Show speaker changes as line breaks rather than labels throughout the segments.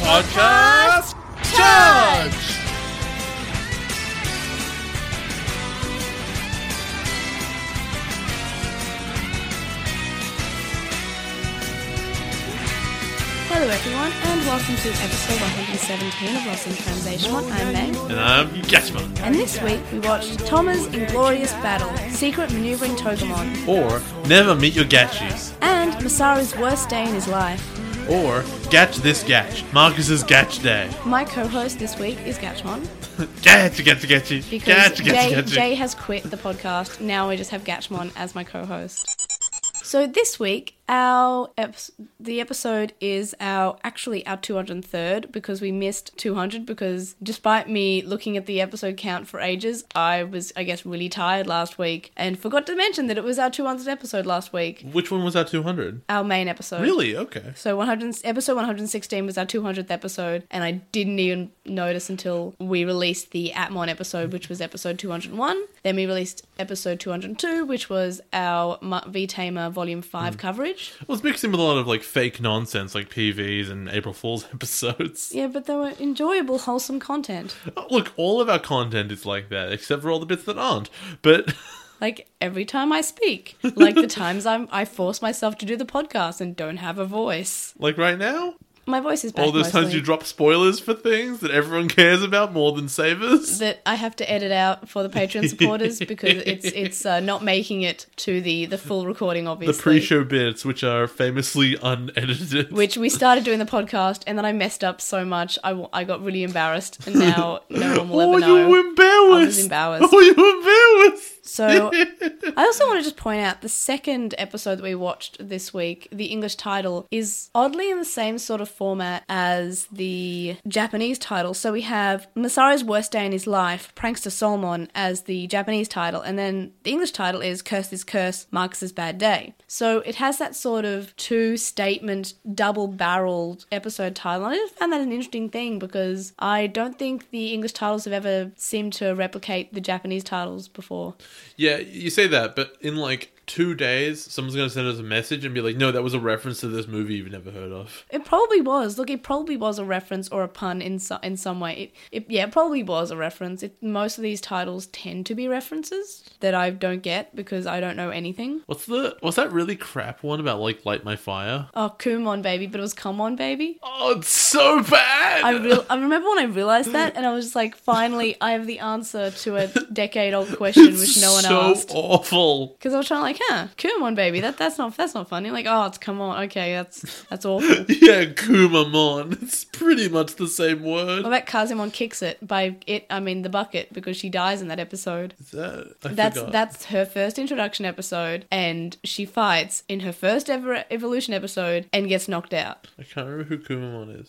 Podcast Charge!
Hello, everyone, and welcome to episode 117 of Lost in Translation. I'm Meg,
And I'm Gatsman.
and this week we watched Thomas' Inglorious Battle, Secret Maneuvering Togemon,
Or Never Meet Your Gatches.
and Masaru's Worst Day in His Life.
Or Gatch This Gatch. Marcus's Gatch Day.
My co host this week is Gatchmon
Gatch, Gatch, Gatchy.
because
Gatch,
Jay,
Gatch,
Jay
Gatchy.
has quit the podcast. Now we just have Gatchmon as my co host. So this week, our eps the episode is our actually our 203rd because we missed 200 because despite me looking at the episode count for ages, I was I guess really tired last week and forgot to mention that it was our 200th episode last week,
Which one was our 200?
our main episode.
Really? Okay.
So 100 episode 116 was our 200th episode, and I didn't even notice until we released the Atmon episode, which was episode 201. Then we released episode 202, which was our Ma- V Tamer Volume Five
Hmm.
coverage.
Well, it's mixed in with a lot of like fake nonsense, like PVs and April Fool's episodes.
Yeah, but they were enjoyable, wholesome content.
Look, all of our content is like that, except for all the bits that aren't. But
Like every time I speak, like the times I'm I force myself to do the podcast and don't have a voice.
like right now,
My voice is back
all those
mostly.
times you drop spoilers for things that everyone cares about more than savers.
that I have to edit out for the Patreon supporters because it's it's uh, not making it to the the full recording,
the
obviously.
pre-show bits, which are famously unedited.
Which we started doing the podcast, and then I messed up so much, I, w- I got really embarrassed, and now no one will
oh,
ever know.
you embarrassed!
I was embarrassed.
Oh, you embarrassed!
So I also want to just point out the second episode that we watched this week, the English title is oddly in the same sort of format as the Japanese title. So we have Masaru's Worst Day in His Life, Prankster Solomon as the Japanese title, and then the English title is Curse This Curse, Marcus's Bad Day. So it has that sort of two statement, double barreled episode title. And I just found that an interesting thing because I don't think the English titles have ever seemed to replicate the Japanese titles before.
Yeah, you say that, but in like two days, someone's gonna send us a message and be like, "No, that was a reference to this movie you've never heard of."
It probably was. Look, it probably was a reference or a pun in so- in some way. It, it yeah, it probably was a reference. It, most of these titles tend to be references that I don't get because I don't know anything.
What's the what's that really crap one about like light my fire?
Oh, come on, baby, but it was come on, baby.
Oh, it's so bad.
I real I remember when I realized that, and I was just like, finally, I have the answer to a decade old question which no one
so
asked.
awful.
Because I was trying to like, huh, come on, baby. That that's not that's not funny. Like, oh, it's come on. Okay, that's that's awful.
Yeah, Kumamon. It's pretty much the same word.
I bet Kazimon kicks it by it. I mean the bucket because she dies in that episode.
Is that, I
That's
forgot.
that's her first introduction episode, and she fights in her first ever evolution episode and gets knocked out.
I can't remember who Kumamon is.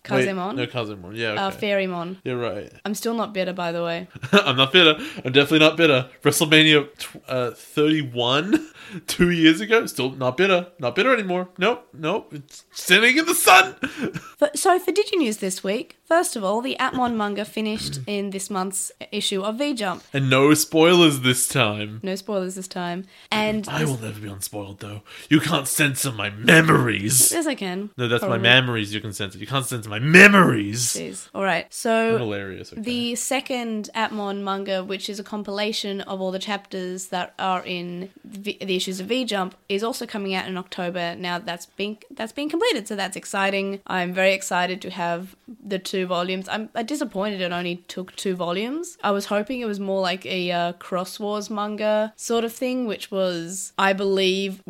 Wait,
Kazemon?
no, Kazemon. Yeah, okay.
Uh, Fairymon.
You're right.
I'm still not bitter, by the way.
I'm not bitter. I'm definitely not bitter. WrestleMania tw- uh, 31, two years ago, still not bitter. Not bitter anymore. Nope, nope. It's sitting in the sun.
But, so for Digi News this week, first of all, the Atmon manga finished in this month's issue of V Jump.
And no spoilers this time.
No spoilers this time. And
I
this-
will never be unspoiled, though. You can't censor my memories.
yes, I can.
No, that's
Probably.
my memories you can censor. You can't censor my memories.
Jeez. All right. So
Hilarious. Okay.
The second Atmon manga, which is a compilation of all the chapters that are in v- the issues of V Jump, is also coming out in October. Now that's being that's being completed, so that's exciting. I'm very excited to have the two volumes. I'm, I'm disappointed it only took two volumes. I was hoping it was more like a uh, Cross Wars manga sort of thing, which was I believe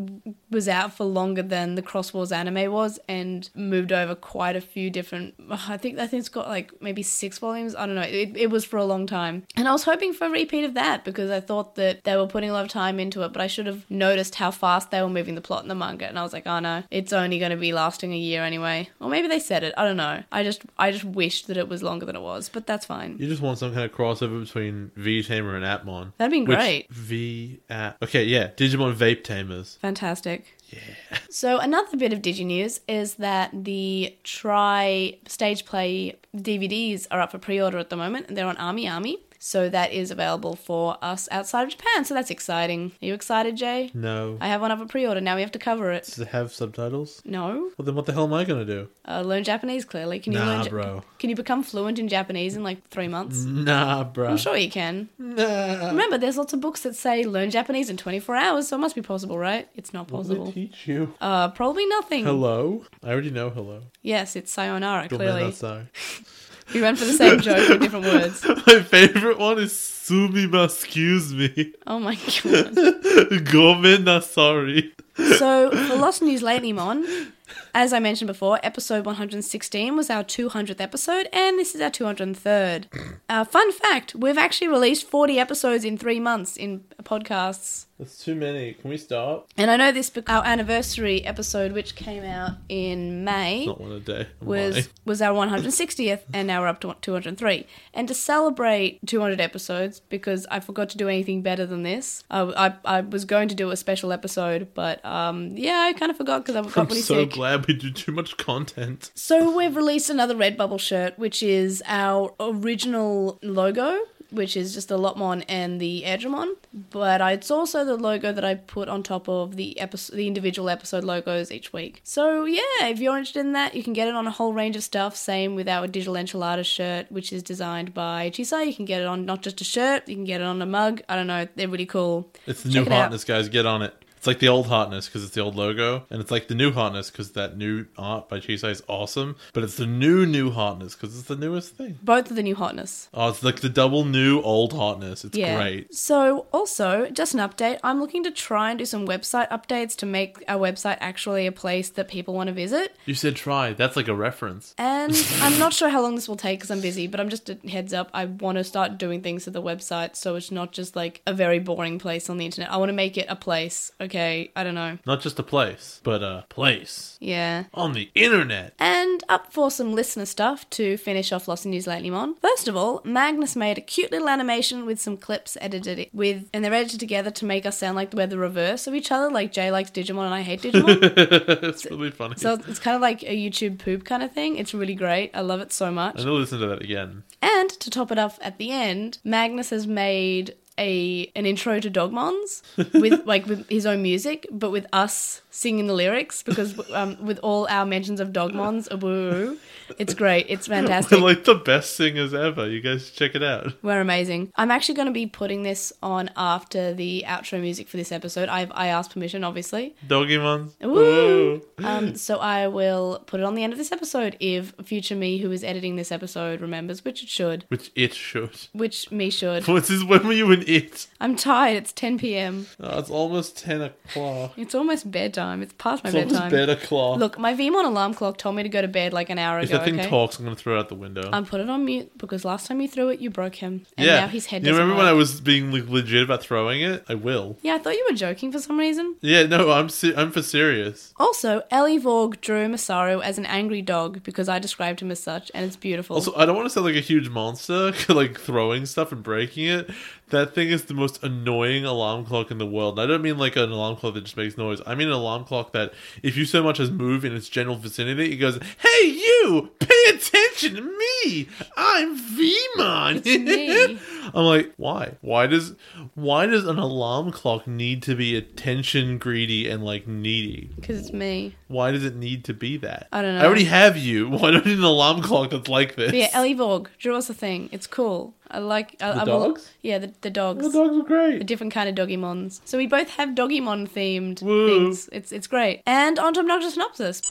was out for longer than the Cross Wars anime was, and moved over quite a few different. I think I think it's got like maybe six volumes. I don't know. It, it was for a long time, and I was hoping for a repeat of that because I thought that they were putting a lot of time into it. But I should have noticed how fast they were moving the plot in the manga, and I was like, oh no, it's only going to be lasting a year anyway. Or maybe they said it. I don't know. I just I just wished that it was longer than it was, but that's fine.
You just want some kind of crossover between V Tamer and Atmon.
That'd been
Which
great.
V at okay, yeah, Digimon Vape Tamers.
Fantastic.
Yeah,
So another bit of Digi news is that the Try Stage Play DVDs are up for pre-order at the moment, and they're on Army Army. So that is available for us outside of Japan. So that's exciting. Are you excited, Jay?
No.
I have one up for pre-order. Now we have to cover it.
Does it have subtitles?
No,
Well, then what the hell am I going to do?
uh, learn Japanese. Clearly, can you
Nah,
learn? Ja-
bro. Mm.
Can you become fluent in Japanese in like three months?
Nah, bruh.
I'm sure you can.
Mm. Nah.
Remember, there's lots of books that say learn Japanese in 24 hours, so it must be possible, right? It's not
What did
possible.
it teach you?
Uh, probably nothing.
Hello? I already know hello.
Yes, it's sayonara.
Don't
Clearly,
outside.
we went for the same joke with different words.
My favorite one is Sumima, excuse me.
Oh my god.
Gomen sorry.
So, for Lost News lately, Mon, as I mentioned before, episode 116 was our 200th episode, and this is our 203rd. Uh, fun fact we've actually released 40 episodes in three months in podcasts.
That's too many. Can we stop?
And I know this, bec- our anniversary episode, which came out in May.
Not one a day. I'm lying.
was was our 160th and now we're up to 203 and to celebrate 200 episodes because i forgot to do anything better than this i, I, I was going to do a special episode but um yeah i kind of forgot because i got
I'm
really
so
sick
glad we do too much content.
so we've released another redbubble shirt which is our original logo which is just the Lotmon and the Edgemon, but it's also the logo that I put on top of the episode, the individual episode logos each week. So yeah, if you're interested in that, you can get it on a whole range of stuff. Same with our digital enchilada shirt, which is designed by Chisai. You can get it on not just a shirt, you can get it on a mug. I don't know, they're really cool.
It's the
Check
new
it out.
hotness, guys. Get on it. It's like the old hotness because it's the old logo, and it's like the new hotness because that new art by Cheese is awesome. But it's the new new hotness because it's the newest thing.
Both of the new hotness.
Oh, it's like the double new old hotness. It's great.
So, also, just an update. I'm looking to try and do some website updates to make our website actually a place that people want to visit.
You said try. That's like a reference.
And I'm not sure how long this will take because I'm busy, but I'm just a heads up. I want to start doing things to the website so it's not just like a very boring place on the internet. I want to make it a place, okay? I don't know.
Not just a place, but a place
Yeah.
on the internet.
And up for some listener stuff to finish off Lost in News Lately Mon. First of all, Magnus made a cute little animation with some clips edited it with, and they're edited together to make us sound like we're the reverse of each other. Like Jay likes Digimon and I hate Digimon.
it's really funny.
so it's kind of like a YouTube poop kind of thing. It's really great. I love it so
I'm
much.
gonna listen to that again.
And to top it off at the end, Magnus has made a an intro to Dogmons with like with his own music, but with us singing the lyrics because um, with all our mentions of Dogmons, woo, it's great, it's
We're
fantastic.
like the best singers ever. You guys should check it out.
We're amazing. I'm actually going to be putting this on after the outro music for this episode. I've, I asked permission, obviously.
Doggymon.
Woo.
Ooh.
Um, so I will put it on the end of this episode if future me, who is editing this episode, remembers, which it should.
Which it should.
Which me should.
What's this? When were you in it?
I'm tired. It's 10 p.m.
Oh, it's almost 10 o'clock.
It's almost bedtime. It's past my
It's
bedtime.
almost bed o'clock.
Look, my Vmon alarm clock told me to go to bed like an hour
if
ago.
that thing
okay?
talks, I'm going to throw it out the window.
I put it on mute because last time you threw it, you broke him, and
yeah.
now his head.
you
doesn't
remember when I
work.
was being like, legit about throwing it? I will.
Yeah, I thought you were joking for some reason.
Yeah, no, I'm se- I'm for serious.
Also, Ellie Vorg drew Masaru as an angry dog because I described him as such, and it's beautiful.
Also, I don't want to sound like a huge monster, like throwing stuff and breaking it. That thing is the most annoying alarm clock in the world. And I don't mean like an alarm clock that just makes noise. I mean an alarm clock that, if you so much as move in its general vicinity, it goes, "Hey, you! Pay attention to me! I'm Vemon."
It's me.
I'm like, why? Why does why does an alarm clock need to be attention greedy and like needy?
because it's me.
Why does it need to be that?
I don't know.
I already have you. Why do I need an alarm clock that's like this?
But yeah, Ellie Vorg drew us a thing. It's cool. I like I,
The
I will-
dogs?
yeah, the, the dogs.
The dogs are
The
great.
different kind of Doggymons. So we both have Doggymon themed
Woo.
things. It's it's great. And on to Obnoxious Synopsis.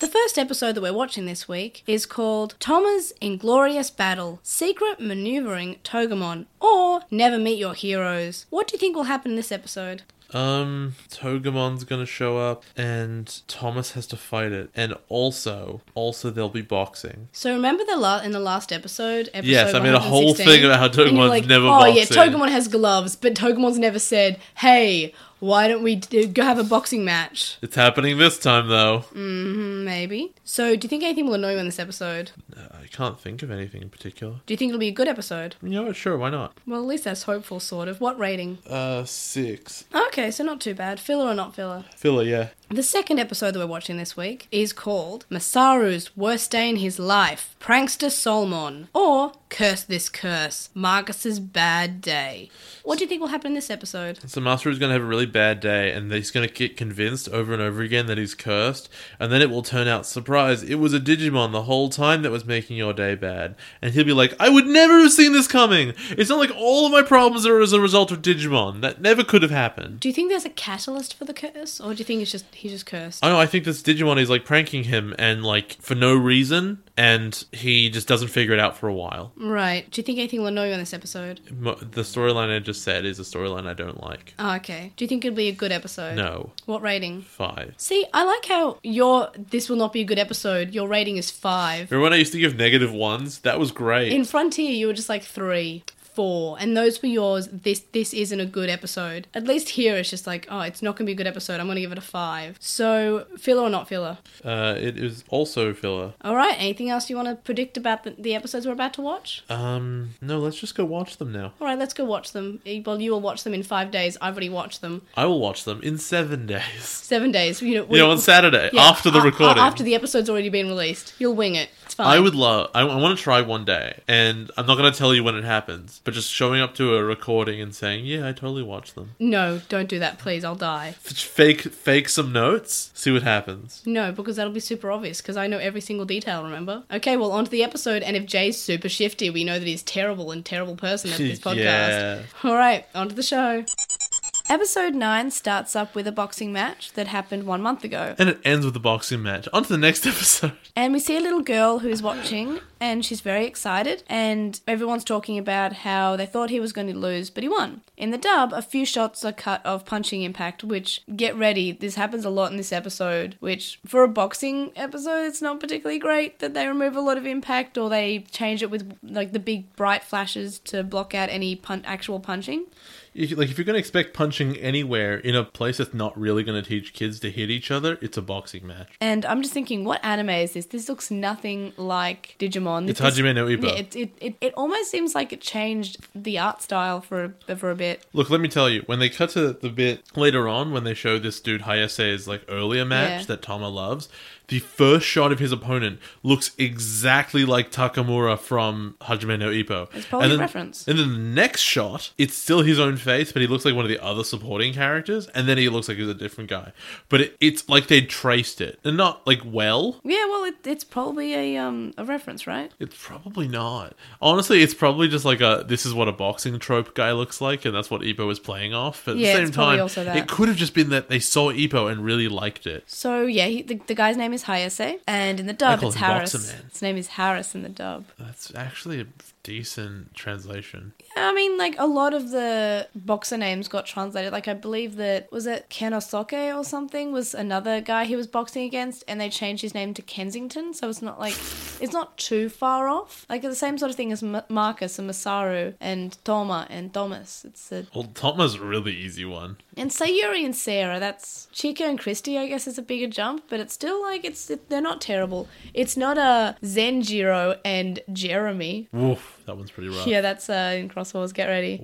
The first episode that we're watching this week is called Thomas Inglorious Battle Secret Maneuvering Togemon or Never Meet Your Heroes. What do you think will happen in this episode?
Um, Togemon's gonna show up, and Thomas has to fight it. And also, also they'll be boxing.
So remember the la- in the last episode, episode
Yes, I made a whole
116?
thing about how
And you were
Togemon's
like,
never
Oh yeah,
boxing."
Togemon has gloves, but Togemon's never said, "Hey, why don't we do- go have a boxing match?"
It's happening this time, though.
Mm. Maybe. So, do you think anything will annoy you in this episode?
Uh, I can't think of anything in particular.
Do you think it'll be a good episode?
You know what? Sure, why not?
Well, at least that's hopeful, sort of. What rating?
Uh, six
Okay, so not too bad. Filler or not filler?
filler, yeah.
The second episode that we're watching this week is called Masaru's Worst Day in His Life, Prankster Solmon, or Curse This Curse, Marcus's Bad Day. What do you think will happen in this episode?
So Masaru's going to have a really bad day, and he's going to get convinced over and over again that he's cursed, and then it will turn out, surprise, it was a Digimon the whole time that was making your day bad. And he'll be like, I would never have seen this coming! It's not like all of my problems are as a result of Digimon. That never could have happened.
Do you think there's a catalyst for the curse, or do you think it's just he's just cursed?
I don't know, I think this Digimon is like pranking him and like for no reason, and he just doesn't figure it out for a while.
Right. Do you think anything will know you on this episode?
Mo- The storyline I just said is a storyline I don't like.
Oh, okay. Do you think it'll be a good episode?
No.
What rating?
Five.
See, I like how your this will not be a good episode. Your rating is five.
Remember when I used to give negative ones? That was great.
In Frontier, you were just like three, four, and those were yours. This this isn't a good episode. At least here, it's just like, oh, it's not gonna be a good episode. I'm gonna give it a five. So filler or not filler?
Uh, it is also filler.
All right. Anything else you want to predict about the, the episodes we're about to watch?
Um, no, let's just go watch them now.
All right, let's go watch them. Eh, Well, you will watch them in five days. I've already watched them.
I will watch them in seven days.
Seven days. You know,
You know, on Saturday
yeah,
after the
a- a-
recording.
After the episode's already been released, you'll wing it. It's fine.
I would love. I, I want to try one day, and I'm not going to tell you when it happens. But just showing up to a recording and saying, "Yeah, I totally watched them."
No, don't do that, please. I'll die.
F- Fake, fake some notes. See what happens.
No, because that'll be super obvious because I know every single detail, remember? Okay, well, on to the episode. And if Jay's super shifty, we know that he's terrible and terrible person at this podcast.
Yeah.
All right, on to the show. Episode 9 starts up with a boxing match that happened one month ago.
And it ends with a boxing match. On to the next episode.
And we see a little girl who's watching and she's very excited. And everyone's talking about how they thought he was going to lose, but he won. In the dub, a few shots are cut of punching impact, which get ready. This happens a lot in this episode, which for a boxing episode, it's not particularly great that they remove a lot of impact or they change it with like the big bright flashes to block out any pun- actual punching.
You- Like, if you're going to expect punching anywhere in a place that's not really going to teach kids to hit each other, it's a boxing match.
And I'm just thinking, what anime is this? This looks nothing like Digimon.
It's
This-
Hajime no Ippo.
Yeah, It, it, it, it almost seems like it changed the art style for a, for a bit.
Look, let me tell you, when they cut to the bit later on, when they show this dude Hayase's like earlier match
Yeah.
that Tama loves, the first shot of his opponent looks exactly like Takamura from Hajime no Ippo.
It's probably
and
a
then,
reference.
And then the next shot, it's still his own face, but he looks like one of the other supporting characters, and then he looks like he's a different guy. But it, it's like they traced it, and not like well.
Yeah, well, it, it's probably a um a reference, right?
It's probably not. Honestly, it's probably just like a this is what a boxing trope guy looks like, and that's what Ippo was playing off. But at
Yeah,
the
it's
same
probably
time,
also that.
it could have just been that they saw Ippo and really liked it.
So yeah, he, the, the guy's name is Hayase, and in the dub
call
it's
him
Harris.
Boxer Man.
His name is Harris in the dub.
That's actually a decent translation.
I mean, like a lot of the boxer names got translated. Like I believe that was it Kenosuke or something was another guy he was boxing against, and they changed his name to Kensington. So it's not like it's not too far off. Like the same sort of thing as M- Marcus and Masaru and Toma and Thomas. It's a
Well, Thomas a really easy one.
and Sayuri and Sarah. That's Chica and Christy. I guess is a bigger jump, but it's still like it's it, they're not terrible. It's not a Zenjiro and Jeremy.
Woof, that one's pretty rough.
Yeah, that's uh, in Crosswars. Get ready.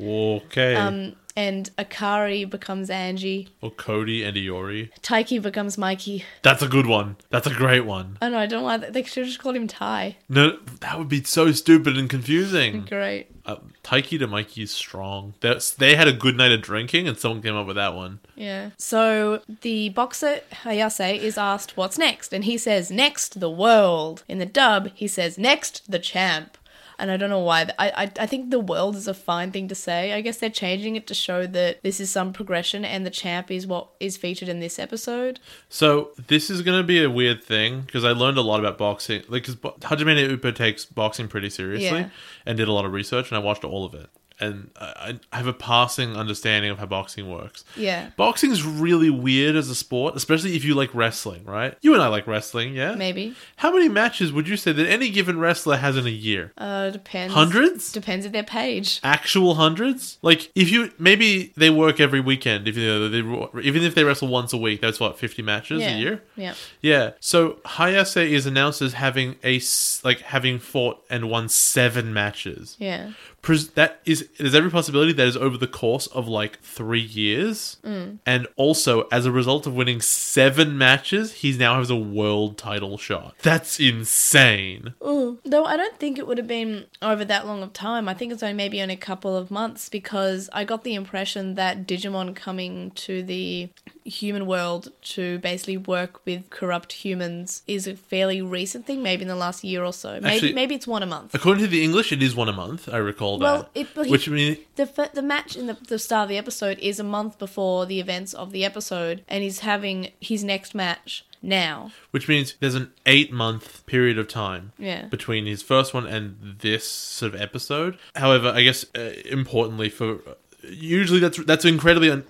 Okay.
Um, and Akari becomes Angie.
or Cody and Iori.
Taiki becomes Mikey.
That's a good one. That's a great one.
Oh no, I don't like that. They should have just called him Ty.
No, that would be so stupid and confusing.
Great.
Uh, Taiki to Mikey is strong. That's, they had a good night of drinking, and someone came up with that one.
Yeah. So the boxer Hayase is asked what's next, and he says next the world. In the dub, he says next the champ. And I don't know why. th- I, I I think the world is a fine thing to say. I guess they're changing it to show that this is some progression, and the champ is what is featured in this episode.
So this is going to be a weird thing because I learned a lot about boxing. Like, because bo- Hajime no Ippo takes boxing pretty seriously
Yeah.
and did a lot of research, and I watched all of it. And I, I have a passing understanding of how boxing works.
Yeah.
Boxing's really weird as a sport, especially if you like wrestling, right? You and I like wrestling, yeah?
Maybe.
How many matches would you say that any given wrestler has in a year?
Uh, depends.
Hundreds?
Depends if they're page.
actual hundreds like if you maybe they work every weekend if you know, they even if they wrestle once a week that's what 50 matches
yeah.
a year
Yeah.
yeah so hayase is announced as having a s- like having fought and won seven matches
Yeah.
Pres- that is is there's every possibility that is over the course of like three years,
Mm.
and also as a result of winning seven matches, he now has a world title shot. That's insane.
Ooh. Though I don't think it would have been over that long of time. I think it's only maybe only a couple of months because I got the impression that Digimon coming to the human world to basically work with corrupt humans is a fairly recent thing, maybe in the last year or so. Maybe
Actually-
maybe it's one a month.
According to the English, it is one a month. I recall
Well,
that,
it- but he-
which I mean,
The, fir- the match in the, the start of the episode is a month before the events of the episode, and he's having his next match now.
which means there's an eight month period of time
Yeah.
between his first one and this sort of episode. However, I guess uh, importantly for usually that's that's incredibly. Un-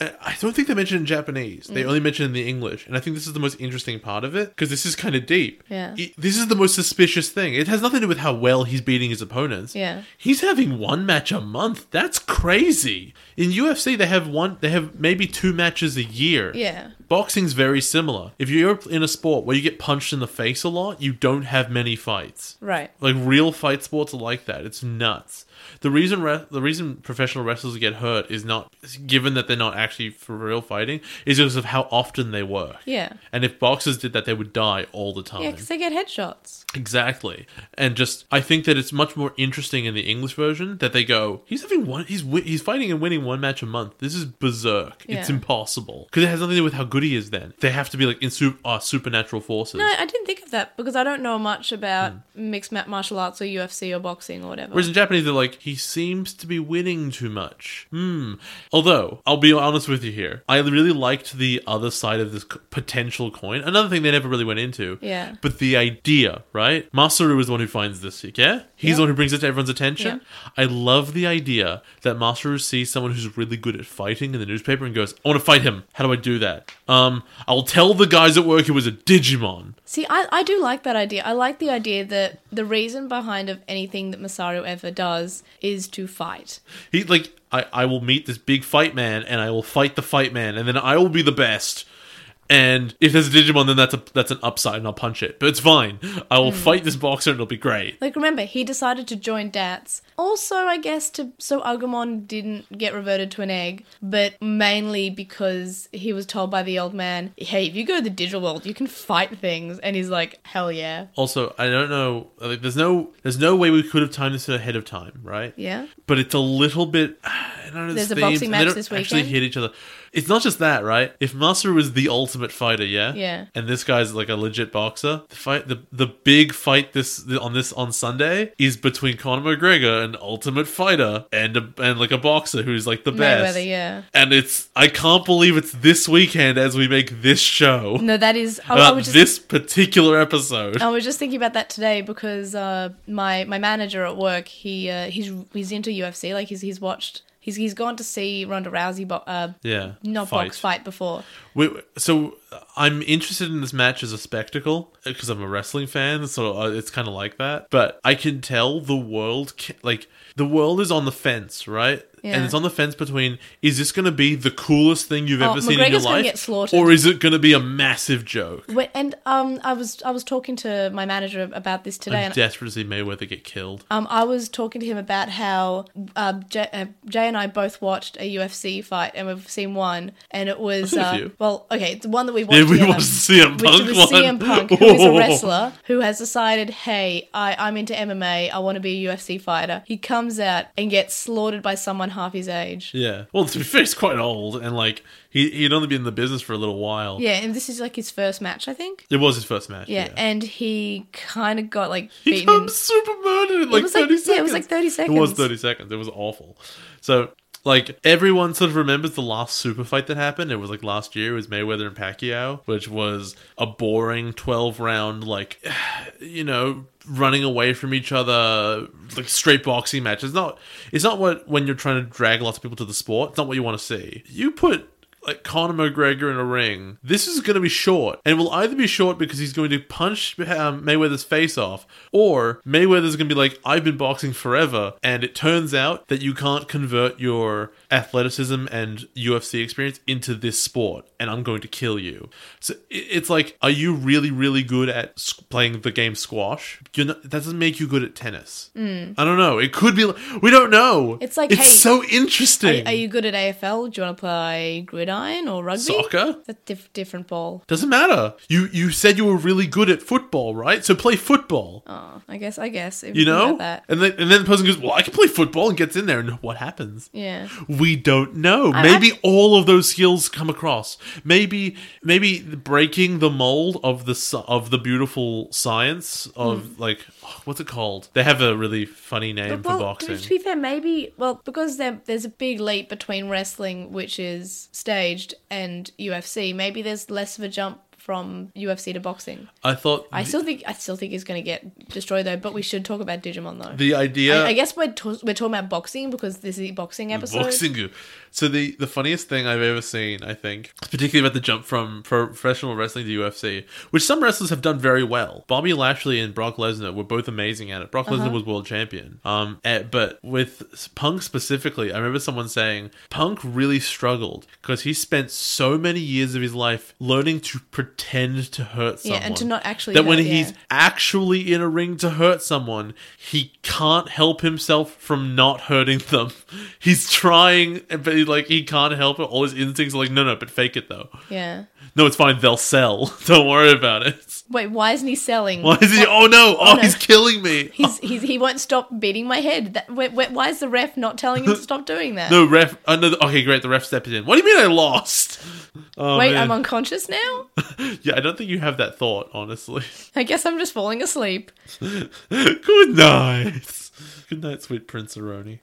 I I don't think they mention it in Japanese.
Mm.
They only mention it in the English, and I think this is the most interesting part of it because this is kind of deep.
Yeah.
It- this is the most suspicious thing. It has nothing to do with how well he's beating his opponents.
Yeah.
He's having one match a month. That's crazy. In UFC, they have one. They have maybe two matches a year.
Yeah.
Boxing's very similar. If you're in a sport where you get punched in the face a lot, you don't have many fights.
Right.
Like real fight sports are like that. It's nuts. The reason re- the reason professional wrestlers get hurt is not given that they're not actually for real fighting is because of how often they work.
Yeah.
And if boxers did that, they would die all the time.
Yeah, because they get headshots.
Exactly, and just I think that it's much more interesting in the English version that they go, he's having one, he's wi- he's fighting and winning one match a month. This is berserk. It's
Yeah.
impossible because it has nothing to do with how good he is. Then they have to be like in su- uh, supernatural forces.
No, I didn't think of that because I don't know much about
Hmm.
mixed ma- martial arts or UFC or boxing or whatever.
Whereas in Japanese, they're like, he seems to be winning too much. Hmm. Although, I'll be honest with you here. I really liked the other side of this c- potential coin. Another thing they never really went into.
Yeah.
But the idea, right? Masaru is the one who finds this, yeah? He's
Yeah.
the one who brings it to everyone's attention. I love the idea that Masaru sees someone who's really good at fighting in the newspaper and goes, I want to fight him. How do I do that? Um, I'll tell the guys at work it was a Digimon.
See, I, I do like that idea. I like the idea that the reason behind of anything that Masaru ever does is to fight.
He like I, I will meet this big fight man and I will fight the fight man and then I will be the best. And if there's a Digimon, then that's a that's an upside and I'll punch it. But it's fine. I will fight this boxer and it'll be great.
Like, remember, he decided to join DATS. Also, I guess, to so Agumon didn't get reverted to an egg, but mainly because he was told by the old man, hey, if you go to the digital world, you can fight things. And he's like, hell yeah.
Also, I don't know. Like, there's no there's no way we could have timed this ahead of time, right?
Yeah.
But it's a little bit. I don't know. it's
There's a
themed,
boxing
and
match
they don't
this
Actually,
weekend.
hit each other. It's not just that, right? If Master was the ultimate fighter, yeah,
Yeah.
and this guy's like a legit boxer, the fight, the the big fight this the, on this on Sunday is between Conor McGregor, an ultimate fighter, and a, and like a boxer who's like the best.
Mayweather, yeah.
And it's I can't believe it's this weekend as we make this show
No, that is. I, I
about
was
Uh,
just Oh,
this particular episode.
I was just thinking about that today because uh, my my manager at work he uh, he's he's into UFC like he's he's watched he's he's gone to see Ronda Rousey bo- uh,
yeah,
not box fight before
Wait, so I'm interested in this match as a spectacle because I'm a wrestling fan, so uh, it's kind of like that. But I can tell the world, ca- like the world is on the fence, right?
Yeah.
And it's on the fence between is this going to be the coolest thing you've
Oh,
ever seen in your
McGregor's gonna
life,
get slaughtered.
or is it going to be a massive joke?
Wait, and um I was I was talking to my manager about this today
I'm
and
desperate to see Mayweather get killed.
um I was talking to him about how uh, Jay, uh, Jay and I both watched a UFC fight and we've seen one and it was
seen a
uh,
few.
well okay it's the one that we watched
Did we
together.
watch the CM
which
Punk
was
one?
CM Punk, who is a
Whoa.
wrestler who has decided, hey, I, I'm into MMA, I want to be a UFC fighter. He comes out and gets slaughtered by someone half his age.
Yeah. Well, to be fair, he's quite old, and like he he'd only been in the business for a little while.
Yeah, and this is like his first match, I think.
It was his first match.
Yeah, and he kind of got like
He
beaten.
becomes super murdered in like
was like-
30 seconds.
yeah, it was like 30
It was
seconds.
30 seconds. It was awful. So, like, everyone sort of remembers the last super fight that happened. It was like last year. It was Mayweather and Pacquiao, which was a boring 12 round, like, you know, running away from each other, like straight boxing match. It's not, it's not what, when you're trying to drag lots of people to the sport, it's not what you want to see. You put like Conor McGregor in a ring, this is going to be short, and it will either be short because he's going to punch um, Mayweather's face off, or Mayweather's going to be like, "I've been boxing forever," and it turns out that you can't convert your athleticism and UFC experience into this sport. and I'm going to kill you. So i- it's like, are you really, really good at s- playing the game squash? You're not, that doesn't make you good at tennis. I don't know. It could be. li- We don't know.
Mm. It's like,
it's
hey,
so interesting.
Are, are you good at AFL? Do you want to play gridiron or rugby?
Soccer?
That's diff- different ball.
Doesn't matter. You you said you were really good at football, right? So play football.
Oh, I guess. I guess. If
you
think
know,
about that.
and then and then the person goes, "Well, I can play football," and gets in there, and what happens?
Yeah.
We don't know.
I-
maybe all of those skills come across. Maybe maybe breaking the mold of the sci- of the beautiful science of
Hmm.
like oh, what's it called? They have a really funny name for
Well, to,
boxing.
to be fair, maybe well because there, there's a big leap between wrestling, which is staged, and UFC. Maybe there's less of a jump from UFC to boxing.
I thought
I
the,
still think I still think he's going to get destroyed though. But we should talk about Digimon though.
the uh, idea.
I, I guess we're to- we're talking about boxing because this is a boxing episode.
Boxing. So the the funniest thing I've ever seen, I think, particularly about the jump from pro- professional wrestling to UFC, which some wrestlers have done very well. Bobby Lashley and Brock Lesnar were both amazing at it. Brock
Uh-huh.
Lesnar was world champion. Um, eh, but with Punk specifically, I remember someone saying Punk really struggled because he spent so many years of his life learning to pretend to hurt
Yeah,
someone.
and to not actually
that when
hurt,
he's
yeah.
actually in a ring to hurt someone, he can't help himself from not hurting them. He's trying, but he, like he can't help it. All his instincts are like, no, no, but fake it though.
Yeah.
No, it's fine. They'll sell. Don't worry about it.
Wait, why isn't he selling?
Why is he? Oh no! Oh,
no.
he's killing me.
He's, he's, he won't stop beating my head. That, wh- wh- why is the ref not telling him to stop doing that?
No ref. Oh, no, okay, great. The ref stepped in. What do you mean I lost? Oh,
Wait,
man.
I'm unconscious now?
yeah, I don't think you have that thought, honestly.
I guess I'm just falling asleep.
Good night. Good night, sweet Prince Aroni.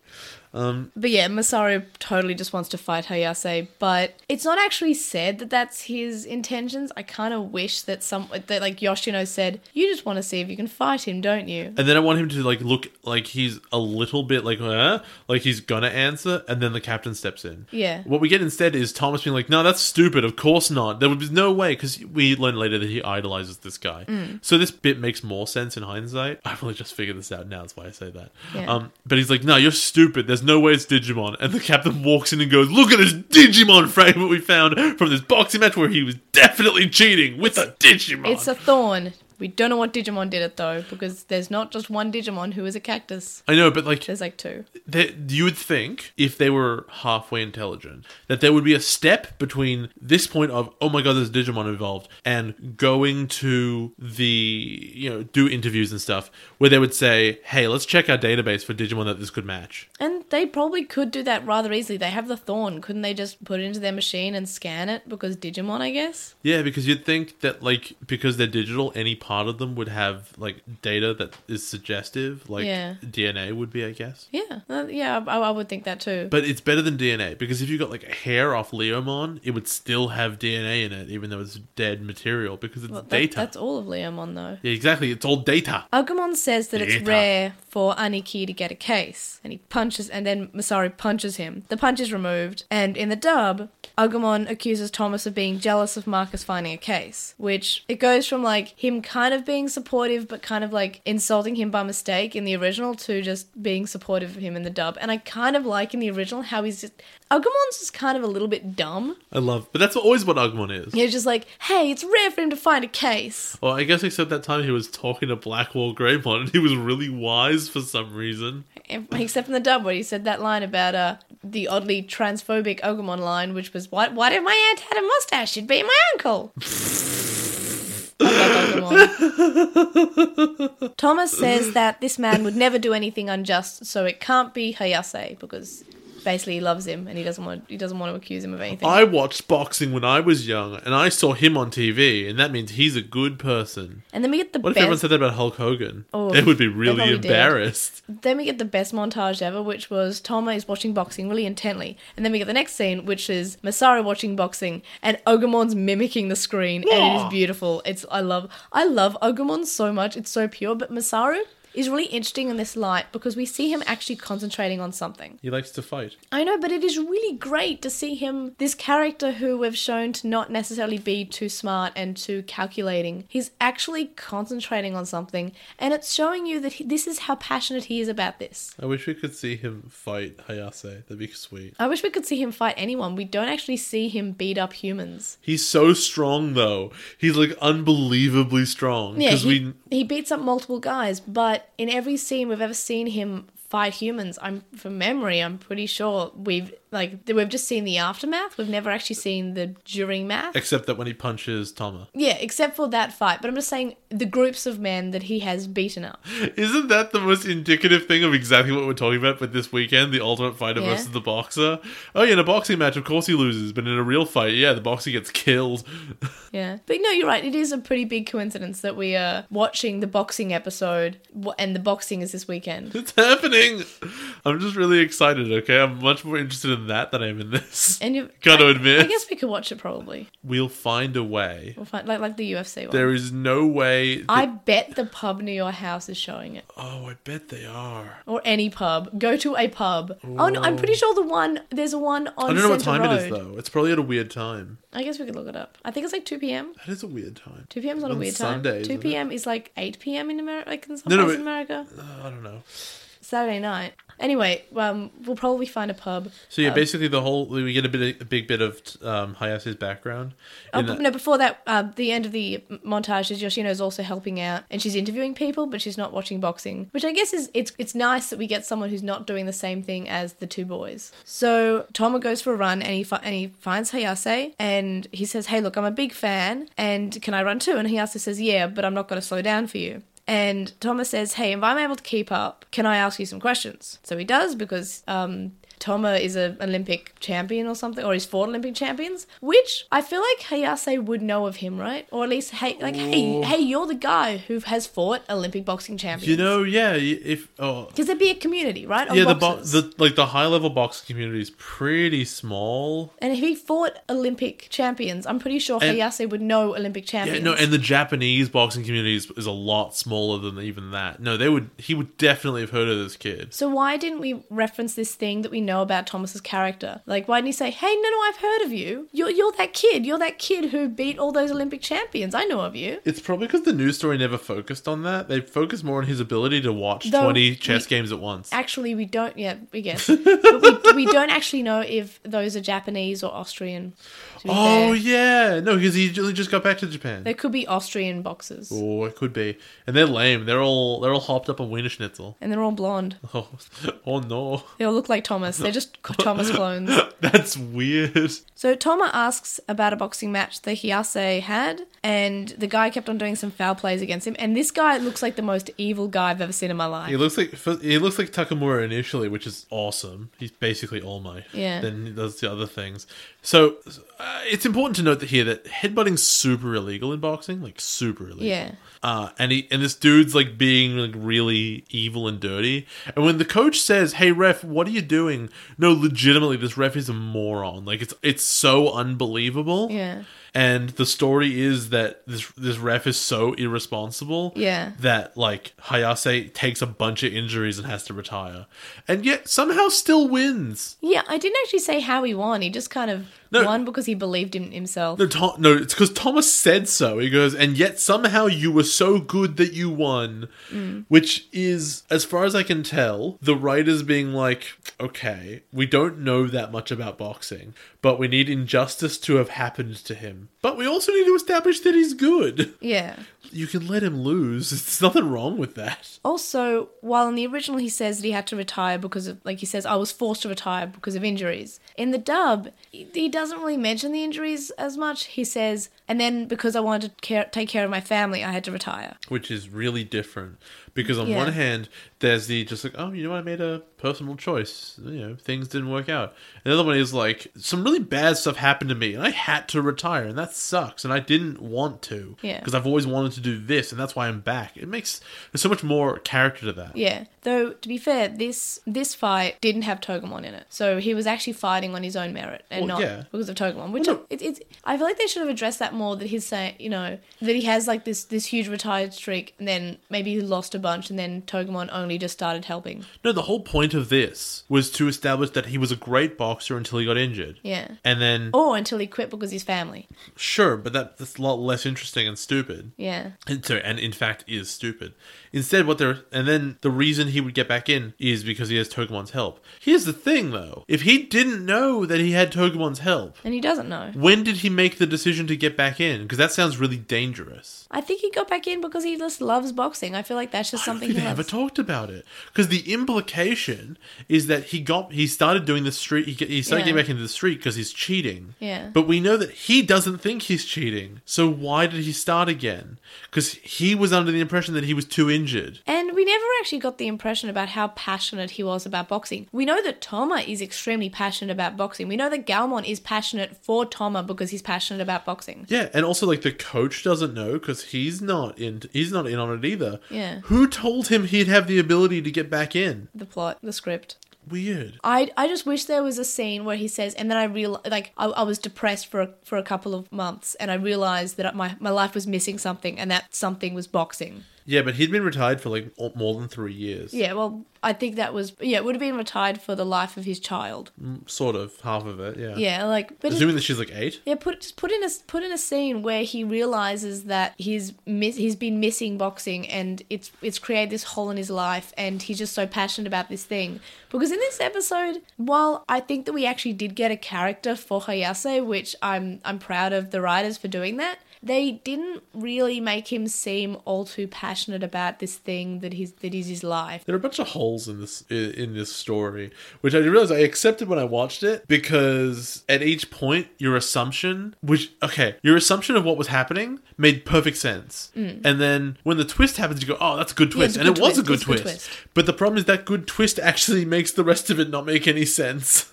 But yeah, Masaru totally just wants to fight Hayase, but it's not actually said that that's his intentions. I kind of wish that some that like Yoshino said, "You just want to see if you can fight him, don't you?"
And then I want him to like look like he's a little bit like huh? like he's gonna answer, and then the captain steps in.
Yeah.
What we get instead is Thomas being like, "No, that's stupid. Of course not. There would be no way." Because we learn later that he idolizes this guy.
Mm.
So this bit makes more sense in hindsight. I've only just figured this out now. That's why I say that.
Yeah.
Um, but he's like, "No, you're stupid. There's no way it's Digimon." And the captain walks in and goes, "Look at this Digimon fragment we found from this boxing match where he was definitely cheating with a Digimon."
It's a thorn. We don't know what Digimon did it though, because there's not just one Digimon who is a cactus.
I know, but like
There's like two.
that you would think if they were halfway intelligent that there would be a step between this point of oh my god there's digimon involved and going to the you know do interviews and stuff where they would say hey let's check our database for digimon that this could match
And they probably could do that rather easily. They have the thorn. Couldn't they just put it into their machine and scan it? Because Digimon, I guess.
yeah because you'd think that like because they're digital any part of them would have like data that is suggestive like
Yeah.
dna would be i guess
Yeah, Uh, yeah, I, I would think that too.
But it's better than DNA because if you got like a hair off Leomon, it would still have DNA in it, even though it's dead material because it's
Well, that-
data.
That's all of Leomon though.
Yeah, exactly. It's all data.
Agumon says that it's
Data.
rare for Aniki to get a case, and he punches, and then Masaru punches him. The punch is removed, and in the dub, Agumon accuses Thomas of being jealous of Marcus finding a case, which it goes from like him kind of being supportive but kind of like insulting him by mistake in the original to just being supportive of him in the dub. And I kind of like in the original how he's just Agumon's just kind of a little bit dumb.
I love, but that's always what Agumon is.
He's just like, hey, it's rare for him to find a case.
Well, I guess except that time he was talking to Blackwall Greymon and he was really wise for some reason.
except in the dub where he said that line about uh, the oddly transphobic Ogamon line, which was, "What? What if my aunt had a mustache? She'd be my uncle." I love Ogamon. Thomas says that this man would never do anything unjust, so it can't be Hayase because basically he loves him and he doesn't want he doesn't want to accuse him of anything.
I watched boxing when I was young and I saw him on TV, and that means he's a good person.
and then we get the
What if
best.
everyone said that about Hulk Hogan?
Oh,
they would be
they
really
probably did.
embarrassed.
Then we get the best montage ever, which was Toma is watching boxing really intently. And then we get the next scene, which is Masaru watching boxing and Ogamon's mimicking the screen and it
Wah!
is beautiful. It's I love I love Ogamon so much. It's so pure, but Masaru is really interesting in this light because we see him actually concentrating on something.
He likes to fight.
I know, but it is really great to see him, this character who we've shown to not necessarily be too smart and too calculating. He's actually concentrating on something, and it's showing you that he, this is how passionate he is about this.
I wish we could see him fight Hayase. That'd be sweet.
I wish we could see him fight anyone. We don't actually see him beat up humans.
He's so strong though. He's like unbelievably strong.
Yeah,
Because
he,
we
he beats up multiple guys, but in every scene we've ever seen him fight humans, I'm from memory, I'm pretty sure we've like th- we've just seen the aftermath. We've never actually seen the during math.
except that when he punches Tama.
yeah, except for that fight. But I'm just saying the groups of men that he has beaten up.
Isn't that the most indicative thing of exactly what we're talking about? But this weekend, the ultimate fighter
Yeah.
versus the boxer. Oh yeah, in a boxing match, of course he loses, but in a real fight, yeah, the boxer gets killed.
Yeah, but no, you're right. It is a pretty big coincidence that we are watching the boxing episode, wh- and the boxing is this weekend.
It's happening. I'm just really excited. Okay, I'm much more interested in that than I am in this.
And you
Got to
I-
admit,
I guess we could watch it probably.
we'll find a way.
We'll find like like the UFC one.
There is no way. That-
I bet the pub near your house is showing it.
oh, I bet they are.
Or any pub. Go to a pub. Oh no, I'm pretty sure the one there's a one on
I don't know what time
Road.
it is though. It's probably at a weird time.
I guess we could look it up. I think it's like two PM.
That is a weird time.
Two PM's not a
On
weird
Sunday,
time. Two
isn't
PM is like eight PM in America like in some
No, no,
parts of
but-
America.
Uh, I don't know.
Saturday night. Anyway, um, we'll probably find a pub.
So yeah,
Um,
basically the whole we get a bit a big bit of um, Hayase's background.
Oh,
in
b-
that-
no, before that, uh, the end of the m- montage is Yoshino's also helping out, and she's interviewing people, but she's not watching boxing, which I guess is it's it's nice that we get someone who's not doing the same thing as the two boys. So Toma goes for a run, and he fi- and he finds Hayase, and he says, "Hey, look, I'm a big fan, and can I run too?" And Hayase says, "Yeah, but I'm not going to slow down for you." And Toma says, "Hey, if I'm able to keep up, can I ask you some questions?" So he does because um, Toma is an Olympic champion or something, or he's fought Olympic champions, which I feel like Hayase would know of him, right? Or at least, hey, like, hey,
Ooh.
hey, you're the guy who has fought Olympic boxing champions.
you know, yeah, y- if oh
because there'd be a community, right? of
yeah, the, bo-
boxers.
the like the high level boxing community is pretty small.
and if he fought Olympic champions, I'm pretty sure
And-
Hayase would know Olympic
Yeah,
champions.
no, and the Japanese boxing community is, is a lot smaller than even that. No, they would he would definitely have heard of this kid.
so why didn't we reference this thing that we know about Thomas's character? Like, why didn't he say, "Hey, no, no, I've heard of you. You're you're that kid. You're that kid who beat all those Olympic champions. I know of you."
It's probably because the news story never focused on that. They focused more on his ability to watch
Though
twenty chess
we-
games at once.
Actually, we don't. Yeah, we guess. but we, we don't actually know if those are Japanese or Austrian. to be
Oh
fair.
yeah, no, because he ju- just got back to Japan.
They could be Austrian boxers,
Oh, it could be, and they're lame. They're all they're all hopped up on Wiener Schnitzel.
and they're all blonde.
Oh, oh no,
They all look like Thomas. They're just Thomas clones.
that's weird.
So Toma asks about a boxing match that Hiyase had, and the guy kept on doing some foul plays against him. And this guy looks like the most evil guy I've ever seen in my life.
He looks like he looks like Takamura initially, which is awesome. He's basically All Might.
Yeah.
Then he does the other things. So uh, it's important to note that here that headbutting's super illegal in boxing, like super illegal.
Yeah.
Uh, and he and this dude's like being like really evil and dirty. And when the coach says, "Hey ref, what are you doing?" No, legitimately, this ref is a moron. Like it's it's so unbelievable.
Yeah.
And the story is that this this ref is so irresponsible
Yeah.
that like Hayase takes a bunch of injuries and has to retire, and yet somehow still wins.
yeah, I didn't actually say how he won. He just kind of
No.
won because he believed in himself.
No, Tom, no, it's because Thomas said so. He goes, and yet somehow you were so good that you won, which is, as far as I can tell, the writers being like, okay, we don't know that much about boxing, but we need injustice to have happened to him, but we also need to establish that he's good.
Yeah.
You can let him lose. There's nothing wrong with that.
Also, while in the original he says that he had to retire because of, like he says, I was forced to retire because of injuries. In the dub, he he doesn't really mention the injuries as much. He says, and then because I wanted to care, take care of my family, I had to retire.
which is really different because on
Yeah.
one hand there's the just like oh you know what, i made a personal choice you know things didn't work out and the other one is like some really bad stuff happened to me and i had to retire and that sucks and i didn't want to
Yeah.
because i've always wanted to do this, and that's why I'm back. It makes there's so much more character to that.
Yeah. Though to be fair, this this fight didn't have Togemon in it, so he was actually fighting on his own merit and
Well,
not
yeah.
because of Togemon. Which
Well, no.
it, it's I feel like they should have addressed that more. That he's saying, you know, that he has like this this huge retired streak, and then maybe he lost a bunch, and then Togemon only just started helping.
No, the whole point of this was to establish that he was a great boxer until he got injured.
Yeah.
And then
Or until he quit because his family.
sure, but that, that's a lot less interesting and stupid.
Yeah.
And so, and in fact, is stupid. Instead, what they're and then the reason he would get back in is because he has Togemon's help. Here's the thing, though: if he didn't know that he had Togemon's help,
And he doesn't know.
when did he make the decision to get back in? Because that sounds really dangerous.
I think he got back in because he just loves boxing. I feel like that's just
I don't
something
think
he
they ever
loves.
talked about it because the implication is that he got he started doing the street he, he started
Yeah.
getting back into the street because he's cheating.
Yeah.
But we know that he doesn't think he's cheating, so why did he start again? Because he was under the impression that he was too injured.
and we never actually got the impression about how passionate he was about boxing. We know that Toma is extremely passionate about boxing. We know that Galmon is passionate for Toma because he's passionate about boxing.
Yeah, and also like the coach doesn't know because he's not in. He's not in on it either.
Yeah.
Who told him he'd have the ability to get back in?
The plot, the script.
Weird.
I, I just wish there was a scene where he says, and then I real like I, I was depressed for a, for a couple of months, and I realized that my my life was missing something, and that something was boxing.
Yeah, but he'd been retired for like al- more than three years.
Yeah, well, I think that was yeah, it would have been retired for the life of his child.
Sort of half of it. Yeah.
Yeah, like but it,
Assuming that she's like eight.
yeah, put just put in a put in a scene where he realizes that he's miss, he's been missing boxing and it's it's created this hole in his life and he's just so passionate about this thing. Because in this episode, while I think that we actually did get a character for Hayase, which I'm I'm proud of the writers for doing that. They didn't really make him seem all too passionate about this thing that he's that is his life.
There are a bunch of holes in this i- in this story, which I realized I accepted when I watched it because at each point your assumption, which okay, your assumption of what was happening made perfect sense, and then when the twist happens, you go, "Oh, that's a good twist,"
Mm. it's a
and
good
it was a
twist,
good
it's a good
twist.
twist.
But the problem is that good twist actually makes the rest of it not make any sense.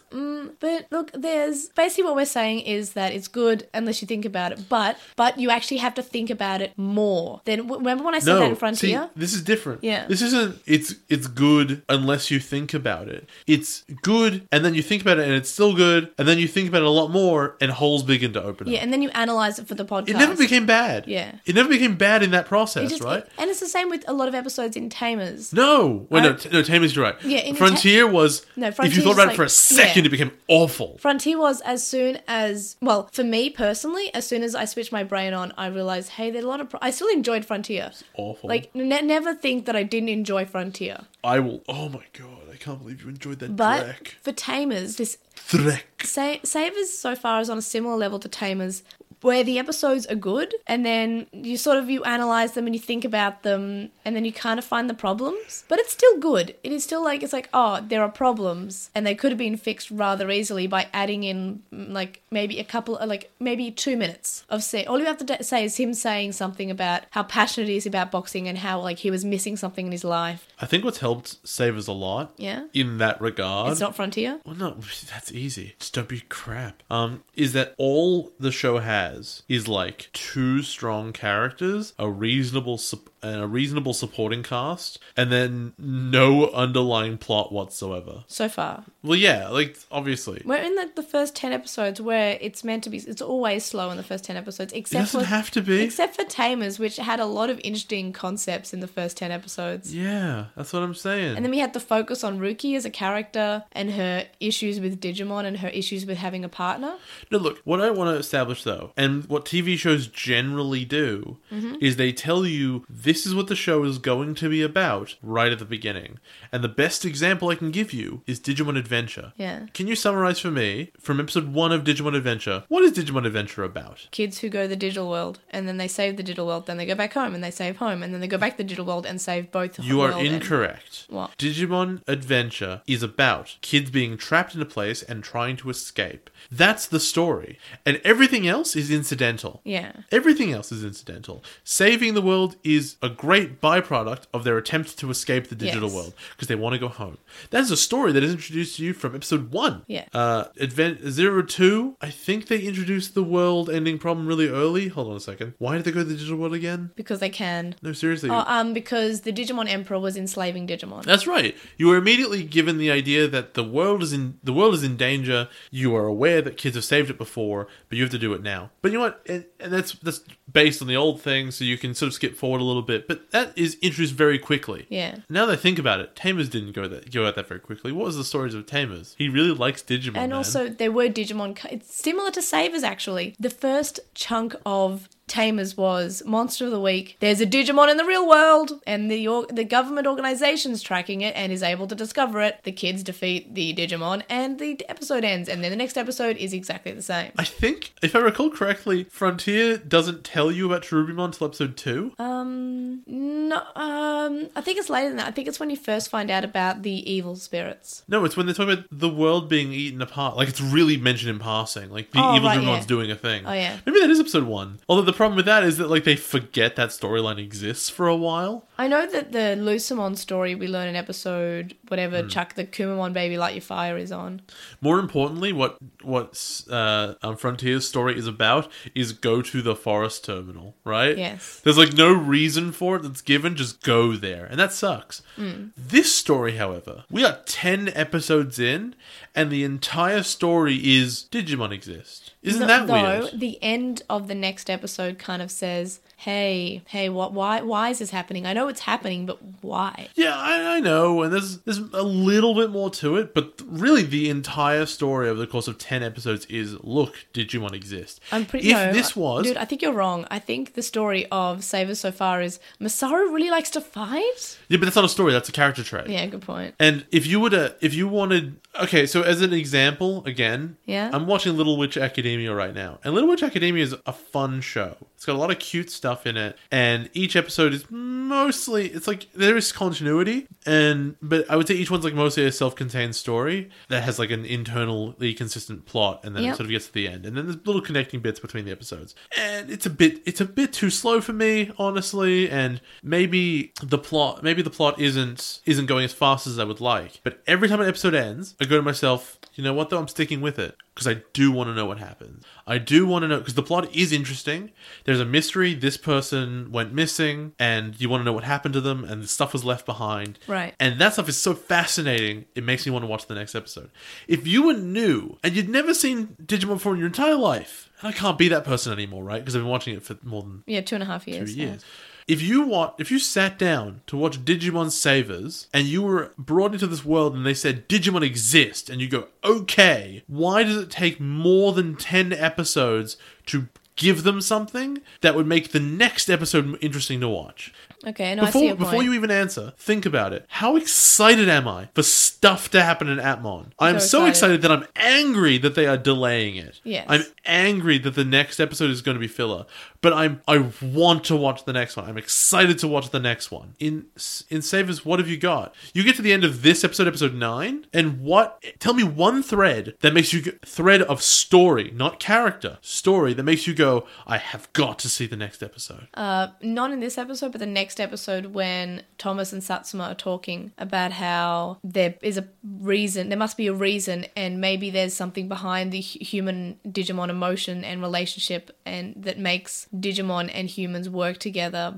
But look, there's basically what we're saying is that it's good unless you think about it, but but you actually have to think about it more. Then w- remember when I said
No,
that in Frontier?
see, this is different.
Yeah.
this isn't. It's it's good unless you think about it. It's good, and then you think about it, and it's still good, and then you think about it a lot more, and holes begin to open. up.
yeah, and then you analyze it for the podcast.
It never became bad.
Yeah.
It never became bad in that
It
process,
just-
right?
and it's the same with a lot of episodes in Tamers.
no. Wait, no,
I-
t- no, Tamer's right.
Yeah, in
Frontier was.
No,
If you
Frontier's
thought about
like-
it for a second,
yeah.
it became awful.
Frontier was as soon as well for me personally. As soon as I switched my brain on, I realized, hey, there's a lot of. Pro- I still enjoyed Frontier.
awful.
Like, ne- never think that I didn't enjoy Frontier.
I will. Oh my god! I can't believe you enjoyed that.
But
Drek.
for Tamers, this
Drek.
Sa- Savers so far is on a similar level to Tamers, where the episodes are good, and then you sort of you analyze them and you think about them, and then you kind of find the problems. But it's still good. It is still like it's like oh, there are problems, and they could have been fixed rather easily by adding in mm, like maybe a couple, uh, like maybe two minutes of say. All you have to d- say is him saying something about how passionate he is about boxing and how like he was missing something in his life.
I think what's helped Savers a lot.
Yeah.
In that regard.
It's not Frontier.
well, no, that's easy. Just don't be crap. Um, is that all the show has is like two strong characters, a reasonable sup- and a reasonable supporting cast, and then no underlying plot whatsoever.
So far,
Well, yeah, like obviously,
We're in like the first ten episodes where it's meant to be. It's always slow in the first ten episodes,
it
except
doesn't
for
have to be.
except for Tamers, which had a lot of interesting concepts in the first ten episodes.
yeah, that's what I'm saying.
And then we had the focus on Ruki as a character and her issues with Digimon and her issues with having a partner.
No, look, what I want to establish though, and what TV shows generally do, is they tell you this is what the show is going to be about right at the beginning. And the best example I can give you is Digimon Adventure.
Yeah.
Can you summarize for me, from episode one of Digimon Adventure, what is Digimon Adventure about?
Kids who go the digital world and then they save the digital world, then they go back home and they save home, and then they go back to the digital world and save both.
You are
world and-
incorrect.
What?
Digimon Adventure is about kids being trapped in a place and trying to escape. That's the story. And everything else is incidental.
Yeah.
Everything else is incidental. Saving the world is a great byproduct of their attempt to escape the digital
Yes.
world because they want to go home. That is a story that is introduced to you from episode one.
Yeah.
Uh, Advent Zero Two. I think they introduced the world-ending problem really early. Hold on a second. Why did they go to the digital world again?
because they can.
No, seriously.
Oh, um, because the Digimon Emperor was enslaving Digimon.
That's right. You were immediately given the idea that the world is in the world is in danger. You are aware that kids have saved it before, but you have to do it now. But you know what? And, and that's that's based on the old thing, so you can sort of skip forward a little bit. But that is introduced very quickly.
Yeah.
Now that I think about it, Tamers didn't go that go out that very quickly. What was the stories of Tamers? He really likes Digimon.
And
man.
also, there were Digimon. ca- It's similar to Savers, actually. The first chunk of Tamers was Monster of the Week. There's a Digimon in the real world, and the or- the government organization's tracking it and is able to discover it. The kids defeat the Digimon, and the d- episode ends. And then the next episode is exactly the same.
I think, if I recall correctly, Frontier doesn't tell you about Cherubimon until episode two.
Um, no, um, I think it's later than that. I think it's when you first find out about the evil spirits.
No, it's when they talk about the world being eaten apart. Like it's really mentioned in passing. Like the
Oh,
evil
right,
Dreamon's
yeah.
doing a thing.
Oh, yeah.
Maybe that is episode one. Although the problem with that is that like they forget that storyline exists for a while.
I know that the Lucimon story we learn in episode whatever Chuck the Kumamon baby light your fire is on.
More importantly, what what uh, um, Frontier's story is about is go to the forest terminal, right?
Yes.
There's like no reason for it that's given. Just go there, and that sucks.
Mm.
This story, however, we are ten episodes in, and the entire story is Digimon exist. Isn't
No-
that
though,
weird?
the end of the next episode kind of says, "Hey, hey, what? Why? Why is this happening? I know it's happening, but why?"
Yeah, I, I know, and there's there's a little bit more to it, but th- really the entire story over the course of ten episodes is look, Digimon exist.
I'm pretty.
If
no,
this was,
dude, I think you're wrong. I think the story of Savers so far is Masaru really likes to fight.
yeah, but that's not a story. That's a character trait.
Yeah, good point.
And if you were to, if you wanted, okay, so as an example, again,
Yeah.
I'm watching Little Witch Academia right now, and Little Witch Academia is a fun show. It's got a lot of cute stuff in it, and each episode is mostly, it's like there is continuity, and but I would say each one's like mostly a self-contained story that has like an internally consistent plot, and then it
Yep.
sort of gets to the end, and then there's little connecting bits between the episodes, and it's a bit, it's a bit too slow for me, honestly, and maybe the plot, maybe the plot isn't isn't going as fast as I would like, but every time an episode ends, I go to myself, you know what though, I'm sticking with it because I do want to know what happens. I do want to know because the plot is interesting. There's a mystery. This person went missing, and you want to know what happened to them, and stuff was left behind.
Right.
And that stuff is so fascinating. It makes me want to watch the next episode. If you were new and you'd never seen Digimon before in your entire life, and I can't be that person anymore, right? Because I've been watching it for more than
Yeah, two and a half years.
two
yeah.
years. If you want, if you sat down to watch Digimon Savers and you were brought into this world and they said Digimon exist and you go, okay, why does it take more than 10 episodes to give them something that would make the next episode interesting to watch?
Okay, no, I see
Before,
your point.
before you even answer, think about it. How excited am I for stuff to happen in Atmon? I'm
So
so, excited.
excited.
that I'm angry that they are delaying it.
Yes.
I'm angry that the next episode is going to be filler, but I'm I want to watch the next one. I'm excited to watch the next one. In in Savers, what have you got? You get to the end of this episode, episode nine, and what? Tell me one thread that makes you go- thread of story, not character, story that makes you go, I have got to see the next episode.
Uh, not in this episode, but the next episode when Thomas and Satsuma are talking about how there is a reason, there must be a reason, and maybe there's something behind the hu- human Digimon emotion and relationship, and that makes Digimon and humans work together,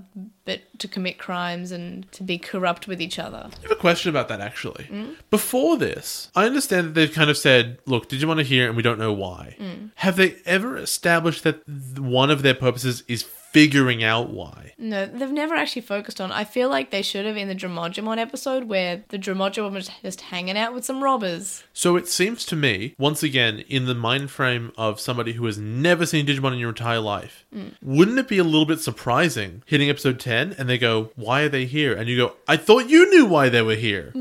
but to commit crimes and to be corrupt with each other.
I have a question about that actually. Before this, I understand that they've kind of said, "Look, Digimon are here, and we don't know why." Have they ever established that th- one of their purposes is figuring out why?
No, they've never actually focused on. I feel like they should have in the Dramojimon episode where the Dramojimon was just hanging out with some robbers.
So it seems to me, once again, in the mind frame of somebody who has never seen Digimon in your entire life, wouldn't it be a little bit surprising hitting episode ten and they go, "Why are they here?" And you go, "I thought you knew why they were here.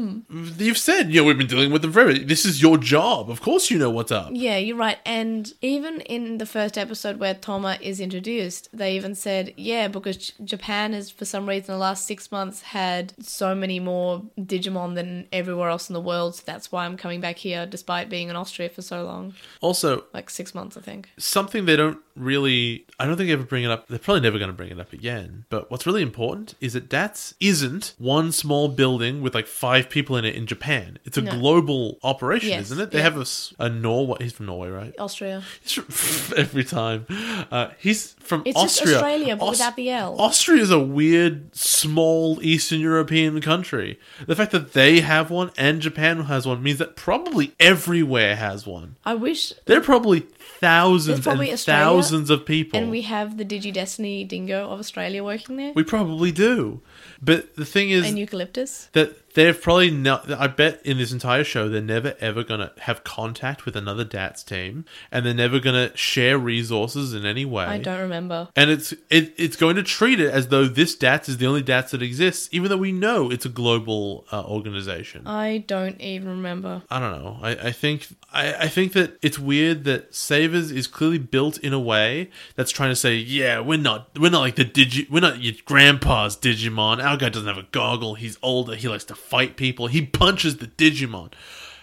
You've said, you know, we've been dealing with them forever. This is your job. Of course, you know what's up."
Yeah, you're right. And even in the first episode where Toma is introduced, they even said, yeah, because J- Japan has, for some reason, the last six months had so many more Digimon than everywhere else in the world. So that's why I'm coming back here, despite being in Austria for so long.
Also,
Like six months, I think.
something they don't really I don't think they ever bring it up. They're probably never going to bring it up again. But what's really important is that DATS isn't one small building with like five people in it in Japan. It's a
No.
global operation,
Yes,
isn't it? They
yeah.
have a, s- a Norway. He's from Norway, right?
Austria.
He's from, every time. Uh, he's from
It's just
Austria.
Australia, but without the L.
Austria is a weird, small Eastern European country. The fact that they have one and Japan has one means that probably everywhere has one.
I wish.
There are probably thousands
There's probably
and
Australia,
thousands of people.
And we have the Digi Destiny dingo of Australia working there.
We probably do. But the thing is
and eucalyptus.
that they've probably not. I bet in this entire show, they're never ever going to have contact with another DATS team and they're never going to share resources in any way.
I don't remember.
And it's it, it's going to treat it as though this DATS is the only DATS that exists, even though we know it's a global uh, organization.
I don't even remember.
I don't know. I, I think I, I think that it's weird that Savers is clearly built in a way that's trying to say, yeah, we're not we're not like the digi we're not your grandpa's Digimon. Our guy doesn't have a goggle. He's older. He likes to fight people. He punches the Digimon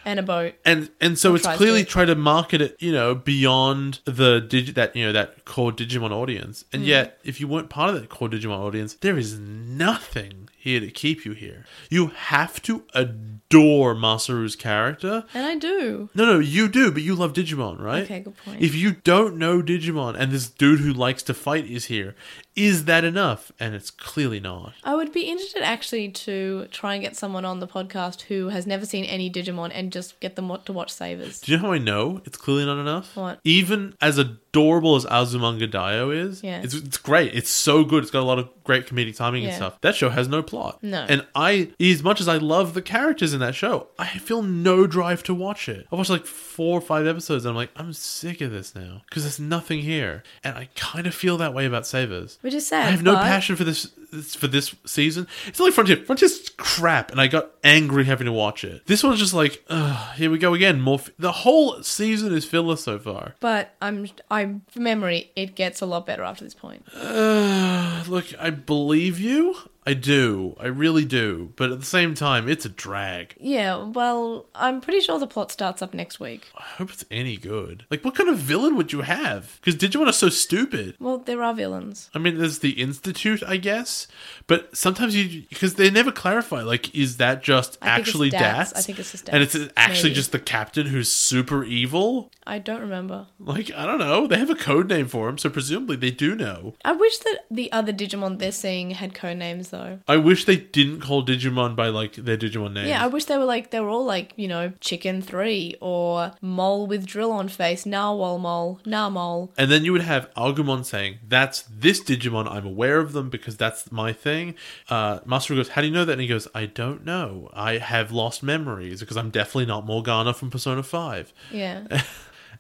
And a boat.
and and so it's
tries
clearly
to.
try to market it, you know, beyond the digi- that you know that core Digimon audience. And
Hmm.
yet, if you weren't part of that core Digimon audience, there is nothing here to keep you here. You have to adore Masaru's character.
And I do.
No, no, you do, but you love Digimon, right?
Okay, good point.
If you don't know Digimon and this dude who likes to fight is here, is that enough? And it's clearly not.
I would be interested actually to try and get someone on the podcast who has never seen any Digimon and just get them wa- to watch Savers.
Do you know how I know it's clearly not enough?
What?
Even as adorable as Azumanga Daioh is,
Yeah.
it's, it's great. It's so good. It's got a lot of great comedic timing and
Yeah.
stuff. That show has no plot.
No.
And I, as much as I love the characters in that show, I feel no drive to watch it. I watched like four or five episodes and I'm like, I'm sick of this now because there's nothing here. And I kind of feel that way about Savers.
Which is sad.
I have no
but-
passion for this this- for this season. It's only Frontier. Frontier's crap, and I got angry having to watch it. This one's just like, ugh, here we go again. More. F- the whole season is filler so far.
But I'm, I'm from memory, it gets a lot better after this point.
Uh, look, I believe you. I do. I really do. But at the same time, it's a drag.
Yeah, well, I'm pretty sure the plot starts up next week.
I hope it's any good. Like, what kind of villain would you have? Because Digimon are so stupid.
Well, there are villains.
I mean, there's the institute, I guess, but sometimes you because they never clarify. Like, is that just
I think it's
actually
Dats.
Dats?
I think it's just
and it's
Dats,
actually
maybe.
just the captain who's super evil.
I don't remember.
Like, I don't know. They have a code name for him, so presumably they do know.
I wish that the other Digimon they're seeing had codenames though.
I wish they didn't call Digimon by like their Digimon name.
Yeah, I wish they were like they were all like you know chicken three or mole with drill on face, narwhal mole, narmole.
And then you would have Argumon saying, That's this Digimon. I'm aware of them because that's my thing. Uh, Master goes, How do you know that? And he goes, I don't know. I have lost memories because I'm definitely not Morgana from Persona 5.
Yeah,
I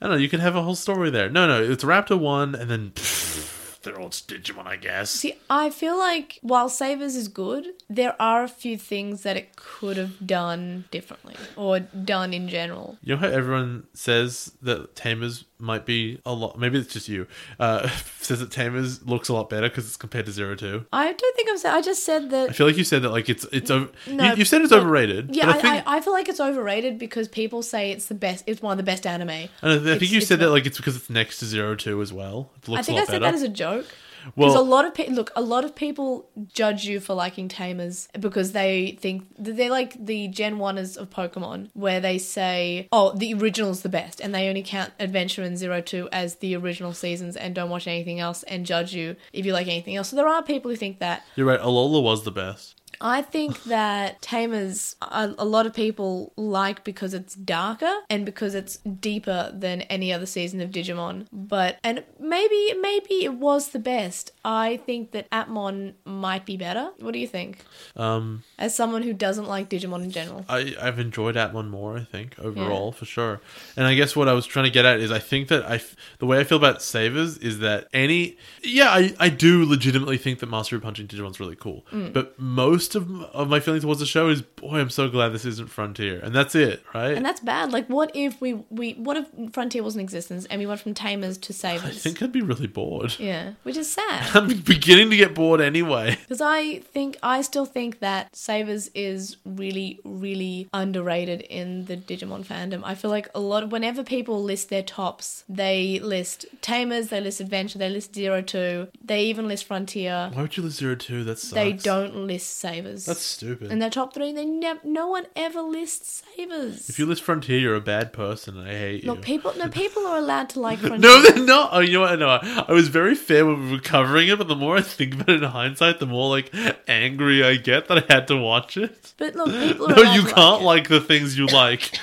don't know. You could have a whole story there. No, no. It's Raptor 1 and then. pfft, they're all Digimon, I guess.
see, I feel like while Savers is good, there are a few things that it could have done differently or done in general.
You know how everyone says that Tamers might be a lot. Maybe it's just you. Uh, says that Tamers looks a lot better because it's compared to Zero Two.
I don't think I'm. sa- I just said
I
that.
feel like you said that like it's it's over.
No,
you, you said it's
but-
overrated.
Yeah,
but
I,
I think
I, I feel like it's overrated because people say it's the best. It's one of the best anime.
and I, th- I think
it's-
you
it's
said that
not-
like it's because it's next to Zero Two as well. It looks
I think
a
I
lot
said
better.
that as a joke. Because
well,
a lot of people look, a lot of people judge you for liking tamers because they think they're like the Gen Oneers of Pokemon, where they say, "Oh, the original's the best," and they only count Adventure and Zero Two as the original seasons and don't watch anything else and judge you if you like anything else. So there are people who think that.
you're right. Alola was the best.
I think that Tamers, a, a lot of people like because it's darker and because it's deeper than any other season of Digimon. But, and maybe, maybe it was the best. I think that Atmon might be better. What do you think?
Um,
As someone who doesn't like Digimon in general.
I I've enjoyed Atmon more. I think overall for sure. And I guess what I was trying to get at is I think that I f- the way I feel about Savers is
Mm.
that any yeah I I do legitimately think that Master Punching Digimon's really cool, but most most of, m- of my feelings towards the show is, boy, I'm so glad this isn't Frontier, and that's it, right?
And that's bad. Like, what if we, we what if Frontier was in existence and we went from tamers to
I
savers?
think I'd be really bored.
yeah, which is sad.
I'm beginning to get bored anyway.
Because I think I still think that Savers is really, really underrated in the Digimon fandom. I feel like a lot of whenever people list their tops, they list Tamers, they list Adventure, they list Zero Two, they even list Frontier.
Why would you list Zero Two? That sucks.
They don't list Savers.
That's stupid.
in their top three, they nev- no one ever lists Savers.
if you list Frontier, you're a bad person. and I hate you.
Look, people no people are allowed to like Frontier.
No, they're not. Oh, you know what? No, I I was very fair when we were covering it, but the more I think about it in hindsight, the more like angry I get that I had to watch it.
But look, people are
No,
allowed
you
to
can't
it.
like the things you like.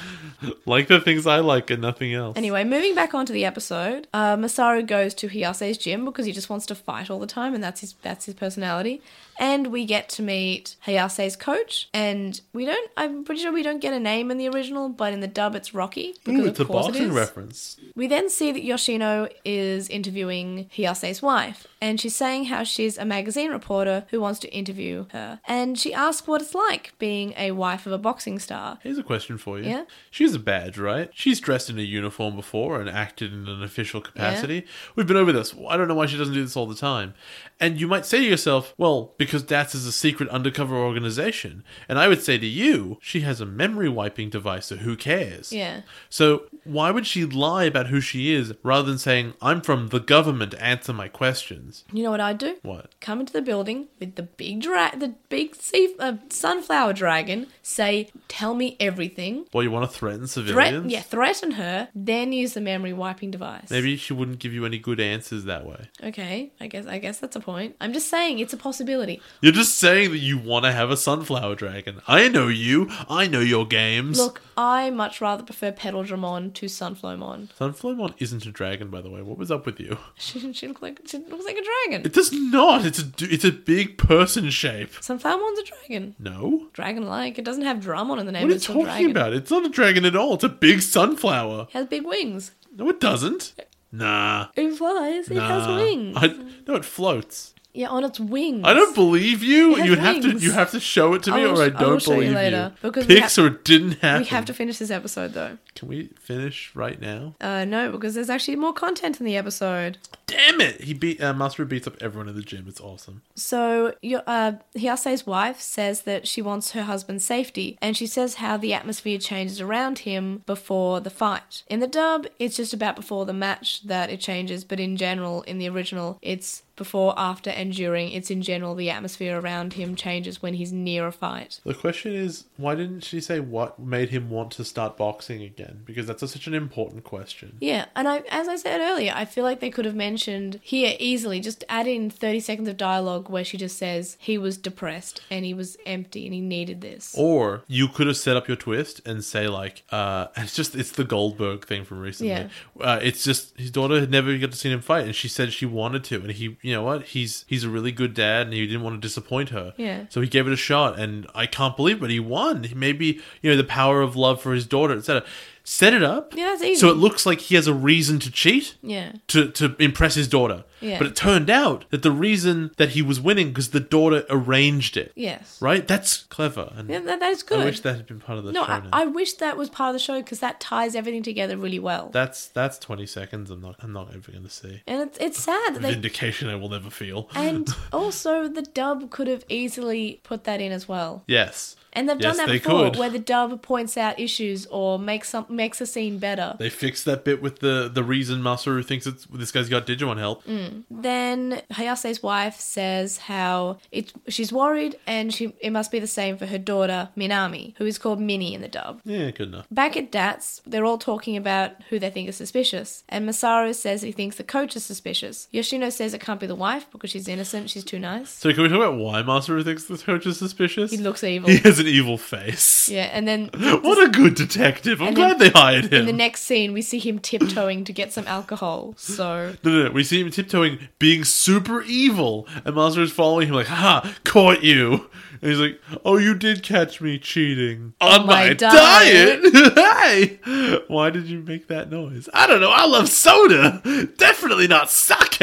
like the things I like and nothing else.
Anyway, moving back onto the episode, uh, Masaru goes to Hiyase's gym because he just wants to fight all the time, and that's his that's his personality. And we get to meet Hiyase's coach, and we don't. I'm pretty sure we don't get a name in the original, but in the dub, it's Rocky because
Ooh, it's a
of course it
boxing
is.
reference.
We then see that Yoshino is interviewing Hiyase's wife, and she's saying how she's a magazine reporter who wants to interview her, and she asks what it's like being a wife of a boxing star.
Here's a question for you.
Yeah?
She's a badge, right? She's dressed in a uniform before and acted in an official capacity. We've been over this. I don't know why she doesn't do this all the time. And you might say to yourself, well, because DATS is a secret undercover organization. And I would say to you, she has a memory wiping device, so who cares?
Yeah.
So why would she lie about who she is rather than saying, I'm from the government, answer my questions?
You know what I'd do?
What?
come into the building with the big dra- the big sea- uh, sunflower dragon, say, "Tell me everything."
Well, you want to threaten civilians?
Threat- yeah, threaten her, then use the memory wiping device.
Maybe she wouldn't give you any good answers that way.
Okay, I guess I guess that's a point. I'm just saying it's a possibility.
You're just saying that you want to have a sunflower dragon. I know you. I know your games.
Look, I much rather prefer Pedaldramon to Sunflowmon.
Sunflowmon isn't a dragon, by the way. What was up with you?
She, she looks like she looks like a dragon.
It does not. It's a d- it's a big person shape.
Sunflowmon's a dragon.
No.
Dragon-like. It doesn't have Dramon in the name.
What are you
it's still
talking
dragon.
about? It's not a dragon at all. It's a big sunflower.
It has big wings.
No, it doesn't. Nah.
It flies. It has
nah.
wings.
I, no, it floats.
Yeah, on its wings.
I don't believe you. You
It has
have to
wings.
you have to show it to me,
I will
or I
sh- I will
don't
show you
believe you.
later, because we
Pics or it didn't happen.
We have to finish this episode though.
Can we finish right now?
Uh, no, because there's actually more content in the episode.
Damn it! He beat uh, Master beats up everyone in the gym. It's awesome.
So, your, uh, Hiyase's wife says that she wants her husband's safety, and she says how the atmosphere changes around him before the fight. In the dub, it's just about before the match that it changes, but in general, in the original, it's before, after, and during. It's in general the atmosphere around him changes when he's near a fight.
The question is, why didn't she say what made him want to start boxing again? Because that's a, such an important question.
Yeah, and I, as I said earlier, I feel like they could have mentioned here easily, just add in 30 seconds of dialogue where she just says he was depressed and he was empty and he needed this.
Or you could have set up your twist and say like, uh, it's just it's the Goldberg thing from recently.
Yeah.
Uh, it's just his daughter had never got to see him fight, and she said she wanted to, and he, you know what, he's he's a really good dad, and he didn't want to disappoint her.
Yeah.
So he gave it a shot, and I can't believe, but he won. He maybe you know the power of love for his daughter, etc. Set it up.
Yeah, that's easy.
So it looks like he has a reason to cheat.
yeah.
to to impress his daughter.
Yeah.
But it turned out that the reason that he was winning because the daughter arranged it.
Yes.
Right? That's clever. And
Yeah, that, that is good.
I wish that had been part of the
no,
show.
I,
now.
I wish that was part of the show because that ties everything together really well.
that's that's twenty seconds. I'm not I'm not ever going to see
and it's, it's sad that they.
vindication. I will never feel.
and also, the dub could have easily put that in as well.
yes.
And they've
Yes,
done that
they
before,
could.
where the dub points out issues or makes some makes a scene better.
They fixed that bit with the the reason Masaru thinks it's this guy's got Digimon help.
Mm. Then Hayase's wife says how it, she's worried and she, it must be the same for her daughter, Minami, who is called Minnie in the dub.
Yeah, good enough.
Back at DATS, they're all talking about who they think is suspicious, and Masaru says he thinks the coach is suspicious. Yoshino says it can't be the wife because she's innocent, she's too nice.
So can we talk about why Masaru thinks this coach is suspicious?
He looks evil.
He has an evil face.
Yeah, and then
What a good detective! I'm
And
glad
then-
they hired him.
in the next scene, we see him tiptoeing to get some alcohol, so.
No, no, no. We see him tiptoeing, being super evil, and Masaru's following him like, "Ha, caught you!" And he's like, "Oh, you did catch me cheating on my,
my
diet.
diet."
hey, why did you make that noise? I don't know. I love soda. Definitely not sake.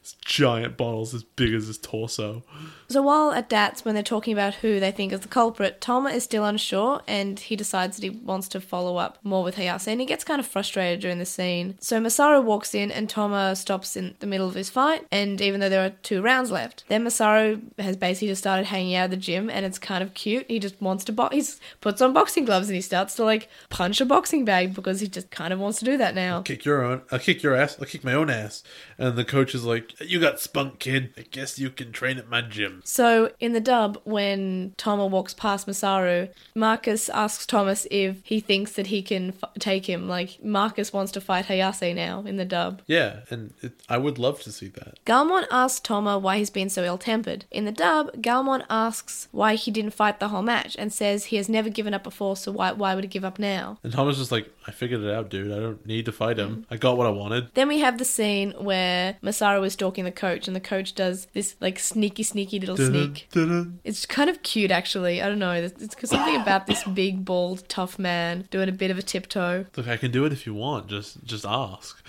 It's giant bottles as big as his torso.
So while at Dats, when they're talking about who they think is the culprit, Toma is still unsure and he decides that he wants to follow up more with Hayase and he gets kind of frustrated during the scene. So Masaru walks in and Toma stops in the middle of his fight and even though there are two rounds left, then Masaru has basically just started hanging out at the gym and it's kind of cute. He just wants to box. He puts on boxing gloves and he starts to like punch a boxing bag because he just kind of wants to do that now.
Kick your own. I'll kick your ass. I'll kick my own ass. And the coach is like, "You got spunk, kid. I guess you can train at my gym."
So in the dub, when Toma walks past Masaru, Marcus asks Thomas if he thinks that he can f- take him. Like Marcus wants to fight Hayase now in the dub.
Yeah, and it, I would love to see that.
Galmon asks Toma why he's been so ill-tempered. In the dub, Galmon asks why he didn't fight the whole match and says he has never given up before, so why why would he give up now?
And Thomas just like, "I figured it out, dude. I don't need to fight him. I got what I wanted."
Then we have the scene where Masaru is stalking the coach, and the coach does this like sneaky, sneaky little sneak.
Dun-dun.
It's kind of cute, actually. I don't know. It's it's something about this big, bald, tough man doing a bit of a tiptoe.
Look, I can do it if you want. Just, just ask.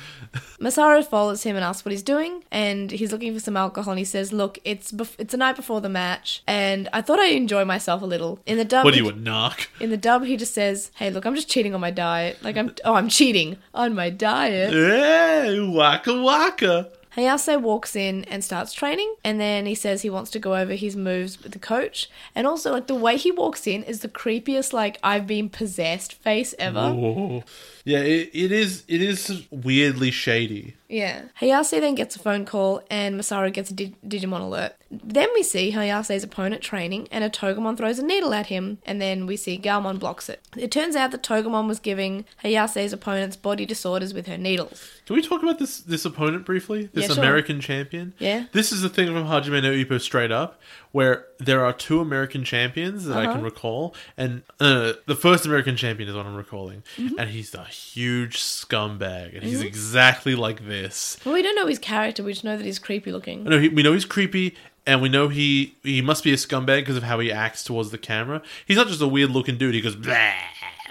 Masaru follows him and asks what he's doing, and he's looking for some alcohol. And he says, "Look, it's bef- it's the night before the match, and I thought I'd enjoy myself a little." In the dub,
What do
he
you
j-
a knock?
in the dub, he just says, "Hey, look, I'm just cheating on my diet. Like I'm oh, I'm cheating on my diet."
Hey, waka waka.
Hayase walks in and starts training, and then he says he wants to go over his moves with the coach. And also, like the way he walks in is the creepiest, like I've been possessed face ever.
Oh. Yeah, it, it is. It is weirdly shady.
Yeah. Hayase then gets a phone call and Masaru gets a di- Digimon alert. Then we see Hayase's opponent training and a Togemon throws a needle at him and then we see Galmon blocks it. It turns out that Togemon was giving Hayase's opponent's body disorders with her needles.
Can we talk about this this opponent briefly? This
Yeah, sure.
American champion.
Yeah.
This is the thing from Hajime no Ippo straight up, where there are two American champions that I can
Uh-huh.
recall, and uh, the first American champion is what I'm recalling,
Mm-hmm.
and he's a huge scumbag, and he's exactly like this.
Well, we don't know his character, we just know that he's creepy looking.
No, he, we know he's creepy, and we know he he must be a scumbag because of how he acts towards the camera. He's not just a weird looking dude. He goes blah,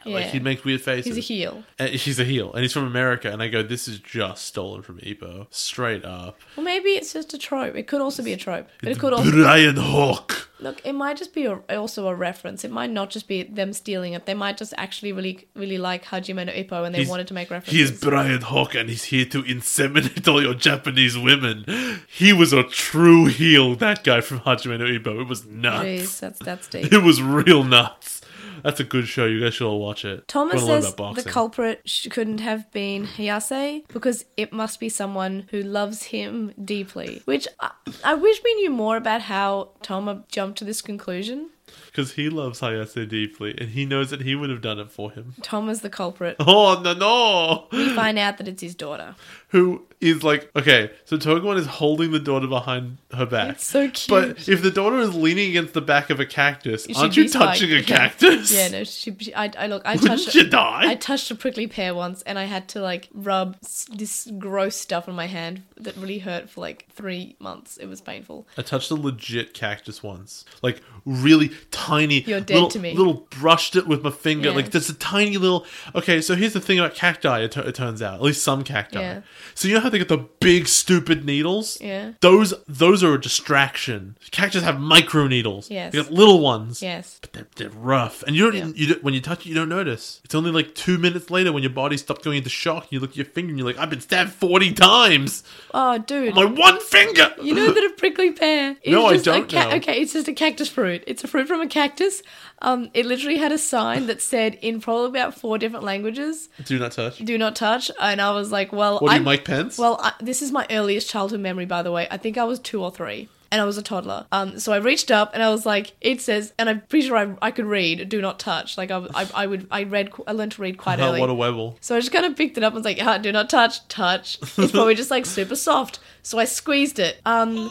like
Yeah.
he makes weird faces.
He's a heel.
And he's a heel, and he's from America. And I go, this is just stolen from Epo, straight up.
Well, maybe it's just a trope. It could also be a trope. But it
It's
could also
Brian Hawk.
look. It might just be a, also a reference. It might not just be them stealing it. They might just actually really, really like Hajime no Ippo, and they
He's-
wanted to make references.
He is Brian Hawk, and he's here to inseminate all your Japanese women. He was a true heel. That guy from Hajime no Ippo. It was nuts.
Jeez, that's that's deep.
It was real nuts. That's a good show. You guys should all watch it.
Thomas
Wanna learn
says
about
the
boxing.
culprit sh- couldn't have been Hayase because it must be someone who loves him deeply. Which I, I wish we knew more about how Toma jumped to this conclusion.
Because he loves Hayase deeply, and he knows that he would have done it for him.
Toma's the culprit.
Oh, no, no!
We find out that it's his daughter.
Who is like, okay, so Togemon is holding the daughter behind her back.
It's so cute.
But if the daughter is leaning against the back of a cactus,
You should
aren't you
be spiked.
touching a cactus?
Yeah, no, she. she I, I look. I
Wouldn't
touched.
you die?
I touched a prickly pear once, and I had to like rub s- this gross stuff on my hand that really hurt for like three months. It was painful.
I touched a legit cactus once, like really tiny.
You're dead
little,
to me.
Little brushed it with my finger,
Yeah.
like just a tiny little. Okay, so here's the thing about cacti. It, tu- it turns out, at least some cacti.
Yeah.
So you know how they get the big stupid needles?
Yeah.
Those those are a distraction. Cactus have micro needles.
Yes.
They got little ones.
Yes.
But they're, they're rough, and you don't,
Yeah.
you don't. When you touch it, you don't notice. It's only like two minutes later when your body stopped going into shock, and you look at your finger, and you're like, "I've been stabbed forty times.
Oh, dude.
My one finger."
You know that a prickly pear is
No, I
just a
don't
ca-
know.
okay, it's just a cactus fruit. It's a fruit from a cactus. Um, it literally had a sign that said in probably about four different languages,
Do not touch.
"Do not touch." And I was like, "Well,
What are
I'm,
you, Mike Pence?
well, I, this is my earliest childhood memory, by the way. I think I was two or three." And I was a toddler. Um, so I reached up and I was like, it says, and I'm pretty sure I, I could read, do not touch. Like I, w- I- I would, I read, qu- I learned to read quite
Oh,
early.
what a webble.
So I just kind of picked it up and was like, ah, do not touch, touch. It's probably just like super soft. So I squeezed it. Um,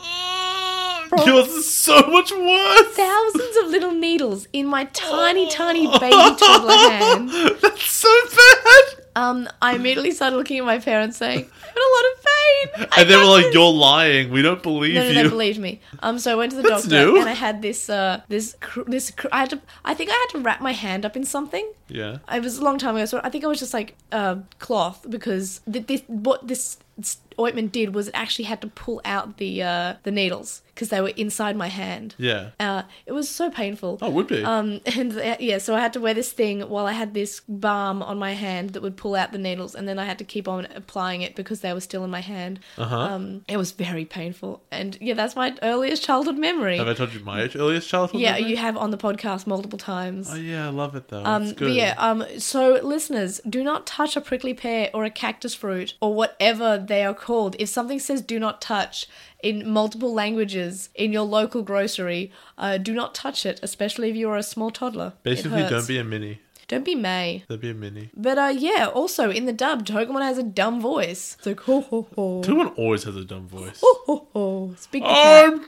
Bro.
Yours is so much worse.
thousands of little needles in my tiny, tiny baby toddler hand.
That's so bad.
Um, I immediately started looking at my parents saying, I'm in a lot of pain. I
And they were
got
like,
this."
"You're lying. We don't believe
No, no,
you."
they believed me. Um, so I went to the
That's
doctor
new.
and I had this, uh, this, cr- this, cr- I had to, I think I had to wrap my hand up in something.
yeah.
um, It was a long time ago, so I think I was just like uh, cloth because th- this what this S- ointment did was it actually had to pull out the uh, the needles because they were inside my hand.
Yeah.
Uh, it was so painful.
Oh, it would be.
Um, and uh, yeah, so I had to wear this thing while I had this balm on my hand that would pull out the needles, and then I had to keep on applying it because they were still in my hand.
Uh-huh.
Um, it was very painful, and yeah, that's my earliest childhood memory.
Have I told you my earliest childhood?
yeah,
memory?
you have on the podcast multiple times.
Oh yeah, I love it though.
Um,
it's
but
good.
yeah, um, so listeners, do not touch a prickly pear or a cactus fruit or whatever they are called. If something says "do not touch" in multiple languages in your local grocery, uh, do not touch it, especially if you are a small toddler. It
Basically,
hurts.
don't be a mini.
don't be May.
Don't be a mini.
But uh, yeah, also in the dub, Togemon has a dumb voice. It's like ho ho ho,
Togemon always has a dumb voice.
ho ho ho. Speak the cat.
I'm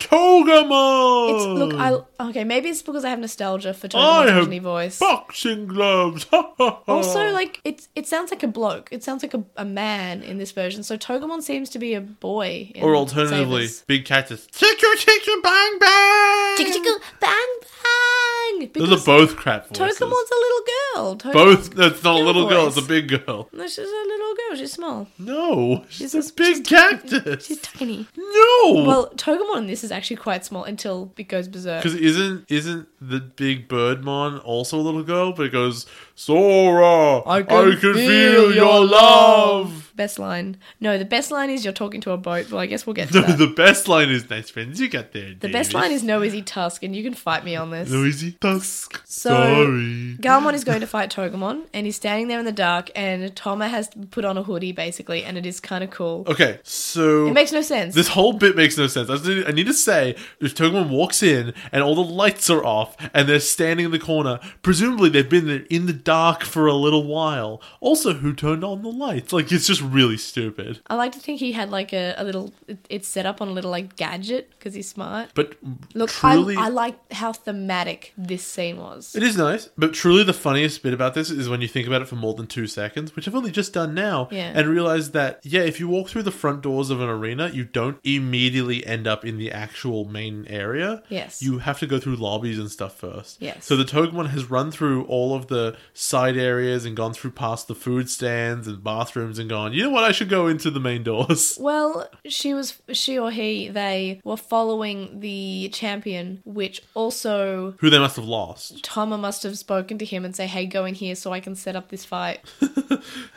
Togemon.
It's, look, I okay, maybe it's because I have nostalgia for
I
Togemon's
have
original voice.
boxing gloves. Ha, ha, ha.
Also, like it, it sounds like a bloke. It sounds like a, a man in this version. So Togemon seems to be a boy. In
or alternatively,
Sabers.
big cactus. Tickle, tickle, bang, bang.
tickle tickle bang bang.
Those
Because
are both crap voices.
Togemon's a little girl. Togemon,
both. That's not a little girl. It's a
voice.
big girl.
No, she's a little girl. She's small.
No, she's,
She's a-
a big cactus.
She's tiny.
no.
Well, Togemon in this is actually quite small until it goes berserk.
Because isn't isn't the big birdmon also a little girl? But it goes Sora, I can, feel, your love.
Best line. No, the best line is you're talking to a boat. Well, I guess we'll get to
No,
that.
the best line is nice friends. You got there.
The best line is no easy task, and you can fight me on this.
noisy tusk.
So-
Sorry.
Garmon is going to fight Togemon, and he's standing there in the dark, and Toma has put on a hoodie, basically, and it is kind of cool.
Okay, so
It makes no sense.
this whole bit makes no sense. I, just need, I need to say, if Togemon walks in and all the lights are off and they're standing in the corner, presumably they've been there in the dark for a little while. Also, who turned on the lights? Like, it's just really stupid.
I like to think he had like a, a little, it- it's set up on a little like gadget because he's smart.
But
Look,
truly,
I, I like how thematic this scene was.
It is nice, but truly the funniest bit about this is when you think about it for more than two seconds, which I've only just done now,
Yeah.
and realize that, yeah, if you walk through the front doors of an arena, you don't immediately end up in the actual main area.
Yes.
You have to go through lobbies and stuff first.
Yes.
So the Togemon has run through all of the side areas and gone through past the food stands and bathrooms and gone, you know what, I should go into the main doors.
Well, she was, she or he, they were following the champion, which also
Who they must have lost.
Toma must have spoken to him and say, hey, go in here so I can set up this fight.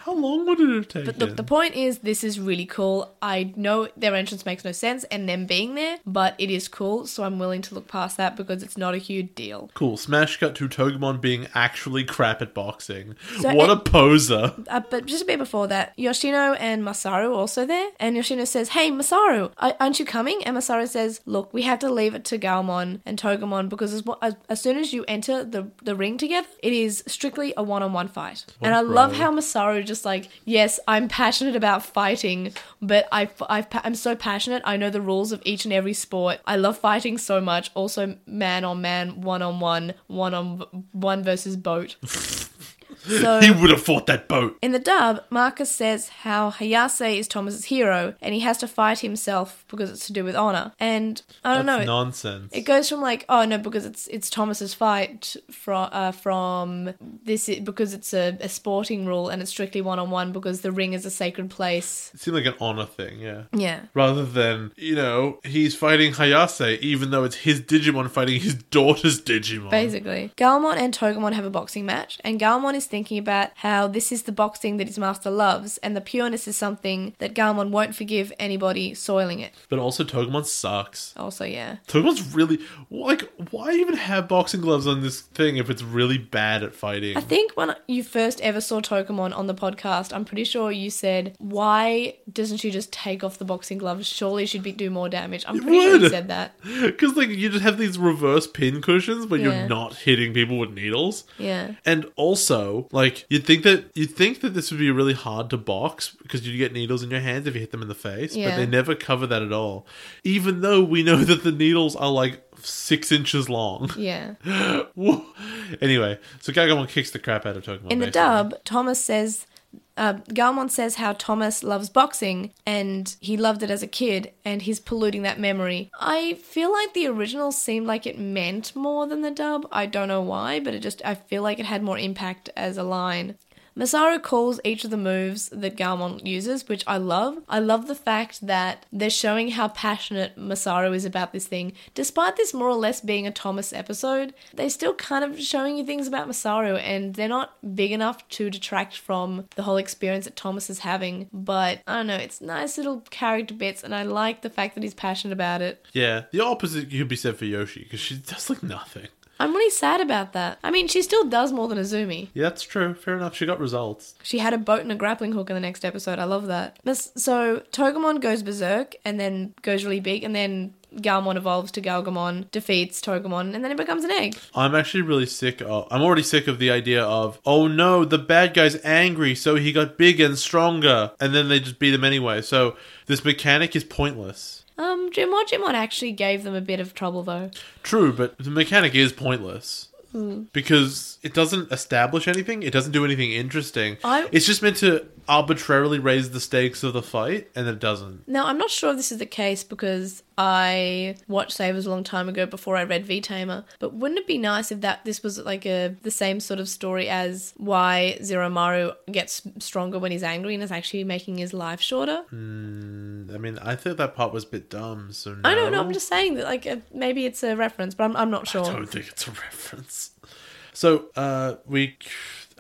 How long would it have taken?
But look, the point is, this is really cool. I know their entrance makes no sense and them being there, but it is cool, so I'm willing to look past that because it's not a huge deal.
Cool. Smash cut to Togemon being actually crap at boxing.
So
what
it-
a poser.
Uh, but just a bit before that, Yoshino and Masaru are also there, and Yoshino says, "Hey, Masaru, a- aren't you coming?" And Masaru says, "Look, we have to leave it to Galmon and Togemon because as, as, as soon as you enter the the ring together, it is strictly a one-on-one fight." and I
bro.
love how Masaru just like, "Yes, I'm passionate about fighting, but I I I'm so passionate. I know the rules of each and every sport. I love fighting so much. Also, man on man, one-on-one, one on one versus boat." So
He would have fought that boat.
in the dub, Marcus says how Hayase is Thomas's hero and he has to fight himself because it's to do with honor. And I
That's
don't know.
nonsense.
it goes from like, oh no, because it's it's Thomas's fight from uh, from this i- because it's a, a sporting rule and it's strictly one on one because the ring is a sacred place.
It seemed like an honor thing, yeah.
Yeah,
Rather than, you know, he's fighting Hayase, even though it's his Digimon fighting his daughter's Digimon.
basically. Galmon and Togemon have a boxing match, and Galmon is thinking about how this is the boxing that his master loves, and the pureness is something that Galmon won't forgive anybody soiling it.
But also, Togemon sucks.
Also, yeah.
Togemon's really. Like, why even have boxing gloves on this thing if it's really bad at fighting?
I think when you first ever saw Togemon on the podcast, I'm pretty sure you said, "Why doesn't she just take off the boxing gloves? Surely she'd be do more damage." I'm pretty sure you
would.
said that.
Because, like, you just have these reverse pin cushions where
Yeah.
you're not hitting people with needles.
Yeah.
And also, like you'd think that you'd think that this would be really hard to box because you'd get needles in your hands if you hit them in the face,
Yeah.
but they never cover that at all. Even though we know that the needles are like six inches long.
Yeah.
Whoa. anyway, so Gagamon kicks the crap out of Togemon.
In the
basically.
dub, Thomas says, uh, Garmon says how Thomas loves boxing and he loved it as a kid and he's polluting that memory. I feel like the original seemed like it meant more than the dub. I don't know why, but it just, I feel like it had more impact as a line. Masaru calls each of the moves that Garmon uses, which I love. I love the fact that they're showing how passionate Masaru is about this thing. Despite this more or less being a Thomas episode, they're still kind of showing you things about Masaru, and they're not big enough to detract from the whole experience that Thomas is having. But I don't know, it's nice little character bits, and I like the fact that he's passionate about it.
Yeah, the opposite could be said for Yoshi because she does like nothing.
I'm really sad about that. I mean, she still does more than Azumi.
Yeah, that's true. Fair enough. She got results.
She had a boat and a grappling hook in the next episode. I love that. This- So Togemon goes berserk and then goes really big, and then Galmon evolves to Galgamon, defeats Togemon, and then it becomes an egg.
I'm actually really sick of. I'm already sick of the idea of, oh no, the bad guy's angry, so he got big and stronger, and then they just beat him anyway. So this mechanic is pointless.
Um, Jimon Jimon actually gave them a bit of trouble though.
True, but the mechanic is pointless.
Hmm.
Because it doesn't establish anything, it doesn't do anything interesting.
I-
It's just meant to arbitrarily raise the stakes of the fight, and it doesn't.
Now, I'm not sure if this is the case because I watched Savers a long time ago before I read V Tamer, but wouldn't it be nice if that this was like a the same sort of story as why Zero Maru gets stronger when he's angry and is actually making his life shorter?
I mean, I think that part was a bit dumb. So no.
I don't know. I'm just saying that like uh, maybe it's a reference, but I'm, I'm not
Um, I
sure.
don't think it's a reference. So uh, we,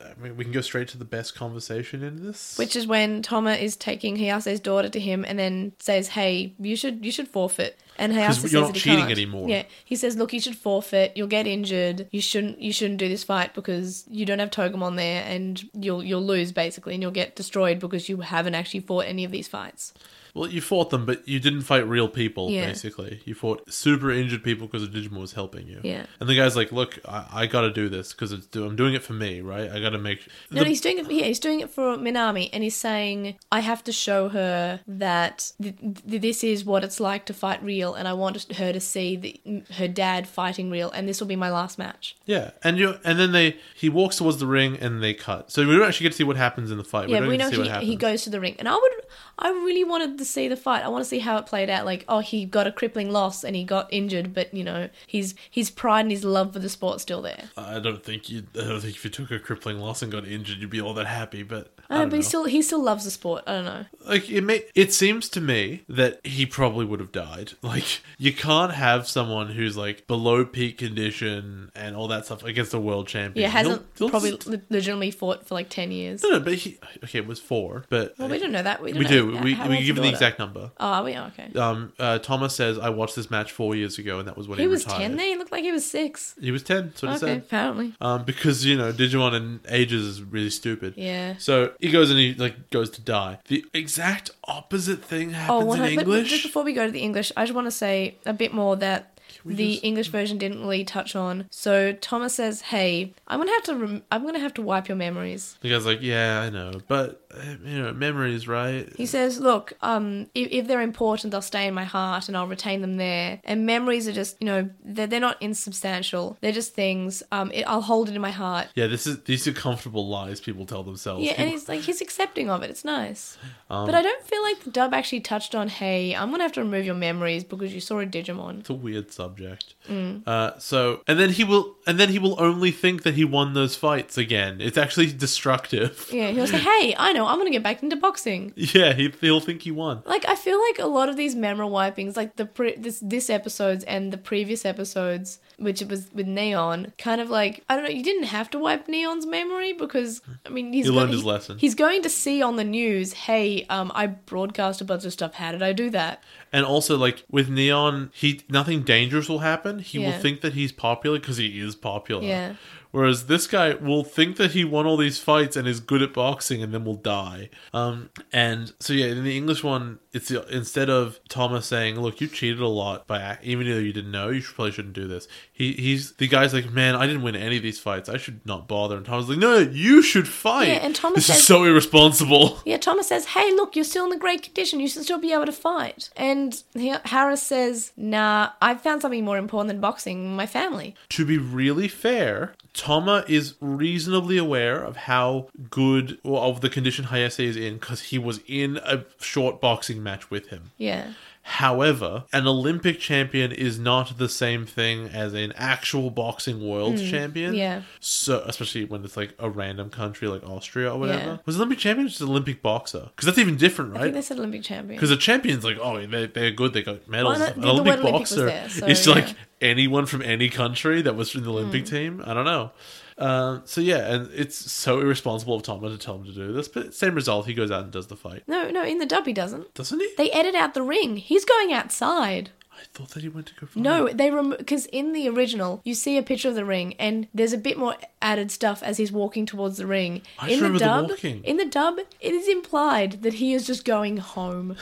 I mean, we can go straight to the best conversation in this.
Which is when Toma is taking Hayase's daughter to him and then says, "Hey, you should you should forfeit." And Hayase
you're
says
not
that he
cheating
can't.
anymore.
Yeah, he says, "Look, you should forfeit. You'll get injured. You shouldn't you shouldn't do this fight because you don't have Togemon there, and you'll you'll lose basically, and you'll get destroyed because you haven't actually fought any of these fights."
well, you fought them, but you didn't fight real people.
Yeah.
Basically, you fought super injured people because a Digimon was helping you.
Yeah.
And the guy's like, "Look, I, I got to do this because it's do- I'm doing it for me, right? I got to make."
No,
the-
he's doing it. Yeah, he's doing it for Minami, and he's saying, "I have to show her that th- th- this is what it's like to fight real, and I want her to see the, her dad fighting real, and this will be my last match."
yeah, and you and then they he walks towards the ring and they cut. So we don't actually get to see what happens in the fight. we
yeah,
don't
we
get
know
to see what
he,
happens.
he goes to the ring, and I would, I really wanted to see the fight. I want to see how it played out. Like, oh, he got a crippling loss and he got injured, but you know, his his pride and his love for the sport's still there.
I don't think you. I don't think if you took a crippling loss and got injured, you'd be all that happy. But
I
I
know,
don't
Uh, but he
know.
still he still loves the sport. I don't know.
like it may it seems to me that he probably would have died like you can't have someone who's like below peak condition and all that stuff against a world champion
Yeah, hasn't
He'll- he'll
probably
just-
le- legitimately fought for like ten years.
no, no, but he okay it was four but
Well, we don't know that. We, don't
we do
know.
we,
How
we
old's
give him
daughter?
the exact number
Oh, are we? Oh, okay.
um uh thomas says i watched this match four years ago and that was when he,
He was
retired.
10 then? He looked like he was 6.
he was 10 so he
Okay,
said
apparently.
um because you know digimon in ages is really stupid
Yeah.
so he goes and he like goes to die the exact opposite thing
Oh,
happens
one
in
hundred. But
english
just before we go to the English, I just want to say a bit more that
we
the
just-
English version didn't really touch on. So Thomas says, "Hey, I'm gonna have to. Rem- I'm gonna have to wipe your memories."
The guy's like, yeah, I know, but uh, you know, memories, right?
He says, "Look, um, if, if they're important, they'll stay in my heart, and I'll retain them there. And memories are just, you know, they're, they're not insubstantial. They're just things. Um, it, I'll hold it in my heart."
Yeah, this is these are comfortable lies people tell themselves.
Yeah, and he's like he's accepting of it. It's nice,
Um,
but I don't feel like the dub actually touched on. Hey, I'm gonna have to remove your memories because you saw a Digimon.
it's a weird subject.
Mm.
Uh, so, and then he will, and then he will only think that he won those fights again. It's actually destructive.
Yeah, he'll say, "Hey, I know. I'm gonna get back into boxing."
Yeah, he, he'll think he won.
Like I feel like a lot of these memory wipings, like the pre- this this episodes and the previous episodes, which it was with Neon, kind of like I don't know. You didn't have to wipe Neon's memory because I mean he's
He learned
go-
his lesson.
He's going to see on the news, "Hey, um, I broadcast a bunch of stuff. How did I do that?"
And also, like with Neon, he nothing dangerous will happen. He will
Yeah.
think that he's popular because he is popular.
Yeah.
Whereas this guy will think that he won all these fights and is good at boxing, and then will die. Um, and so yeah, in the English one, it's the, instead of Thomas saying, "Look, you cheated a lot by ac- even though you didn't know, you should, probably shouldn't do this." He he's the guy's like, "Man, I didn't win any of these fights. I should not bother." And Thomas is like, "No, you should fight."
Yeah, and Thomas
this is
says-
so irresponsible.
Yeah, Thomas says, "Hey, look, you're still in the great condition. You should still be able to fight." And he- Harris says, "Nah, I've found something more important than boxing, my family."
to be really fair, Toma is reasonably aware of how good or of the condition Hayase is in because he was in a short boxing match with him.
Yeah.
However, an Olympic champion is not the same thing as an actual boxing world champion.
Hmm. yeah.
So, especially when it's like a random country like Austria or whatever.
Yeah.
Was Olympic champion just an Olympic boxer? Because that's even different,
I think they
right?
said Olympic champion.
Because a champion's like, oh, they, they're good, they got medals.
Well,
and stuff.
the- the
An Olympic
word Olympic was
boxer
there, so,
is
yeah. Hmm.
like anyone from any country that was from the Olympic team. I don't know. Uh, so, yeah, and it's so irresponsible of Tama to tell him to do this, but same result. He goes out and does the fight.
No, no, in the dub he doesn't.
Doesn't he?
They edit out the ring. He's going outside.
I thought that he went to go fight.
No, they remove because in the original you see a picture of the ring, and there's a bit more added stuff as he's walking towards the ring.
I
in
just remember the
dub,
walking.
in the dub, it is implied that he is just going home,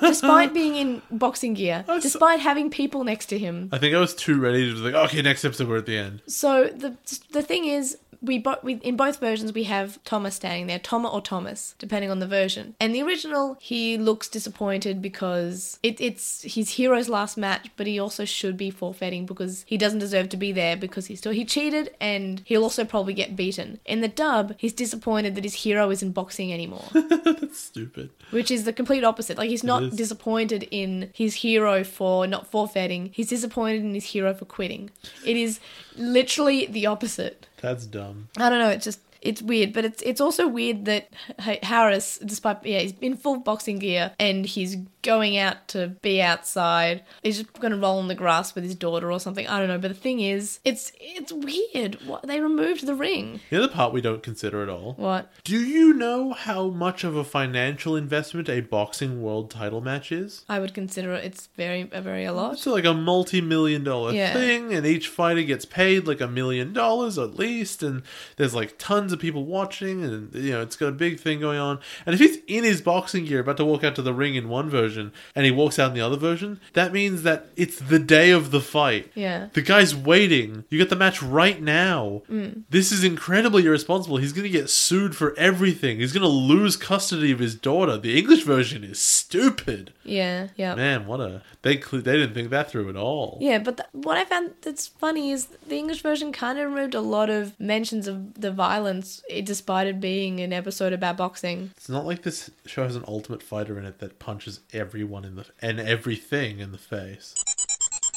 despite being in boxing gear,
I saw-
despite having people next to him.
I think I was too ready to be like, okay, next episode we're at the end.
So the the thing is, we, bo- we in both versions we have Thomas standing there, Toma or Thomas, depending on the version. And the original, he looks disappointed because it, it's his hero's last match, but he also should be forfeiting because he doesn't deserve to be there because he still he cheated and he'll also probably get beaten. In the dub, he's disappointed that his hero isn't boxing anymore,
That's stupid.
which is the complete opposite. Like he's not
is.
disappointed in his hero for not forfeiting. He's disappointed in his hero for quitting. It is literally the opposite.
That's dumb.
I don't know. It's just it's weird, but it's it's also weird that H- Harris, despite yeah, he's in full boxing gear and he's going out to be outside. He's just going to roll on the grass with his daughter or something. I don't know. But the thing is, it's it's weird. What they removed the ring.
The other part we don't consider at all.
What?
Do you know how much of a financial investment a boxing world title match is?
I would consider it. It's very a very a lot.
So like a multi-million dollar
Yeah.
thing, and each fighter gets paid like a million dollars at least, and there's like tons of people watching, and you know it's got a big thing going on. And if he's in his boxing gear about to walk out to the ring in one version, and he walks out in the other version, that means that it's the day of the fight.
Yeah.
The guy's waiting. You get the match right now.
Mm.
This is incredibly irresponsible. He's going to get sued for everything. He's going to lose custody of his daughter. The English version is stupid.
Yeah. Yeah.
Man, what a they cle they didn't think that through at all.
Yeah, but th- what I found that's funny is the English version kind of removed a lot of mentions of the violence, eh, despite it being an episode about boxing.
It's not like this show has an ultimate fighter in it that punches everyone in the and everything in the face.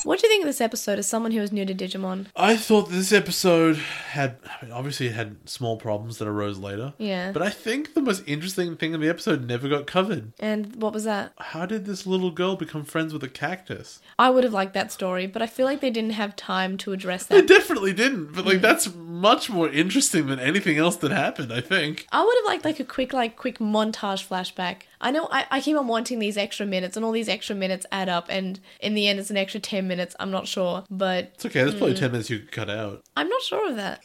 What do you think of this episode as someone who is new to Digimon?
I thought this episode had I mean, obviously it had small problems that arose later.
Yeah.
But I think the most interesting thing in the episode never got covered.
And what was that?
How did this little girl become friends with a cactus?
I would have liked that story, but I feel like they didn't have time to address
They
that.
definitely didn't, but like that's much more interesting than anything else that happened, I think.
I would have liked like a quick like quick montage flashback. I know I, I keep on wanting these extra minutes and all these extra minutes add up and in the end it's an extra ten minutes, I'm not sure. But
It's okay, there's
Hmm.
probably ten minutes you could cut out.
I'm not sure of that.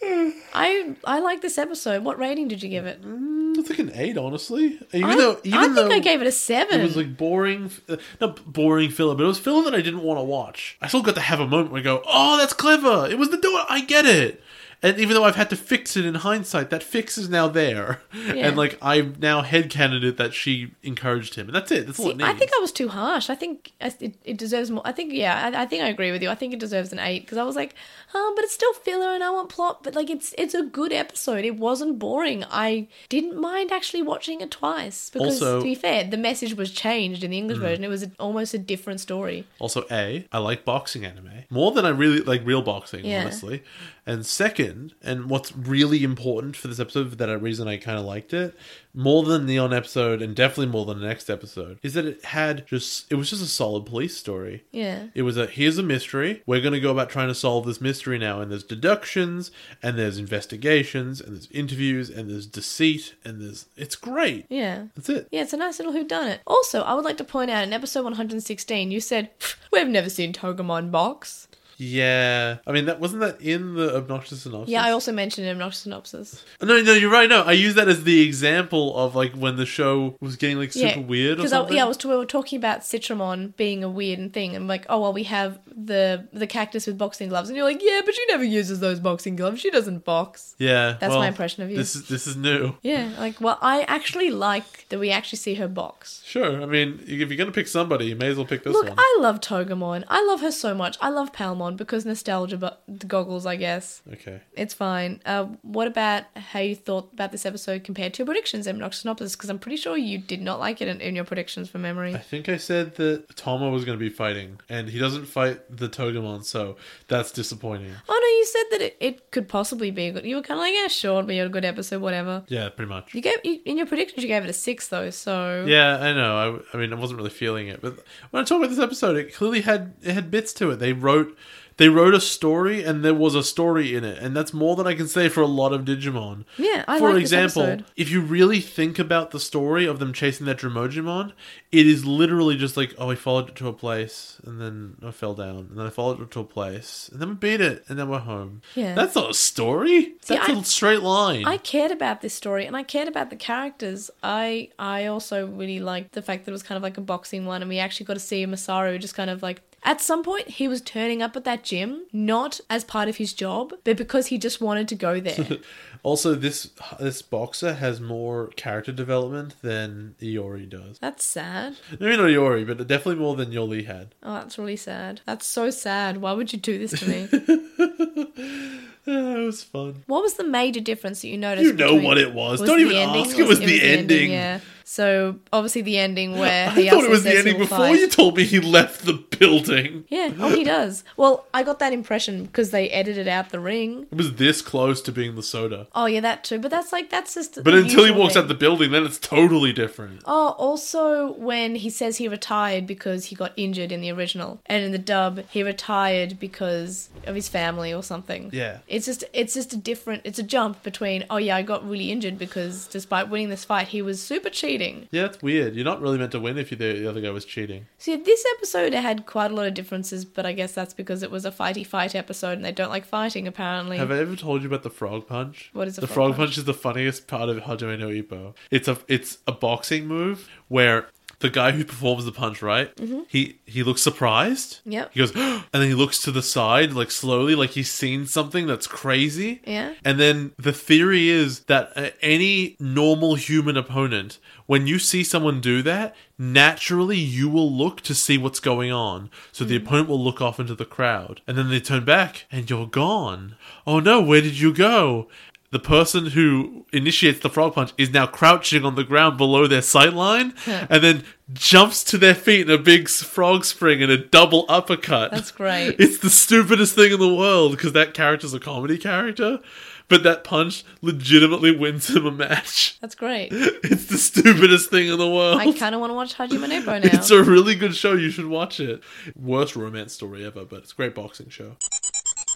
I I like this episode. What rating did you give it?
Mm, It's like an eight, honestly. Even
I,
though even
I think
though
I gave it a seven.
it was like boring uh, not boring filler, but it was filler that I didn't want to watch. I still got to have a moment where I go, Oh, that's clever. It was the door, I get it. And even though I've had to fix it in hindsight, that fix is now there.
Yeah.
And like I've now headcanoned it that she encouraged him. And that's it. That's all
See,
it needs.
I think I was too harsh. I think I- it, it deserves more. I think, yeah, I, I think I agree with you. I think it deserves an eight because I was like, um, but it's still filler and I want plot. But like, it's it's a good episode. It wasn't boring. I didn't mind actually watching it twice because,
Also- Mm.
to be fair, the message was changed in the English version. It was a, almost a different story.
Also, a I like boxing anime more than I really like real boxing,
Yeah.
honestly. And second, and what's really important for this episode, for that reason I kind of liked it more than the on episode, and definitely more than the next episode, is that it had just it was just a solid police story.
Yeah.
It was a here's a mystery. We're going to go about trying to solve this mystery now. And there's deductions, and there's investigations, and there's interviews, and there's deceit, and there's it's great.
Yeah.
That's it.
Yeah, it's a nice little whodunit. Also, I would like to point out in episode 116, you said, we've never seen Togemon box.
Yeah, I mean that wasn't that in the obnoxious synopsis.
Yeah, I also mentioned an obnoxious synopsis.
No, no, you're right. No, I use that as the example of like when the show was getting like super weird or
Because
something.
yeah, I was we were talking about Citramon being a weird thing, and like, oh well, we have the the cactus with boxing gloves, and you're like, yeah, but she never uses those boxing gloves. She doesn't box.
Yeah,
That's
well,
my impression of you.
This is this is new.
Yeah, like, well, I actually like that we actually see her box.
Sure, I mean, if you're gonna pick somebody, you may as well pick this
Look,
one.
I love Togemon. I love her so much. I love Palmon. Atmon because nostalgia but goggles, I guess.
Okay.
It's fine. Uh, what about how you thought about this episode compared to your predictions, Emnox Synopsis? Because I'm pretty sure you did not like it in, in your predictions for memory.
I think I said that Tama was going to be fighting, and he doesn't fight the Togemon, so that's disappointing.
Oh no, you said that it, it could possibly be a good. You were kind of like, yeah, sure, it'll be a good episode, whatever.
Yeah, pretty much.
You gave you, in your predictions, you gave it a six though, so
Yeah, I know. I, I mean, I wasn't really feeling it, but when I talk about this episode, it clearly had it had bits to it. They wrote they wrote a story, and there was a story in it, and that's more than I can say for a lot of Digimon.
Yeah, I
for
like this
example,
episode.
if you really think about the story of them chasing that Dromojimon, it is literally just like, oh, I followed it to a place, and then I fell down, and then I followed it to a place, and then we beat it, and then we're home.
Yeah.
that's not a story.
See,
That's
I-
a straight line.
I cared about this story and I cared about the characters. I I also really liked the fact that it was kind of like a boxing one and we actually got to see Masaru just kind of like at some point he was turning up at that gym not as part of his job but because he just wanted to go there.
Also, this this boxer has more character development than Iori does.
that's sad.
Maybe not Iori, but definitely more than Yoli had.
Oh, that's really sad. That's so sad. Why would you do this to me?
Yeah, it was fun.
what was the major difference that you noticed?
You know
between-
what it was.
was
Don't
the
even
ending?
ask. It was, the, ending.
Yeah. So obviously the ending where
I
he
thought
asks
it was the
himself
ending
to
before
fight.
you told me he left the building.
Yeah, oh, he does. Well, I got that impression because they edited out the ring.
It was this close to being the soda.
Oh, yeah, that too. But that's like, that's just.
But until he walks out the building, then it's totally different.
Oh, also when he says he retired because he got injured in the original, and in the dub he retired because of his family or something.
Yeah.
It's just it's just a different it's a jump between oh yeah I got really injured because despite winning this fight he was super cheating.
Yeah, it's weird. You're not really meant to win if you the other guy was cheating.
See this episode had quite a lot of differences, but I guess that's because it was a fighty fight episode and they don't like fighting apparently.
Have I ever told you about the frog punch?
What is a
the frog,
frog
punch? Is the funniest part of Hajime no Ippo. It's a it's a boxing move where the guy who performs the punch, right? He he looks surprised.
Mm-hmm. Yep.
He goes, and then he looks to the side, like slowly, like he's seen something that's crazy.
Yeah.
And then the theory is that uh, any normal human opponent, when you see someone do that, naturally you will look to see what's going on. So the
Hmm.
opponent will look off into the crowd. And then they turn back and you're gone. Oh no, where did you go? The person who initiates the frog punch is now crouching on the ground below their sight line and then jumps to their feet in a big s- frog spring and a double uppercut.
That's great.
It's the stupidest thing in the world because that character's a comedy character, but that punch legitimately wins him a match.
That's great.
It's the stupidest thing in the world.
I kind of want to watch Hajime no Ippo now.
It's a really good show. You should watch it. Worst romance story ever, but it's a great boxing show.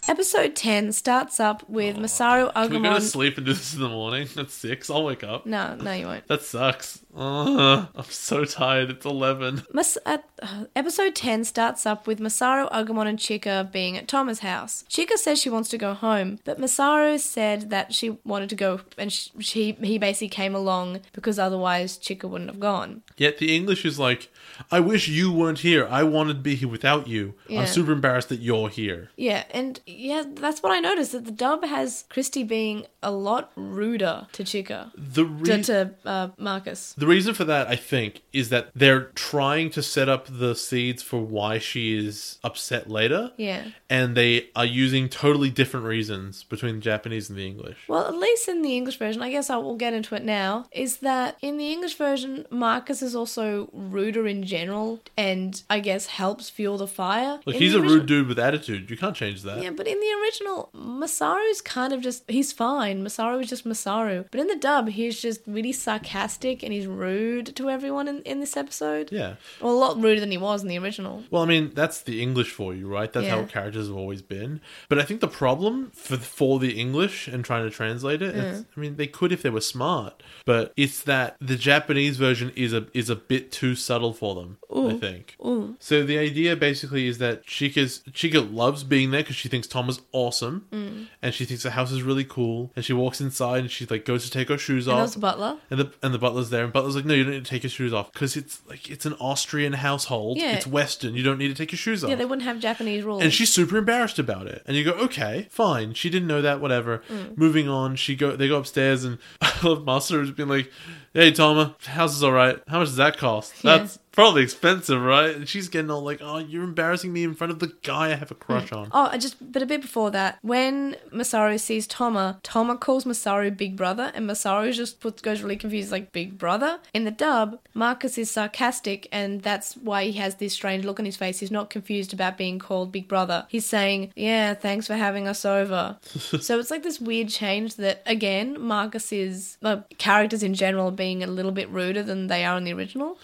Episode 10 starts up with Masaru
Oh, Can we go to
Agumon.
sleep and do this in the morning at six? I'll wake up.
No, no, you won't.
That sucks. Ugh, I'm so tired. It's eleven.
Mas- uh, uh, episode 10 starts up with Masaru, Agumon, and Chika being at Tama's house. Chika says she wants to go home, but Masaru said that she wanted to go, and sh she he basically came along because otherwise Chika wouldn't have gone.
Yet the English is like, I wish you weren't here. I wanted to be here without you.
Yeah.
I'm super embarrassed that you're here.
Yeah, and yeah, that's what I noticed that the dub has Christy being a lot ruder to Chika,
The reason.
to, to uh, Marcus.
The reason for that, I think, is that they're trying to set up the seeds for why she is upset later.
Yeah.
And they are using totally different reasons between the Japanese and the English.
Well, at least in the English version, I guess I will get into it now, is that in the English version, Marcus is also ruder in general and I guess helps fuel the fire.
Look,
In
he's
the
a
origi-
rude dude with attitude. You can't change that.
Yeah, but in the original, Masaru's kind of just, he's fine. Masaru is just Masaru. But in the dub, he's just really sarcastic and he's rude to everyone in, in this episode.
Yeah.
Well, a lot ruder than he was in the original.
Well, I mean, that's the English for you, right? That's
Yeah.
how characters have always been. But I think the problem for for the English and trying to translate it,
Mm.
it's- I mean, they could if they were smart, but it's that the Japanese version is a is a bit too subtle for them. I think. So the idea basically is that Chica's Chica loves being there because she thinks Tom is awesome,
Mm.
and she thinks the house is really cool. And she walks inside and she like goes to take her shoes
And that
off.
was Butler.
And the and the butler's there, and butler's like, "No, you don't need to take your shoes off because it's like it's an Austrian household.
Yeah.
It's Western. You don't need to take your shoes off."
Yeah, they wouldn't have Japanese rules.
and she's super embarrassed about it. And you go, "Okay, fine. She didn't know that. Whatever."
Mm.
Moving on, she go. They go upstairs, and I love Master has been like, "Hey, Tama, house is all right. How much does that cost?
Yeah.
That's probably expensive, right? And she's getting all like, "Oh, you're embarrassing me in front of the guy I have a crush on."
Oh, I just but a bit before that, when Masaru sees Toma, Toma calls Masaru Big Brother, and Masaru just puts, goes really confused, like Big Brother. In the dub, Marcus is sarcastic, and that's why he has this strange look on his face. He's not confused about being called Big Brother. He's saying, "Yeah, thanks for having us over." so it's like this weird change that again, Marcus's uh, characters in general are being a little bit ruder than they are in the original.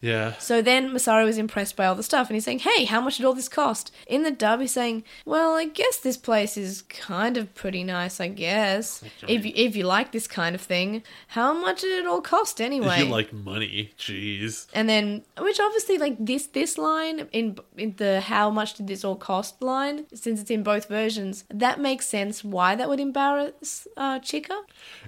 Yeah,
So then Masaru is impressed by all the stuff and he's saying, Hey, how much did all this cost? In the dub, he's saying, Well, I guess this place is kind of pretty nice, I guess. If you, if you like this kind of thing, how much did it all cost
if
anyway?
you like money, jeez.
and then, which obviously, like this this line in, in the how much did this all cost line, since it's in both versions, that makes sense why that would embarrass uh,
Oh,
Chica.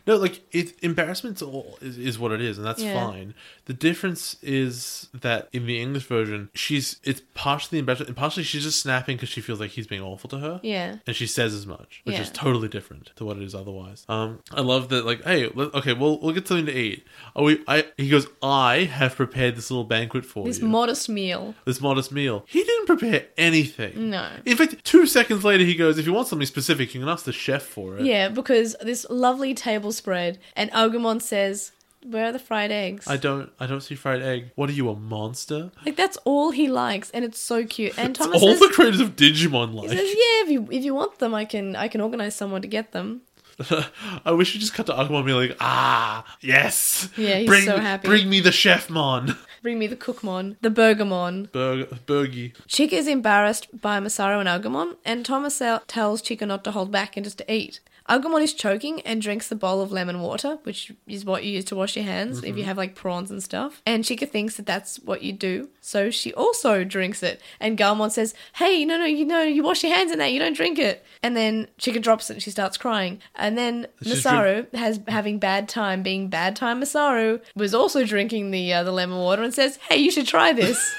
No, like it, embarrassment's all is, is what it is, and that's
Yeah.
fine. The difference is that in the English version, she's it's partially embarrassing, and partially she's just snapping because she feels like he's being awful to her.
Yeah.
and she says as much, which
Yeah.
is totally different to what it is otherwise. Um, I love that. Like, hey, let, okay, well, we'll get something to eat. Oh, we, I, he goes, I have prepared this little banquet for
This
you.
modest meal.
this modest meal. He didn't prepare anything.
No.
In fact, two seconds later, he goes, "If you want something specific, you can ask the chef for it."
Yeah, because this lovely table spread, and Agumon says, "Where are the fried eggs?"
I don't. I don't see fried egg. What are you, a monster?
like that's all he likes, and it's so cute. And
It's
Thomas
all
says,
the creators of Digimon
he
like.
says, "Yeah, if you if you want them, I can I can organize someone to get them."
I wish you just cut to Agumon being like, ah, yes.
Yeah, he's
bring,
so happy.
Bring me the chefmon.
Bring me the cookmon, the burgermon.
Burg, Bergie.
Chica is embarrassed by Masaru and Agumon, and Thomas el- tells Chica not to hold back and just to eat. Agumon is choking and drinks the bowl of lemon water, which is what you use to wash your hands if you have like prawns and stuff. And Chica thinks that that's what you do, so she also drinks it. And Garmon says, "Hey, no, no, you know, you wash your hands in that. You don't drink it." And then Chica drops it. and She starts crying, and then
She's
Masaru has having bad time, being bad time. Masaru was also drinking the uh, the lemon water and says, "Hey, you should try this."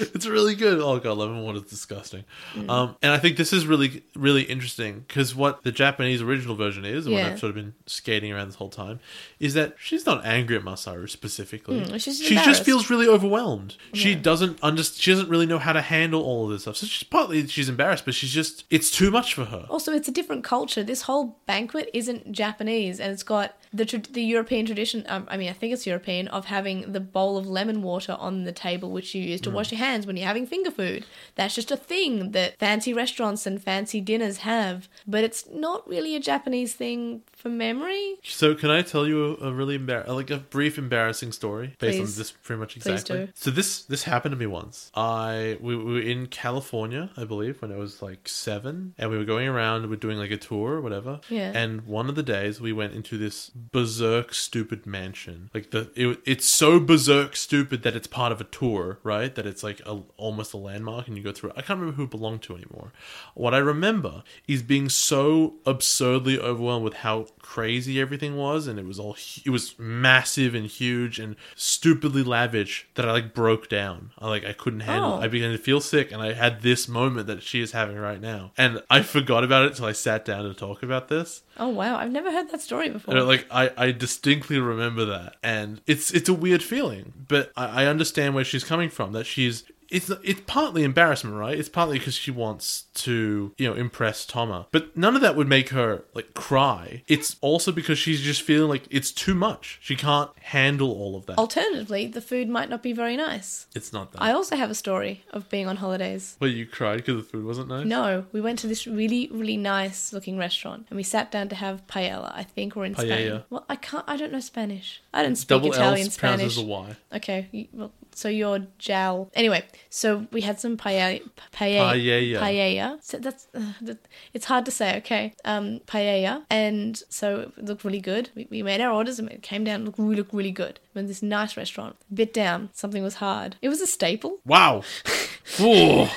It's really good. Oh god, lemon water is disgusting.
Mm.
Um, and I think this is really, really interesting because what the Japanese original version is, and what
Yeah.
I've sort of been skating around this whole time, is that she's not angry at Masaru specifically.
Mm, she's
she just
embarrassed.
feels really overwhelmed. She doesn't under- She doesn't really know how to handle all of this stuff. So she's partly she's embarrassed, but she's just it's too much for her.
Also, it's a different culture. This whole banquet isn't Japanese, and it's got the tra- the European tradition. Um, I mean, I think it's European of having the bowl of lemon water on the table, which you use to
Mm.
wash your hands when you're having finger food. That's just a thing that fancy restaurants and fancy dinners have, but it's not really a Japanese thing from memory.
So can I tell you a, a really embar- like a brief embarrassing story based
Please.
on this pretty much
Please
exactly.
do.
So this this happened to me once. I we, we were in California, I believe, when I was like seven, and we were going around. We were doing like a tour or whatever.
Yeah.
And one of the days we went into this berserk stupid mansion. Like the it, it's so berserk stupid that it's part of a tour, right? That it's like a, almost a landmark, and you go through. it. I can't remember who it belonged to anymore. What I remember is being so absurdly overwhelmed with how crazy everything was, and it was all hu- it was massive and huge and stupidly lavish that I like broke down. I like I couldn't handle.
Oh.
it. I began to feel sick, and I had this moment that she is having right now, and I forgot about it till I sat down to talk about this.
Oh wow, I've never heard that story before.
And, like I, I distinctly remember that, and it's it's a weird feeling, but I, I understand where she's coming from. That she's it's it's partly embarrassment, right? It's partly because she wants to you know impress Toma, but none of that would make her like cry. It's also because she's just feeling like it's too much. She can't handle all of that.
Alternatively, the food might not be very nice.
it's not that.
Oh. I also have a story of being on holidays.
Well, you cried because the food wasn't nice.
No, we went to this really, really nice looking restaurant and we sat down to have paella. I think we're in Spain.
Paella.
Well, I can't. I don't know Spanish. I don't speak
Double
Italian
L pronounces
Spanish.
a Y.
Okay, you- well, so your jowl. Anyway, so we had some paella.
Paella.
Paella. Paella. So that's uh, that, it's hard to say. Okay, um, paella, and so it looked really good. We, we made our orders and it came down. Looked really, looked really good. We went to this nice restaurant. Bit down. Something was hard. It was a staple.
Wow. Ooh.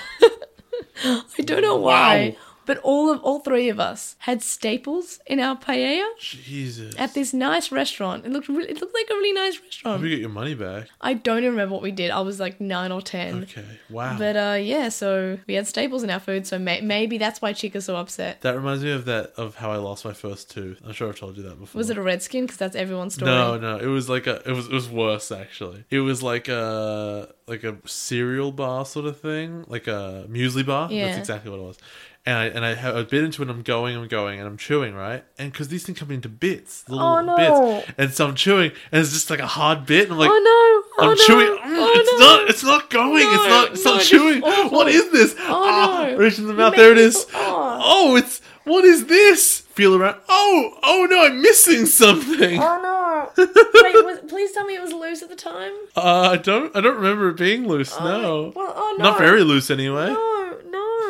I don't know why. But all of all three of us had staples in our paella
Jesus.
at this nice restaurant. It looked really, it looked like a really nice
Hope
restaurant.
you get your money back.
I don't even remember what we did. I was like nine or ten.
Okay. Wow.
But uh, yeah, so we had staples in our food, so may- maybe that's why Chica's so upset.
that reminds me of that of how I lost my first tooth. I'm sure I've told you that before.
Was it a red skin? Because that's everyone's story.
No, no. It was like a. It was. It was worse actually. It was like a like a cereal bar sort of thing, like a muesli bar.
Yeah.
That's exactly what it was. And I and I have a bit into it. and I'm going. I'm going. And I'm chewing right. And because these things come into bits, little
Oh, no.
bits. And so I'm chewing, and it's just like a hard bit. And I'm like.
oh no!
I'm
Oh, no.
chewing. Mm,
Oh,
it's
no.
not. It's not going. it's
No,
not. It's
no,
not
it's
chewing.
awful.
What is this? Ah,
Oh, no.
Reach in the
You
mouth.
made
There it
me
is.
feel- oh.
Oh, it's. What is this? Feel around. Oh, oh no! I'm missing something.
Oh no! Wait, was, please tell me it was loose at the time.
Uh, I don't. I don't remember it being loose.
Oh,
no.
Well, oh no.
Not very loose, anyway.
No, no,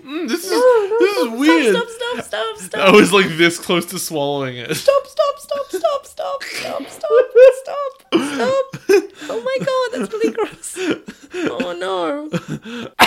mm, this is
No, no,
this is
no.
weird.
Stop, stop, stop, stop,
I
stop.
was like this close to swallowing it.
Stop, stop, stop, stop, stop, stop, stop, stop, stop. Oh my god, that's really gross. Oh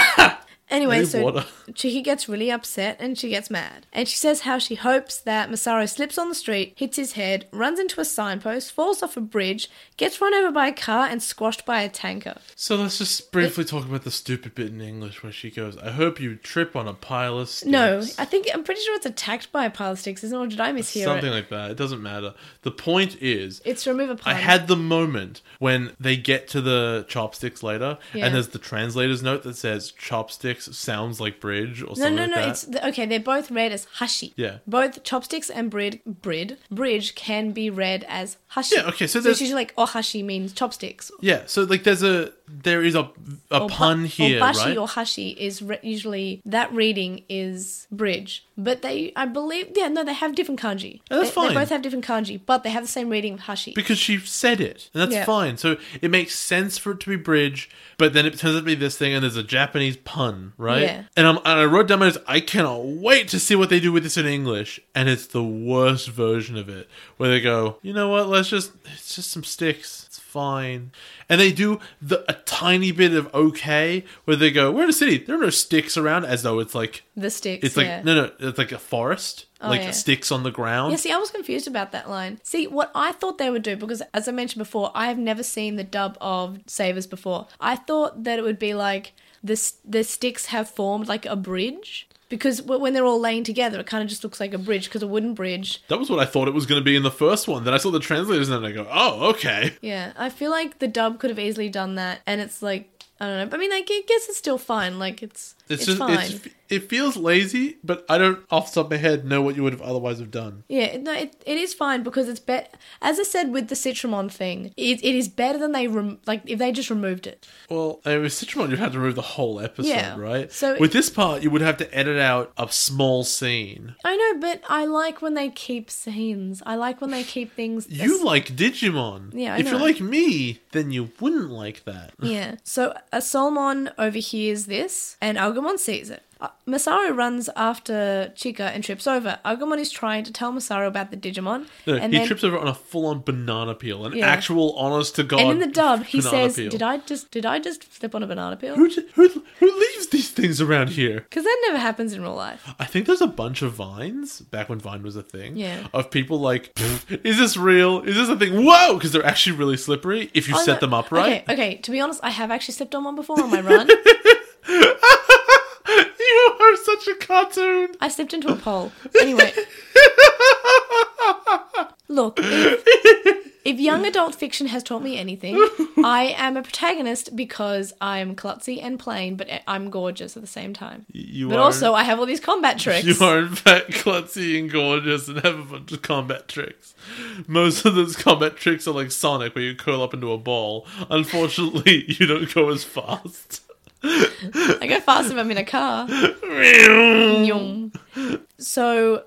no. Anyway,
Need
so
water.
Chiki gets really upset and she gets mad. And she says how she hopes that Masaru slips on the street, hits his head, runs into a signpost, falls off a bridge, gets run over by a car, and squashed by a tanker.
So let's just briefly talk about the stupid bit in English where she goes, "I hope you trip on a pile of sticks."
No, I think I'm pretty sure it's attacked by a pile of sticks, isn't it? Or did I mishear
something
it?
like that. It doesn't matter. The point is,
It's to remove a
I
pile.
had the moment when they get to the chopsticks later,
Yeah.
and there's the translator's note that says chopsticks sounds like bridge or
no,
something
no,
like
no.
that.
It's th- okay. They're both read as hashi.
Yeah.
Both chopsticks and brid, brid, bridge can be read as hashi.
Yeah, okay, so
so it's
there's-
usually like oh hashi means chopsticks.
yeah, so like there's a there is a a
Or ba-
pun here,
Or bashi
right?
or hashi is re- usually that reading is bridge, but they, I believe, yeah, no, they have different kanji.
Oh, that's
they,
fine.
They both have different kanji, but they have the same reading of hashi.
because she said it, and that's
Yeah.
fine. So it makes sense for it to be bridge, but then it turns out to be this thing, and there's a Japanese pun, right?
Yeah.
And, I'm, and I wrote down my notes. I cannot wait to see what they do with this in English, and it's the worst version of it, where they go, you know what? Let's just it's just some sticks. It's fine, and they do the a tiny bit of okay, where they go, we're in a city. There are no sticks around, as though it's like
the sticks.
it's like
yeah.
no no, it's like a forest,
Oh,
like
yeah.
sticks on the ground.
Yeah, see, I was confused about that line. See, what I thought they would do, because as I mentioned before, I have never seen the dub of Savers before. I thought that it would be like the, s- the sticks have formed like a bridge. Because w- when they're all laying together, it kind of just looks like a bridge, because a wooden bridge.
That was what I thought it was going to be in the first one. Then I saw the translators and I go, oh, okay.
Yeah, I feel like the dub could have easily done that, and it's like, I don't know. But I mean, like, I guess it's still fine. Like, it's it's, fine.
It's, it feels lazy, but I don't, off the top of my head, know what you would have otherwise have done.
Yeah, no, it, it is fine because it's better. As I said with the Citramon thing, it, it is better than they rem- like if they just removed it.
Well, I mean, with Citramon, you'd have to remove the whole episode,
Yeah.
right?
So-
with this part, you would have to edit out a small scene.
I know, but I like when they keep scenes. I like when they keep things.
You like Digimon.
Yeah, I
if you're
know.
like me, then you wouldn't like that.
yeah. So a Solmon overhears this, and Agumon sees it. Uh, Masaru runs after Chika and trips over. Agumon is trying to tell Masaru about the Digimon,
No,
and
he
then
trips over on a full-on banana peel, an
Yeah.
actual, honest-to-god.
and in the dub he
banana
says,
peel.
"Did I just did I just flip on a banana peel?"
Who, d- who who leaves these things around here?
Because that never happens in real life.
I think there's a bunch of vines back when Vine was a thing.
Yeah.
Of people like, "Pfft, is this real? Is this a thing? Whoa! Because they're actually really slippery if you
Oh,
set
no.
them up right.
Okay, okay. To be honest, I have actually slipped on one before on my run.
You are such a cartoon.
I slipped into a pole. Anyway. Look, if, if young adult fiction has taught me anything, I am a protagonist because I'm klutzy and plain, but I'm gorgeous at the same time.
You
But
are,
also, I have all these combat tricks.
you are in fact klutzy and gorgeous and have a bunch of combat tricks. Most of those combat tricks are like Sonic, where you curl up into a ball. Unfortunately, you don't go as fast.
I go fast if I'm in a car. Yum. So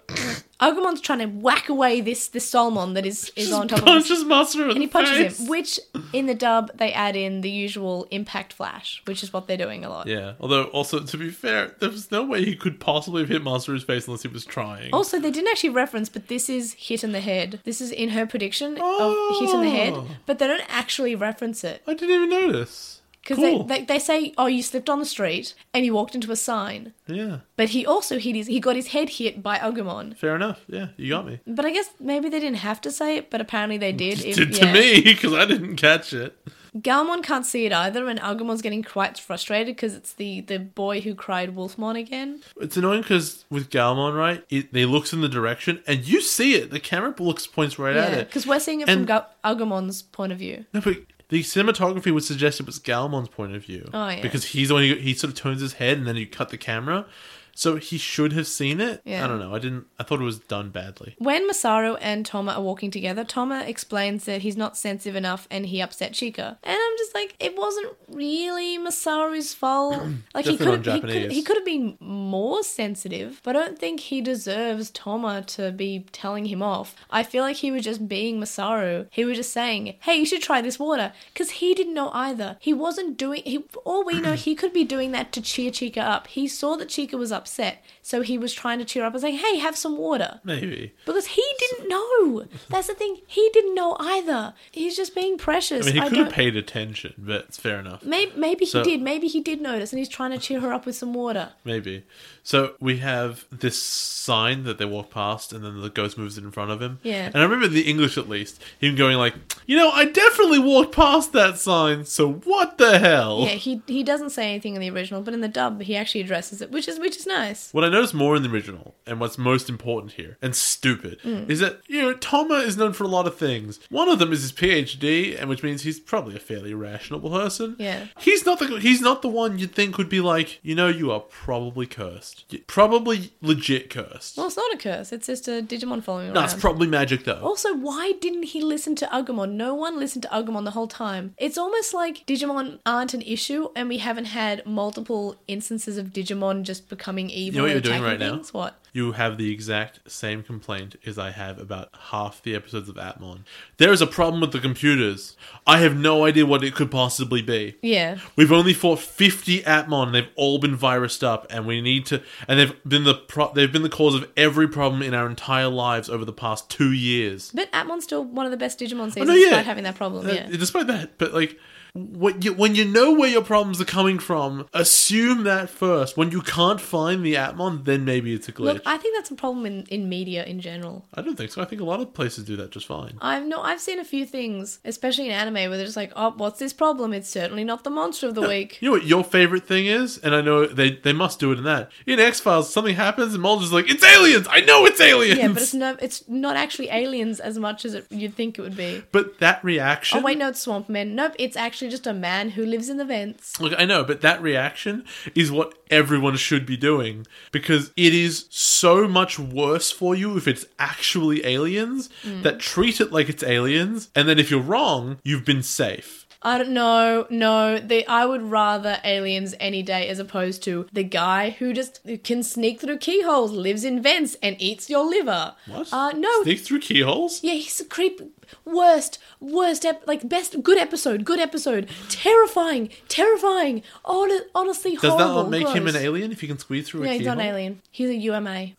Agumon's trying to whack away this this Solmon that is is
Just
on top of him,
punches Master in
and he
the
punches
face.
him. Which in the dub they add in the usual impact flash, which is what they're doing a lot.
Yeah. Although, also to be fair, there was no way he could possibly have hit Masaru's face unless he was trying.
Also, they didn't actually reference, but this is hit in the head. This is in her prediction of hit in the
Oh.
head, but they don't actually reference it
I didn't even notice.
because
Cool.
they, they they say, "Oh, you slipped on the street and you walked into a sign."
Yeah.
But he also hit his he got his head hit by Agumon.
Fair enough. Yeah, you got me.
But I guess maybe they didn't have to say it, but apparently they did. if-
to, to
yeah.
me, because I didn't catch it.
Galmon can't see it either, and Agumon's getting quite frustrated because it's the the boy who cried Wolfmon again.
It's annoying because with Galmon, right, it, they looks in the direction and you see it. The camera looks points right at
Yeah,
it.
because we're seeing it
And-
from Gal- Agumon's point of view.
No, but the cinematography would suggest it was Galmon's point of view.
Oh, yeah.
Because he's the one who, he sort of turns his head and then you cut the camera. So he should have seen it.
Yeah.
I don't know. I didn't. I thought it was done badly.
When Masaru and Toma are walking together, Toma explains that he's not sensitive enough and he upset Chica. And I'm just like, it wasn't really Masaru's fault. like he
Definitely
could
not
have he could
Japanese.
he could have been more sensitive, but I don't think he deserves Toma to be telling him off. I feel like he was just being Masaru. He was just saying, "Hey, you should try this water," because he didn't know either. He wasn't doing. He, for all we know, he could be doing that to cheer Chica up. He saw that Chica was upset, so he was trying to cheer her up and say, "Hey, have some water."
Maybe.
Because he didn't know. That's the thing. He didn't know either. He's just being
I
precious. I,
mean, he could have
don't.
paid attention, but it's fair enough.
Maybe, maybe he
So-
did. Maybe he did notice, and he's trying to cheer her up with some water.
Maybe. So we have this sign that they walk past, and then the ghost moves in front of him.
Yeah.
And I remember the English, at least, him going like, "You know, I definitely walked past that sign. So what the hell?"
Yeah, he he doesn't say anything in the original, but in the dub, he actually addresses it, which is which is nice.
What I noticed more in the original, and what's most important here, and stupid,
Mm.
is that you know Toma is known for a lot of things. One of them is his PhD, and which means he's probably a fairly rational person.
Yeah.
he's not the he's not the one you'd think would be like, you know, you are probably cursed, You're probably legit cursed.
Well, um, it's not a curse. It's just a Digimon following
no,
around.
it's probably magic though.
also, why didn't he listen to Agumon? No one listened to Agumon the whole time. It's almost like Digimon aren't an issue, and we haven't had multiple instances of Digimon just becoming evil.
know what
and
you're doing
attacking
right now?
things. What?
You have the exact same complaint as I have about half the episodes of Atmon. There is a problem with the computers. I have no idea what it could possibly be.
Yeah.
We've only fought 50 Atmon and they've all been virused up and we need to and they've been the pro- they've been the cause of every problem in our entire lives over the past 2 years.
But Atmon's still one of the best Digimon seasons
Oh, no, yeah.
despite having that problem,
Uh,
yeah.
Despite that, but like what you, when you know where your problems are coming from, assume that first. When you can't find the Atmon, then maybe it's a glitch.
Look, I think that's a problem in, in media in general.
I don't think so. I think a lot of places do that just fine.
I've no I've seen a few things, especially in anime, where they're just like, Oh, what's this problem? It's certainly not the monster of the week.
You know what your favorite thing is, and I know they, they must do it in that. In X Files, something happens, and Mulder's like, "It's aliens! I know it's aliens!"
Yeah, but it's no it's not actually aliens as much as it, you'd think it would be.
But that reaction.
Oh wait, no, it's Swamp Men. Nope, it's actually just a man who lives in the vents.
Look, I know, but that reaction is what everyone should be doing because it is so much worse for you if it's actually aliens
Mm.
that treat it like it's aliens, and then if you're wrong, you've been safe.
I don't know, no, the I would rather aliens any day as opposed to the guy who just can sneak through keyholes, lives in vents, and eats your liver.
What?
Uh no,
Sneak through keyholes?
Yeah, he's a creep. Worst, worst, ep- like best, good episode, good episode. Terrifying, terrifying. Hon- honestly,
Does
horrible.
that not make him an
gross.
alien if he can squeeze through
No,
a
he's
keyhole?
not an alien. He's a UMA.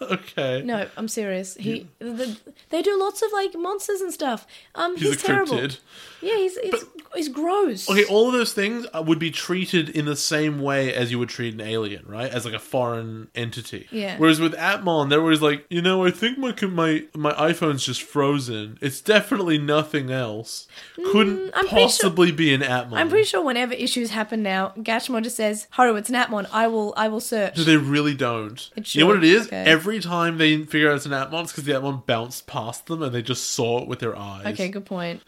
Okay.
No, I'm serious. He, the, they do lots of like monsters and stuff. Um, he's,
He's, a
terrible.
cryptid.
Yeah, he's it's, he's gross.
Okay, all of those things uh, would be treated in the same way as you would treat an alien, right? As like a foreign entity.
Yeah.
Whereas with Atmon, there was like, you know, I think my com- my my iPhone's just frozen. It's definitely nothing else. Couldn't
Mm, I'm pretty
possibly be an Atmon.
I'm pretty sure whenever issues happen now, Gatchmon just says, "Haru, it's an Atmon. I will, I will search."
No, they really don't.
It
You know what it
should,
is?
okay.
Every time they figure out it's an Atmon, it's because the Atmon bounced past them and they just saw it with their eyes.
Okay, good point.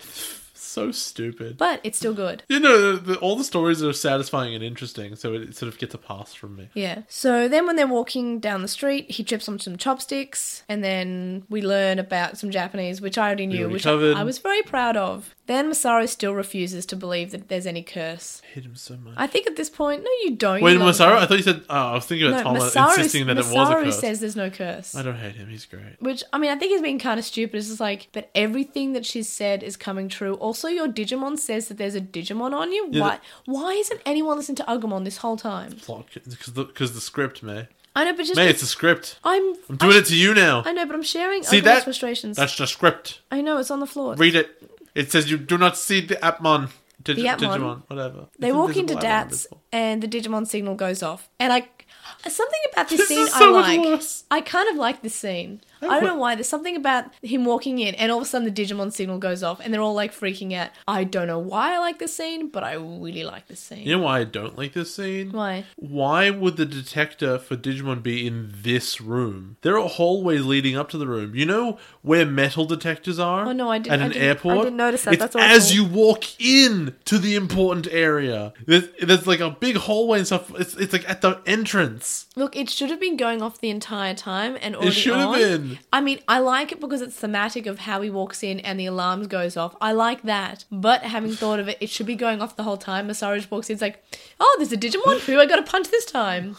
so stupid.
but it's still good.
you know, the, the, all the stories are satisfying and interesting, so it, sort of gets a pass from me.
Yeah. So then when they're walking down the street, he trips on some chopsticks, and then we learn about some Japanese, which I already knew,
already
which
covered.
I was very proud of. Then Masaru still refuses to believe that there's any curse.
I hate him so much.
I think at this point, no, you don't.
Wait,
you love
Masaru?
him.
I thought you said. Oh, I was thinking about
no,
Tama
Masaru,
insisting that
Masaru
it was a curse.
says there's no curse.
I don't hate him. He's great.
Which I mean, I think he's been kind of stupid. It's just like, but everything that she's said is coming true. Also, your Digimon says that there's a Digimon on you.
Yeah,
why? why isn't anyone listening to Agumon this whole time?
Plot because the, 'cause the script, May.
I know, but just
May, it's a script.
I'm
I'm doing it to you now.
I know, but I'm sharing
See
Agumon's
that?
frustrations.
That's the script.
I know it's on the floor.
Read it. It says you do not see the Atmon. Dig-
The Atmon.
Digimon, whatever.
they
It's
walk into
invisible Atmon,
Dats,
invisible.
and the Digimon signal goes off. And I, something about this,
This
scene
is so much
I like.
worse.
I kind of like this scene. I don't know why. There's something about him walking in, and all of a sudden the Digimon signal goes off, and they're all like freaking out. I don't know why I like this scene, but I really like this scene.
You know why I don't like this scene?
Why?
Why would the detector for Digimon be in this room? There are hallways leading up to the room. You know where metal detectors are?
Oh, no, I didn't-
At
I
an
didn't- I
airport.
didn't notice that.
It's
That's what I
as
thought.
you walk in to the important area. There's, there's like a big hallway and stuff. It's, it's like at the entrance.
Look, it should have been going off the entire time and already
should have
on.
been.
I mean, I like it because it's thematic of how he walks in and the alarm goes off. I like that. But having thought of it, it should be going off the whole time. Masaru just walks in, it's like, oh, there's a Digimon who I got to punch this time.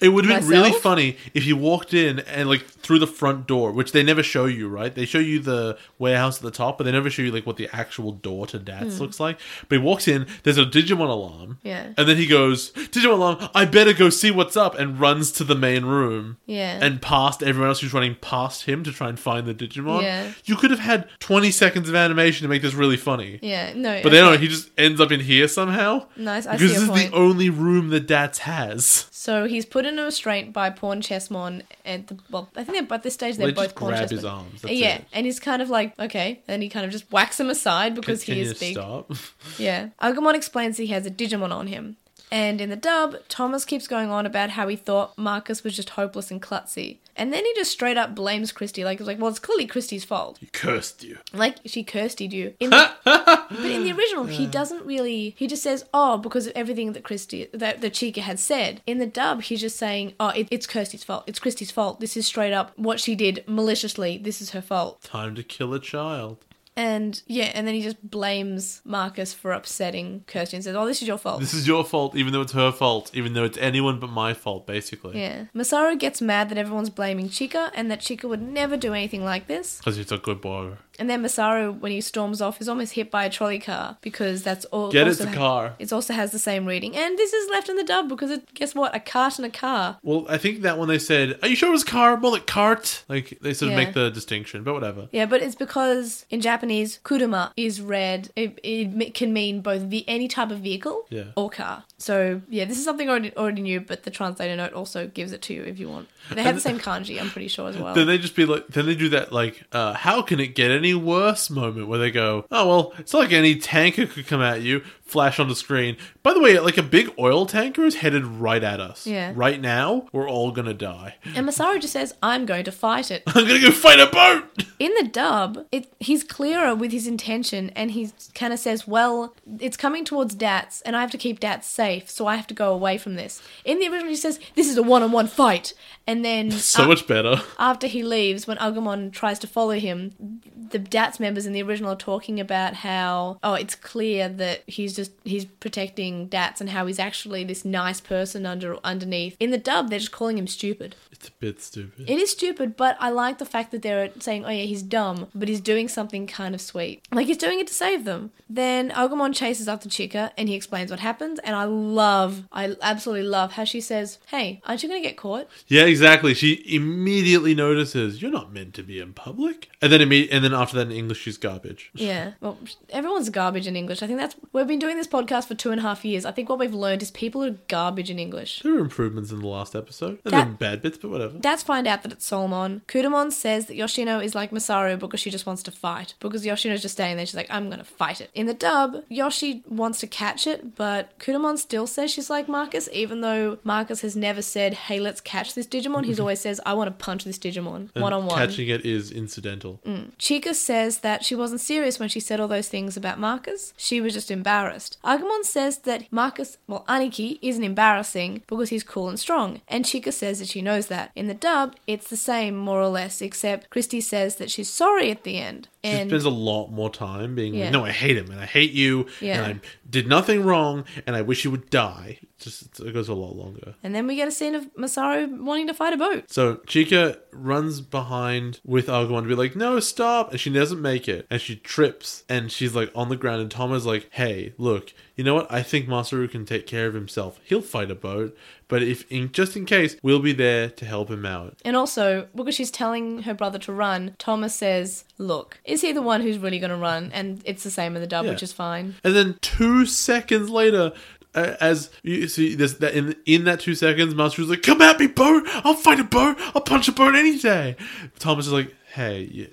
It would have been really
Myself?
funny if you walked in and like through the front door, which they never show you, right? They show you the warehouse at the top, but they never show you like what the actual door to Dats looks like. But he walks in, there's a Digimon alarm.
Hmm. Yeah.
And then he goes, Digimon alarm, I better go see what's up and runs to the main room.
Yeah.
And past everyone else who's running past him to try and find the Digimon.
Yeah.
You could have had twenty seconds of animation to make this really funny.
Yeah, no.
But they
okay.
don't. He just ends up in here somehow.
Nice, I
Because
see
this
your
is
point.
the only room that Dats has.
So he's put in a restraint by Pawn Chessmon at the well, I think they're at this stage they're
They
both
just
Pawn
grab
Chessmon.
his arms, that's
yeah,
it.
and he's kind of like okay, and he kind of just whacks him aside because he
Can
is
you
big.
stop?
Yeah. Agumon explains he has a Digimon on him. And in the dub, Thomas keeps going on about how he thought Marcus was just hopeless and klutzy. And then he just straight up blames Christy, like, he's like, well, it's clearly Christy's fault.
cursed you.
Like, she kirstied you. In the, but in the original, he doesn't really, he just says, oh, because of everything that Christy, that, that Chica had said. In the dub, he's just saying, oh, it, it's Kirsty's fault. It's Christy's fault. This is straight up what she did maliciously. This is her fault.
Time to kill a child.
And yeah, and then he just blames Marcus for upsetting Kirsty and says, oh, this is your fault.
This is your fault, even though it's her fault, even though it's anyone but my fault, basically.
Yeah. Masaru gets mad that everyone's blaming Chica and that Chica would never do anything like this.
Because he's a good boy.
And then Masaru, when he storms off, is almost hit by a trolley car because that's all.
Get
also
it, it's a
ha-
car.
It also has the same reading. And this is left in the dub because it, guess what? A cart and a car.
Well, I think that when they said, "Are you sure it was car, more like cart?" Like they sort of
Yeah.
make the distinction, but whatever.
Yeah, but it's because in Japanese, kuruma is read. It, it me- can mean both the any type of vehicle
Yeah.
or car. So yeah, this is something I already, already knew, but the translator note also gives it to you if you want. They have the same kanji, I'm pretty sure as well.
Then they just be like, then they do that like, uh, "How can it get any worse?" moment where they go, "Oh well, it's not like any tanker could come at you." Flash on the screen. By the way, like a big oil tanker is headed right at us.
Yeah.
Right now, we're all gonna die.
and Masaru just says, "I'm going to fight it."
I'm gonna go fight a boat.
in the dub, it he's clearer with his intention, and he kind of says, "Well, it's coming towards Dats, and I have to keep Dats safe, so I have to go away from this." In the original, he says, "This is a one-on-one fight," and then
So
a-
much better.
after he leaves, when Agumon tries to follow him, the Dats members in the original are talking about how oh, it's clear that he's just he's protecting Dats, and how he's actually this nice person under underneath. In the dub, they're just calling him stupid.
It's a bit stupid.
It is stupid, but I like the fact that they're saying, oh yeah, he's dumb, but he's doing something kind of sweet. Like he's doing it to save them. Then Agumon chases after Chica and he explains what happens. And I love, I absolutely love how she says, hey, aren't you going to get caught?
yeah, exactly. She immediately notices you're not meant to be in public, and then imme- and then after that in English she's garbage.
Yeah. Well, everyone's garbage in English. I think that's, we've been doing this podcast for two and a half years. I think what we've learned is people are garbage in English.
There were improvements in the last episode. There
That-
were bad bits, but whatever.
Dads find out that it's Solomon. Kudamon says that Yoshino is like Masaru because she just wants to fight. Because Yoshino's just staying there, she's like, I'm gonna fight it. In the dub, Yoshi wants to catch it, but Kudamon still says she's like Marcus, even though Marcus has never said, Hey, let's catch this Digimon. He's always says, I wanna punch this Digimon
And
one on one.
Catching it is incidental.
Chica Lucas says that she wasn't serious when she said all those things about Marcus. She was just embarrassed. Agumon says that Marcus, well, Aniki, isn't embarrassing because he's cool and strong, and Chica says that she knows that. In the dub, it's the same, more or less, except Christy says that she's sorry at the end.
She
And
spends a lot more time being
Yeah.
like, no, I hate him and I hate you
Yeah.
and I did nothing wrong and I wish you would die. It just it goes a lot longer.
and then we get a scene of Masaru wanting to fight a boat.
So Chica runs behind with Agumon to be like, no, stop. And she doesn't make it. And she trips and she's like on the ground. And Toma's like, hey, look, you know what? I think Masaru can take care of himself. He'll fight a boat. But if in, just in case, we'll be there to help him out.
And also, because she's telling her brother to run, Thomas says, Look, is he the one who's really going to run? And it's the same in the dub,
Yeah.
which is fine.
And then two seconds later, uh, as you see this, that in in that two seconds, Masaru's like, "Come at me, boat! I'll fight a boat! I'll punch a boat any day." Thomas is like, "Hey, you,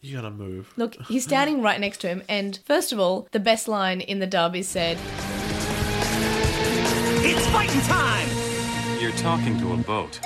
you gotta move."
Look, he's standing right next to him. And first of all, the best line in the dub is said,
It's fighting time!
You're talking to a boat.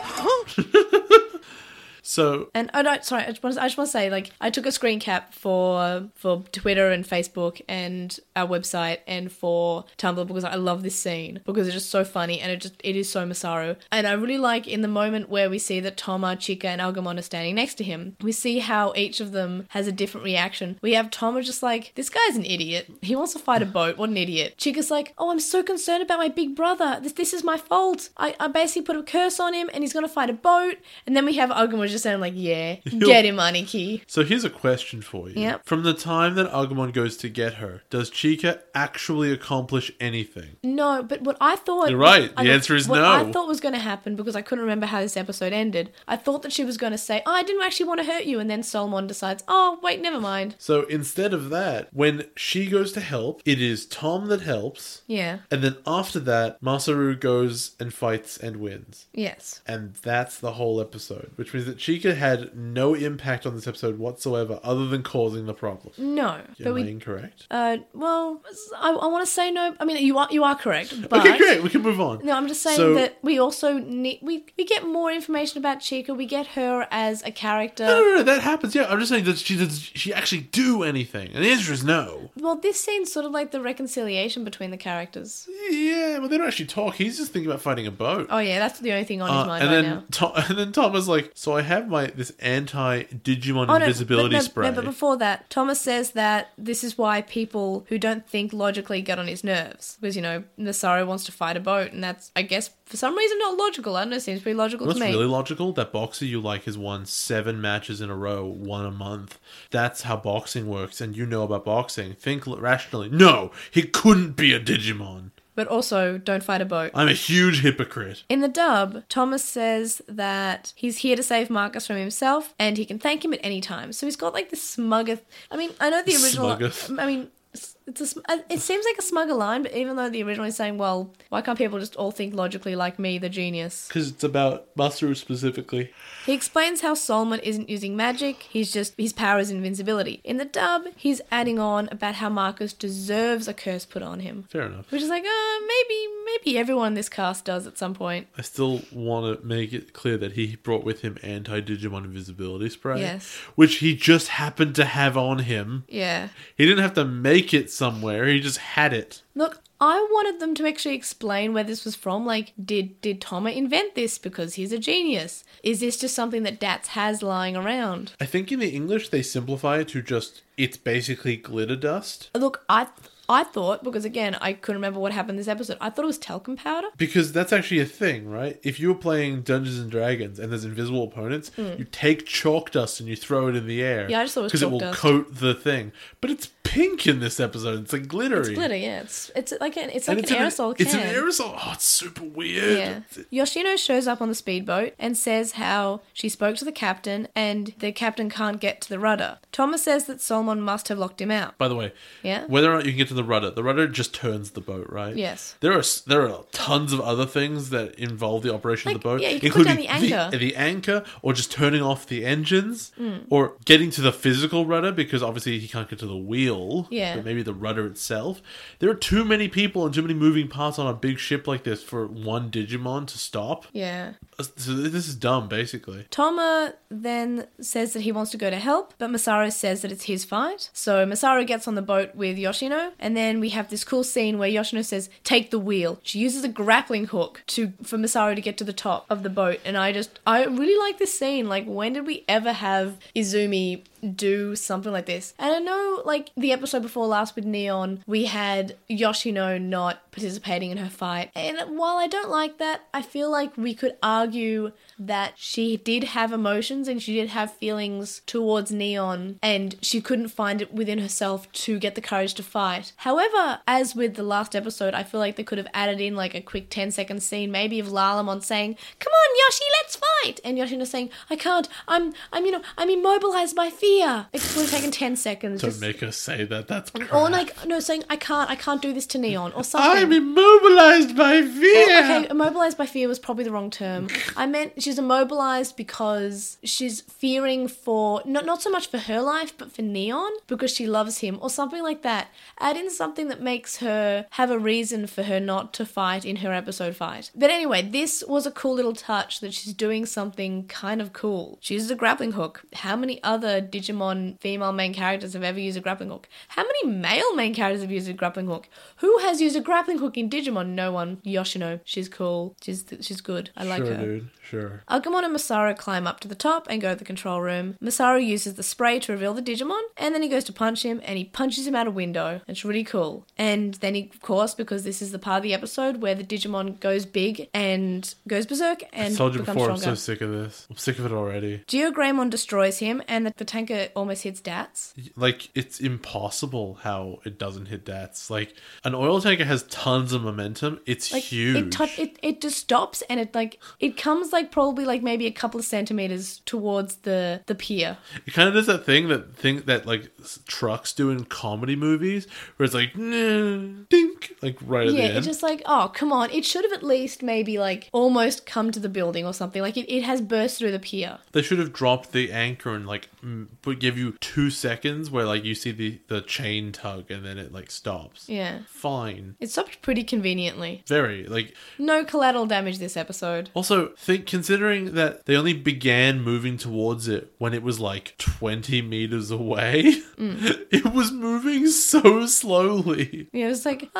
So
And oh no, sorry. I just, want to, I just want to say, like, I took a screen cap for for Twitter and Facebook and our website and for Tumblr because I love this scene because it's just so funny and it just it is so Masaru. And I really like in the moment where we see that Toma, Chica, and Algamon are standing next to him, we see how each of them has a different reaction. We have Toma just like, this guy's an idiot. He wants to fight a boat. What an idiot. Chica's like, oh, I'm so concerned about my big brother. This this is my fault. I, I basically put a curse on him and he's gonna fight a boat. And then we have Agumon just saying like, yeah, get him, Aniki.
So here's a question for you.
Yep.
From the time that Agumon goes to get her, does Chica actually accomplish anything?
No, but what I thought.
You're right.
I
The
thought-
answer is
what
no.
I thought was going to happen because I couldn't remember how this episode ended. I thought that she was going to say, oh, I didn't actually want to hurt you. And then Solomon decides, oh, wait, never mind.
So instead of that, when she goes to help, it is Tom that helps.
Yeah.
And then after that, Masaru goes and fights and wins.
Yes.
And that's the whole episode, which means that Chica had no impact on this episode whatsoever other than causing the problem.
No.
Am
Mm, But
I
we.
incorrect?
Uh, well, I, I want to say no. I mean, you are you are correct. But
Okay, great. We can move on.
No, I'm just saying
So-
that we also need we, we get more information about Chica. We get her as a
No,
character.
no, no, that happens. Yeah, I'm just saying that she does. She actually do anything, and the answer is no.
Well, this scene's sort of like the reconciliation between the characters.
Yeah, well, they don't actually talk. He's just thinking about fighting a boat.
Oh yeah, that's the only thing on his
Uh,
mind
and
right
then
now.
Tom, and then Tom is like, so I have my this anti Digimon
Oh, no,
invisibility
but no,
spray.
No, but before that, Thomas says that this is why people who don't think logically get on his nerves. Because, you know, Masaru wants to fight a boat, and that's, I guess, for some reason not logical. I don't know, it seems pretty logical
That's
to me.
really logical. That boxer you like has won seven matches in a row, one a month. That's how boxing works, and you know about boxing. Think l- rationally. No, he couldn't be a Digimon.
But also, don't fight a boat.
I'm a huge hypocrite.
In the dub, Thomas says that he's here to save Marcus from himself and he can thank him at any time. So he's got like this smuggeth. I mean, I know the original.
Smuggeth.
I mean, it's it's a, sm- uh, it seems like a smugger line, but even though the original is saying, well, why can't people just all think logically like me, the genius?
Because it's about Masaru specifically.
He explains how Solomon isn't using magic, he's just, his power is invincibility. In the dub, he's adding on about how Marcus deserves a curse put on him.
Fair enough.
Which is like, uh, maybe, maybe everyone in this cast does at some point.
I still want to make it clear that he brought with him anti Digimon invisibility spray.
Yes.
Which he just happened to have on him.
Yeah.
He didn't have to make it somewhere, he just had it.
Look, I wanted them to actually explain where this was from. Like, did did Toma invent this because he's a genius? Is this just something that Dats has lying around?
I think in the English they simplify it to just it's basically glitter dust.
Look, I I thought because again I couldn't remember what happened this episode. I thought it was talcum powder.
Because that's actually a thing, right? If you were playing Dungeons and Dragons and there's invisible opponents, you take chalk dust and you throw it in the air.
Hmm. Yeah, I just thought it was
it
chalk
will
dust.
coat the thing. But it's pink in this episode. It's like glittery.
It's glitter, yeah. It's it's like an it's
And
like
it's
an aerosol can.
It's an aerosol. Oh, it's super weird.
Yeah. Yoshino shows up on the speedboat and says how she spoke to the captain and the captain can't get to the rudder. Thomas says that Solomon must have locked him out.
By the way,
Yeah.
whether or not you can get to the rudder, the rudder just turns the boat, right?
Yes.
There are s- there are tons of other things that involve the operation of
Like,
the boat,
yeah, you can put
including
down the anchor. Mm.
the, anchor, or just turning off the engines, or getting to the physical rudder because obviously he can't get to the wheel wheel,
Yeah.
but maybe the rudder itself. There are too many people and too many moving parts on a big ship like this for one Digimon to stop. Uh,
Yeah.
So this is dumb, basically.
Toma then says that he wants to go to help, but Masaru says that it's his fight. So Masaru gets on the boat with Yoshino, and then we have this cool scene where Yoshino says, "Take the wheel." She uses a grappling hook to for Masaru to get to the top of the boat, and I just I really like this scene. Like, when did we ever have Izumi do something like this? And I know, like the episode before last with Neon, we had Yoshino not participating in her fight, and while I don't like that, I feel like we could argue that she did have emotions and she did have feelings towards Neon and she couldn't find it within herself to get the courage to fight. However, as with the last episode, I feel like they could have added in like a quick 10 second scene maybe of Lalamon saying, "Come on, Yoshi, let's fight." And Yoshino saying, "I can't. I'm I'm you know, I'm immobilized by fear." It would have taken 10 seconds
Don't
just-
make her say that. That's crap.
or like no saying, "I can't. I can't do this to Neon" or something.
I'm immobilized by fear.
Okay, immobilized by fear was probably the wrong term. I meant she's immobilized because she's fearing for not not so much for her life, but for Neon because she loves him or something like that. Add in something that makes her have a reason for her not to fight in her episode fight. But anyway, this was a cool little touch that she's doing something kind of cool. She uses a grappling hook. How many other Digimon female main characters have ever used a grappling hook? How many male main characters have used a grappling hook? Who has used a grappling hook in Digimon? No one. Yoshino. She's cool. She's she's good. I like
sure,
her.
dude. Sure.
Agumon and Masaru climb up to the top and go to the control room. Masaru uses the spray to reveal the Digimon, and then he goes to punch him, and he punches him out a window. It's really cool. And then he, of course, because this is the part of the episode where the Digimon goes big and goes berserk
I
and
told you
becomes
before. I'm
stronger.
so sick of this. I'm sick of it already.
Geogramon destroys him, and the, the tanker almost hits Dats.
Like it's impossible how it doesn't hit dats. Like an oil tanker has tons of momentum. It's
Like
huge.
it, tou- it, it just stops, and it like it comes like probably like maybe a couple of centimeters towards the the pier.
It kind of does that thing that thing that like s- trucks do in comedy movies, where it's like "Nah, dink, like right at
yeah,
the end.
it's just like, oh, come on. It should have at least maybe like almost come to the building or something. Like it, it has burst through the pier.
They should have dropped the anchor and like m- but give you two seconds where like you see the the chain tug and then it like stops.
Yeah.
Fine,
It stopped pretty conveniently.
very like.
No collateral damage this episode.
Also, think considering that they only began moving towards it when it was like twenty meters away,
Mm.
it was moving so slowly.
You know, it's like,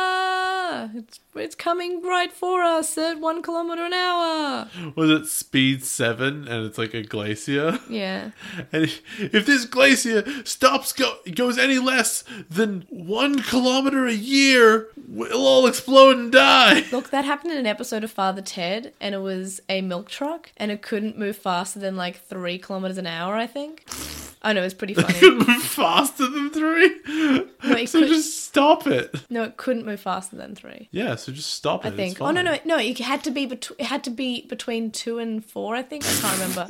ah, it's, it's coming right for us at one kilometer an hour.
Was it speed seven and it's like a glacier?
Yeah.
And if, if this glacier stops go, goes any less than one kilometer a year, we'll all explode and die.
Look, that happened in an episode of Father Ted, and it was a milk truck, and it couldn't move faster than like three kilometers an hour, I think. I know, it's pretty funny.
Could move faster than three.
it
so
could-
just stop it.
no, it couldn't move faster than three.
Yeah, so just stop it.
I
it's
think. Oh no,
fine.
no, no! It had to be between. It had to be between two and four. I think. I can't remember.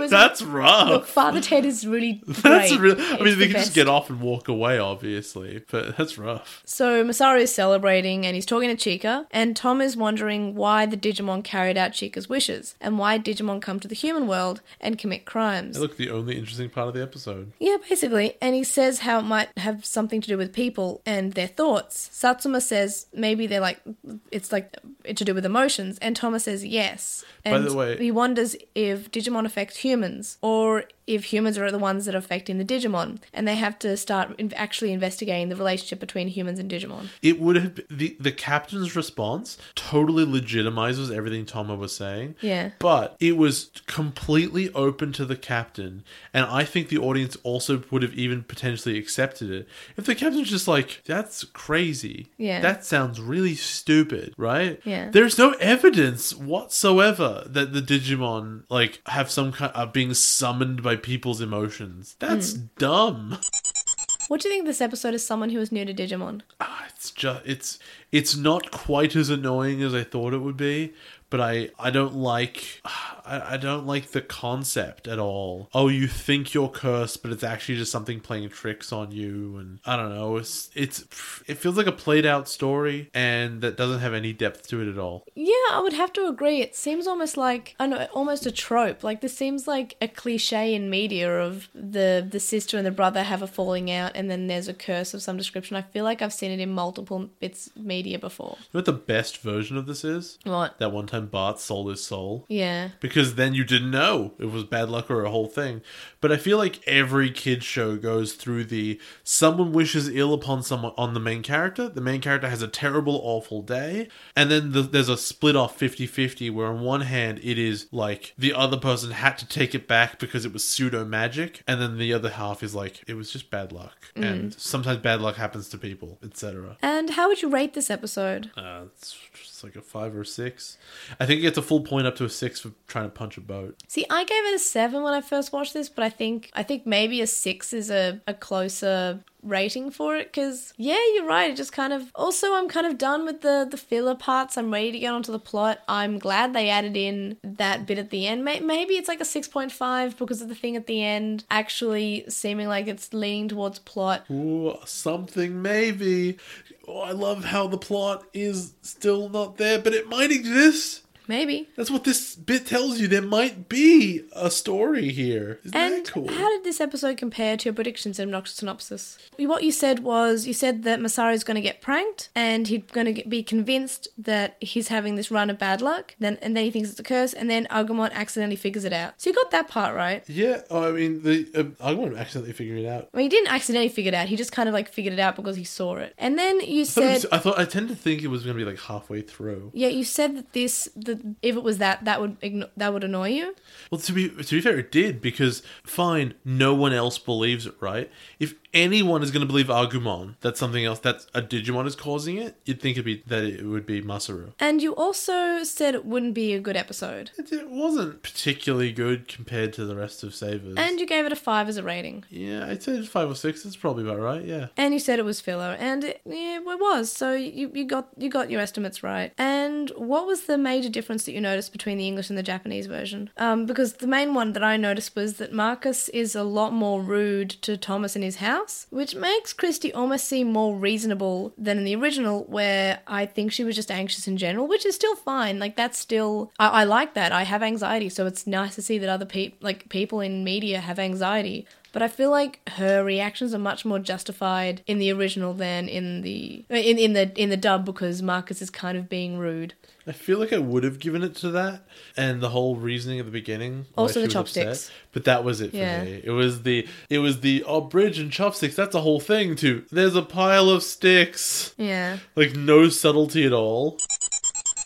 was-
That's
Look,
rough.
Father Ted is really.
That's
great.
real. I
It's
mean, they
the
can just
best.
get off and walk away, obviously, but that's rough.
So Masaru is celebrating and he's talking to Chica, and Tom is wondering why the Digimon carried out Chica's wishes and why Digimon come to the human world and commit crimes.
Look, the only interesting part of the episode.
Yeah, basically. And he says how it might have something to do with people and their thoughts. Satsuma says maybe they're like, it's like it to do with emotions. And Thomas says yes.
By
And
the way-
he wonders if Digimon affects humans or if humans are the ones that are affecting the Digimon. And they have to start in- actually investigating the relationship between humans and Digimon.
it would have the the captain's response totally legitimizes everything Toma was saying.
Yeah.
But it was completely open to the captain, and I think the audience also would have even potentially accepted it if the captain's just like, "That's crazy.
Yeah.
That sounds really stupid, right?
Yeah.
There's no evidence whatsoever that the Digimon like have some kind are being summoned by people's
Hmm.
emotions. That's dumb.
What do you think of this episode as someone who is new to Digimon?
Ah, it's it's just it's it's not quite as annoying as I thought it would be. But I, I don't like I, I don't like the concept at all. Oh, you think you're cursed, but it's actually just something playing tricks on you, and I don't know. It's it's it feels like a played out story, and that doesn't have any depth to it at all.
Yeah, I would have to agree. It seems almost like I know, almost a trope. Like this seems like a cliche in media of the the sister and the brother have a falling out, and then there's a curse of some description. I feel like I've seen it in multiple bits of media before.
You know what the best version of this is?
What?
That one time Bart sold his soul.
Yeah.
Because then you didn't know it was bad luck or a whole thing. But I feel like every kid show goes through the someone wishes ill upon someone on the main character. The main character has a terrible, awful day. And then the, there's a split off 50 50 where, on one hand, it is like the other person had to take it back because it was pseudo magic. And then the other half is like, it was just bad luck. And sometimes bad luck happens to people, etc.
And how would you rate this episode?
Uh, it's just like a five or six. I think it gets a full point up to a six for trying to punch a boat.
See, I gave it a seven when I first watched this, but I think I think maybe a six is a, a closer rating for it because yeah you're right it just kind of also i'm kind of done with the the filler parts i'm ready to get onto the plot i'm glad they added in that bit at the end May- maybe it's like a 6.5 because of the thing at the end actually seeming like it's leaning towards plot
Ooh, something maybe. Oh, I love how the plot is still not there, but it might exist.
maybe
That's what this bit tells you. There might be a story here. Isn't
And
that cool?
how did this episode compare to your predictions in Obnoxious Synopsis? What you said was you said that Masaru's going to get pranked and he's going to be convinced that he's having this run of bad luck, then and then he thinks it's a curse, and then Agumon accidentally figures it out. So you got that part right.
yeah, oh, I mean, the um, I want to accidentally figure it out.
I mean, he didn't accidentally figure it out. He just kind of like figured it out because he saw it. And then you said,
I thought I tend to think it was going to be like halfway through.
yeah, you said that this, that if it was that, that would igno- that would annoy you.
Well, to be to be fair, it did because fine, no one else believes it, right? If anyone is going to believe Agumon that something else that a Digimon is causing it, you'd think it'd be that it would be Masaru.
And you also said it wouldn't be a good episode.
It, it wasn't particularly good compared to the rest of Savers.
And you gave it a five as a rating.
yeah, I'd say five or six. That's probably about right. Yeah.
And you said it was filler, and it, yeah, it was. So you, you got you got your estimates right. And what was the major difference that you noticed between the English and the Japanese version? Um, because the main one that I noticed was that Marcus is a lot more rude to Thomas in his house, which makes Christie almost seem more reasonable than in the original, where I think she was just anxious in general, which is still fine. Like that's still I, I like that. I have anxiety, so it's nice to see that other people like people in media have anxiety. But I feel like her reactions are much more justified in the original than in the in, in the in the dub because Marcus is kind of being rude.
I feel like I would have given it to that, and the whole reasoning at the beginning. why
Also the
she was upset,
chopsticks.
but that was it for
Yeah.
me. It was the it was the oh bridge and chopsticks. That's a whole thing too. There's a pile of sticks.
Yeah.
Like no subtlety at all.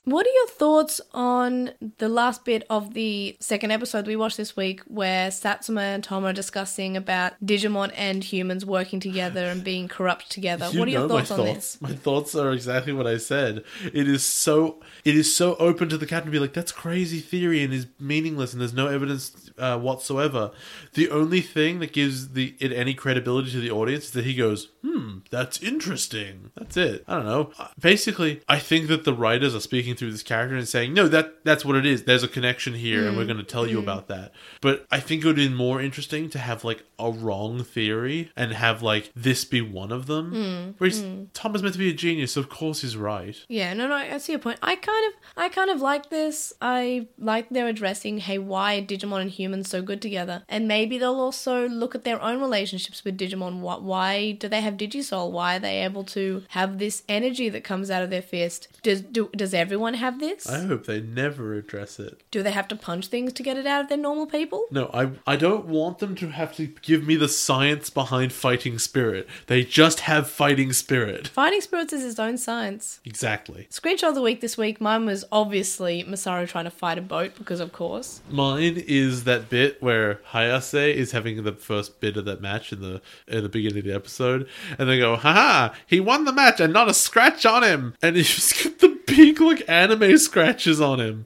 What are your thoughts on the last bit of the second episode we watched this week where Satsuma and Tom are discussing about Digimon and humans working together and being corrupt together?
You
what are your
know
thoughts
my
on
thoughts.
this?
My thoughts are exactly what I said. It is so it is so open to the captain to be like, "That's crazy theory and is meaningless and there's no evidence uh, whatsoever." The only thing that gives the it any credibility to the audience is that he goes, "Hmm, that's interesting." That's it. I don't know. Uh, Basically, I think that the writers are speaking through this character and saying, "No, that that's what it is. There's a connection here, and we're going to tell you about that." But I think it would have been more interesting to have like a wrong theory and have like this be one of them. Whereas Tom is meant to be a genius, so of course he's right.
Yeah, no, no, I see your point. I kind of, I kind of like this. I like they're addressing, hey, why are Digimon and humans so good together? And maybe they'll also look at their own relationships with Digimon. What, why do they have Digisoul? Why are they able to have this energy that comes out of their fist? Does do, does everyone have this?
I hope they never address it.
Do they have to punch things to get it out of their normal people?
No, I I don't want them to have to give me the science behind fighting spirit. They just have fighting spirit.
Fighting spirits is its own science.
Exactly.
Screenshot of the week this week. Mine was obviously Masaru trying to fight a boat because, of course.
Mine is that bit where Hayase is having the first bit of that match in the in the beginning of the episode, and they go, "Haha, he won the match and not a scratch on him," and you just get the big like anime scratches on him.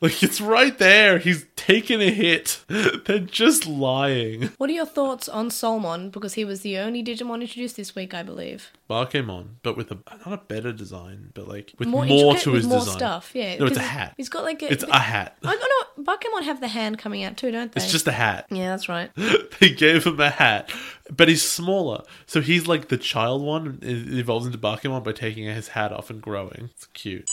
Like it's right there. He's taking a hit. They're just lying.
What are your thoughts on Solmon? Because he was the only Digimon introduced this week, I believe.
Bakemon, but with a not a better design, but like with more,
More, intricate
to
with
his
more
design.
stuff. Yeah,
No, it's a
'cause
hat.
He's got like a.
It's a hat.
I don't know. Pokemon have the hand coming out too, don't they?
It's just a hat.
Yeah, that's right.
they gave him a hat, but he's smaller. So he's like the child one. It evolves into Bakemon by taking his hat off and growing. It's cute.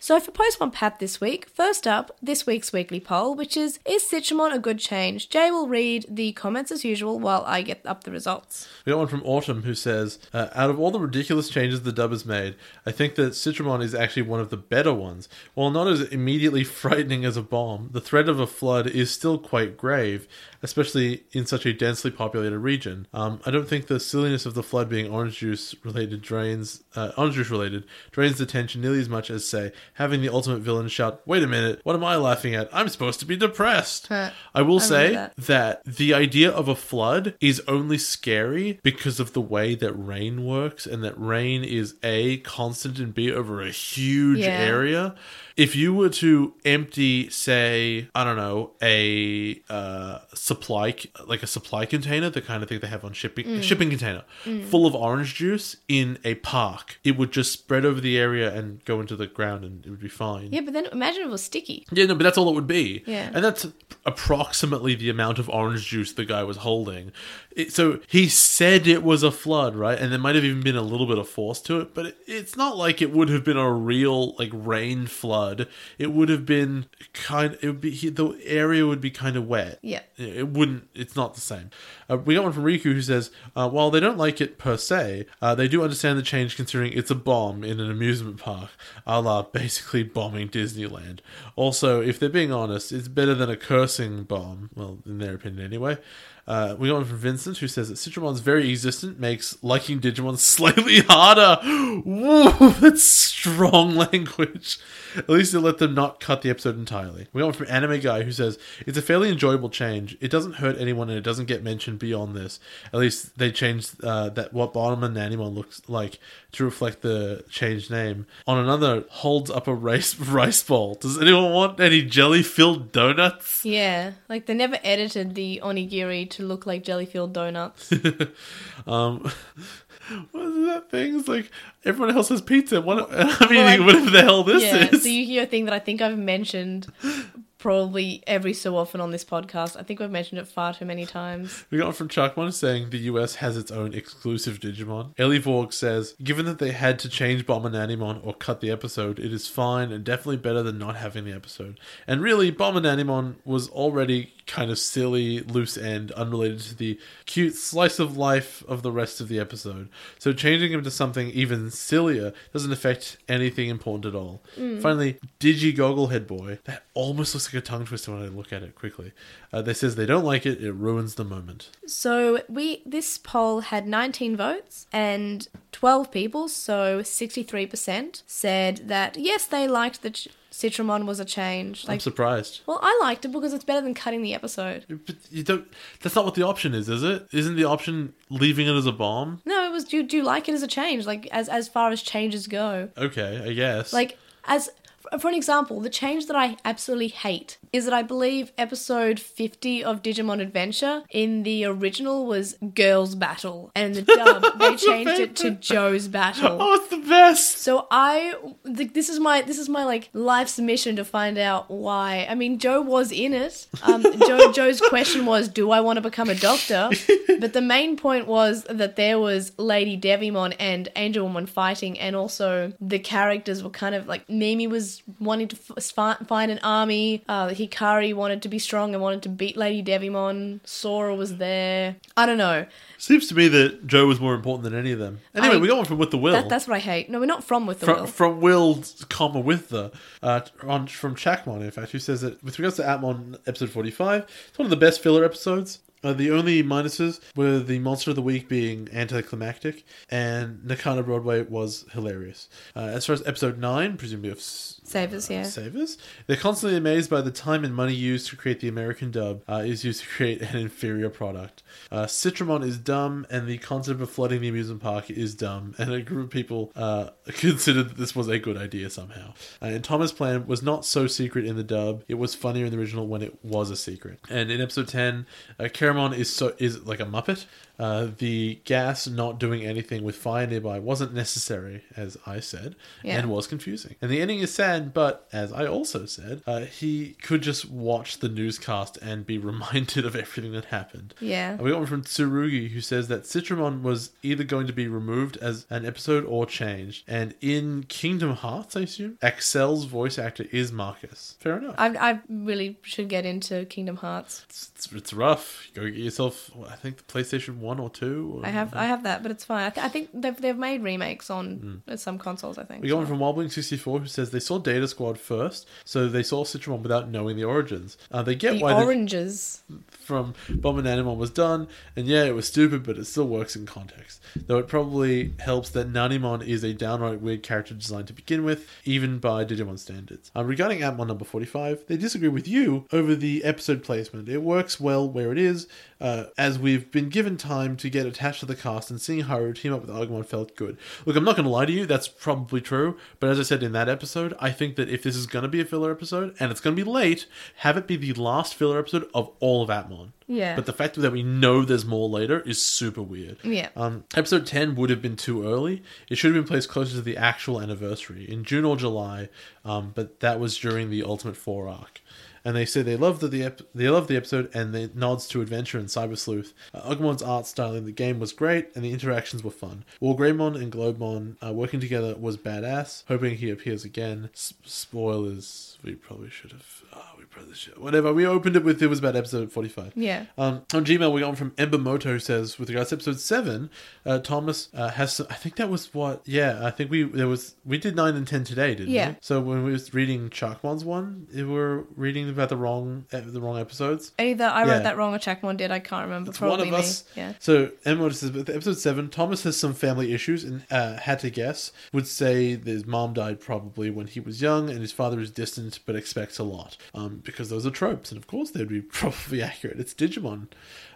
So for Pokemon Pat this week, first up, this week's weekly poll, which is Is Sichimon a good change? Jay will read the comments as usual while I get up the results.
We got one from Autumn who says, uh, "Out of all the ridiculous changes the dub has made, I think that Citramon is actually one of the better ones. While not as immediately frightening as a bomb, the threat of a flood is still quite grave, especially in such a densely populated region. Um, I don't think the silliness of the flood being orange juice related drains uh, orange juice related drains the tension nearly as much as say having the ultimate villain shout, "Wait a minute, what am I laughing at? I'm supposed to be depressed."
Huh.
I will
I
say
remember that.
that the idea of a flood is only scary because of the way that rain works and that rain is a constant and b over a huge
Yeah.
area if you were to empty say i don't know a uh, supply c- like a supply container the kind of thing they have on shipping a shipping container full of orange juice in a park it would just spread over the area and go into the ground and it would be fine
Yeah, but then imagine if it was sticky.
yeah, no, but that's all it would be.
Yeah.
And that's approximately the amount of orange juice the guy was holding. It, so he said it was a flood, right? And there might have even been a little bit of force to it, but it, it's not like it would have been a real like rain flood. It would have been kind it would be he, the area would be kind of wet.
Yeah.
It wouldn't. It's not the same. Uh, we got one from Riku who says, uh, "While they don't like it per se, uh, they do understand the change, considering it's a bomb in an amusement park, a la basically bombing Disneyland. Also, if they're being honest, it's better than a cursing bomb. Well, in their opinion, anyway." Uh, we got one from Vincent who says that Citramon's very existent makes liking Digimon slightly harder. Woo, that's strong language. At least it let them not cut the episode entirely. We got one from Anime Guy who says it's a fairly enjoyable change. It doesn't hurt anyone and it doesn't get mentioned beyond this. At least they changed uh, that what Bottom and Nanimon looks like to reflect the changed name. On another, holds up a rice rice bowl. Does anyone want any jelly filled donuts?
Yeah, like they never edited the onigiri to look like jelly-filled donuts.
Um, what is that thing? It's like everyone else has pizza. What I'm eating
like-
whatever the hell this
yeah,
is.
it's the Yu-Gi-Oh thing that I think I've mentioned probably every so often on this podcast. I think we've mentioned it far too many times.
we got one from Chuckmon saying the US has its own exclusive Digimon. Ellie Vorg says, given that they had to change Bomb and Animon or cut the episode, it is fine and definitely better than not having the episode. And really, Bomb and Animon was already kind of silly, loose end, unrelated to the cute slice of life of the rest of the episode. So changing him to something even sillier doesn't affect anything important at all.
Mm.
Finally, Digi Gogglehead Boy. That almost looks like a tongue twister when I look at it quickly. Uh, they says they don't like it. It ruins the moment.
So we this poll had 19 votes and 12 people, so 63% said that yes, they liked that Ch- Citramon was a change.
I'm
Like,
surprised.
well, I liked it because it's better than cutting the episode.
But you don't. That's not what the option is, is it? Isn't the option leaving it as a bomb?
No, it was do do you like it as a change? Like as as far as changes go,
Okay, I guess.
Like, as for an example, the change that I absolutely hate is that I believe episode 50 of Digimon Adventure in the original was Girls Battle, and in the dub they changed it to Joe's Battle.
oh, it's the best.
So I, th- this is my this is my like life's mission to find out why. I mean, Joe was in it. Um, Joe Joe's question was, "Do I want to become a doctor?" But the main point was that there was Lady Devimon and Angel Woman fighting, and also the characters were kind of like Mimi was wanting to f- fi- find an army. Uh, Hikari wanted to be strong and wanted to beat Lady Devimon. Sora was there. I don't know.
Seems to me that Joe was more important than any of them. Anyway,
I-
we got one from With the Will.
That, that's what I hate. No, we're not from with the
Oh. from,
will.
from Will, comma with the uh, on from Chakmon, in fact, who says that with regards to Atmon episode forty five, it's one of the best filler episodes. Uh, the only minuses were the monster of the week being anticlimactic, and Nakana Broadway was hilarious. Uh, as far as episode nine, presumably of s-
Savers, yeah.
savers, they're constantly amazed by the time and money used to create the American dub uh, is used to create an inferior product. Uh, Citramon is dumb, and the concept of flooding the amusement park is dumb, and a group of people uh, considered that this was a good idea somehow. Uh, and Thomas' plan was not so secret in the dub; it was funnier in the original when it was a secret. And in episode ten, uh, Caramon is so is like a muppet. Uh, the gas not doing anything with fire nearby wasn't necessary, as I said,
Yeah.
and was confusing. And the ending is sad, but as I also said, uh, he could just watch the newscast and be reminded of everything that happened.
Yeah.
We got one from Tsurugi who says that Citramon was either going to be removed as an episode or changed. And in Kingdom Hearts, I assume, Excel's voice actor is Marcus. Fair enough.
I, I really should get into Kingdom Hearts.
it's, it's, it's rough. Go get yourself, I think, the PlayStation 1 or 2. Or
I have I have that, but it's fine. I, th- I think they've they've made remakes on
Mm.
uh, some consoles. I think.
We got one from Wildwing64 who says they saw Data Squad first, so they saw Citramon without knowing the origins. Uh, they get
the
why the-
oranges.
from Bomb and Animal was done, and yeah, it was stupid, but it still works in context. Though it probably helps that Nanimon is a downright weird character design to begin with, even by Digimon standards. Um, regarding Atmon number 45, they disagree with you over the episode placement. It works well where it is, uh, as we've been given time to get attached to the cast, and seeing Haru team up with Agumon felt good. Look, I'm not going to lie to you, that's probably true, but as I said in that episode, I think that if this is going to be a filler episode, and it's going to be late, have it be the last filler episode of all of Atmon.
Yeah.
But the fact that we know there's more later is super weird.
Yeah.
Um, episode 10 would have been too early. It should have been placed closer to the actual anniversary in June or July, um, but that was during the Ultimate 4 arc. And they say they love the, the ep- they love the episode and the nods to adventure and cyber sleuth. Uh, Agumon Pokemon Pokemon's art style in the game was great, and the interactions were fun. While Greymon and Globemon uh, working together was badass. Hoping he appears again. S- spoilers. We probably should have. Oh, we probably should. Whatever. We opened it with it was about episode forty-five.
Yeah.
Um, on Gmail, we got one from Ember Moto who says with regards to episode seven, uh, Thomas uh, has. Some, I think that was what. Yeah, I think we there was we did nine and ten today, didn't
Yeah.
we? So when we was reading Charkmon's one, we were reading about the wrong eh, the wrong episodes.
Either I
Yeah.
wrote that wrong or Chakmon did. I can't remember.
It's
Probably
one of us.
me. Yeah.
So Emma says, with episode seven, Thomas has some family issues and uh, had to guess. Would say that his mom died probably when he was young, and his father is distant but expects a lot. Um, because those are tropes, and of course they would be probably accurate. It's Digimon.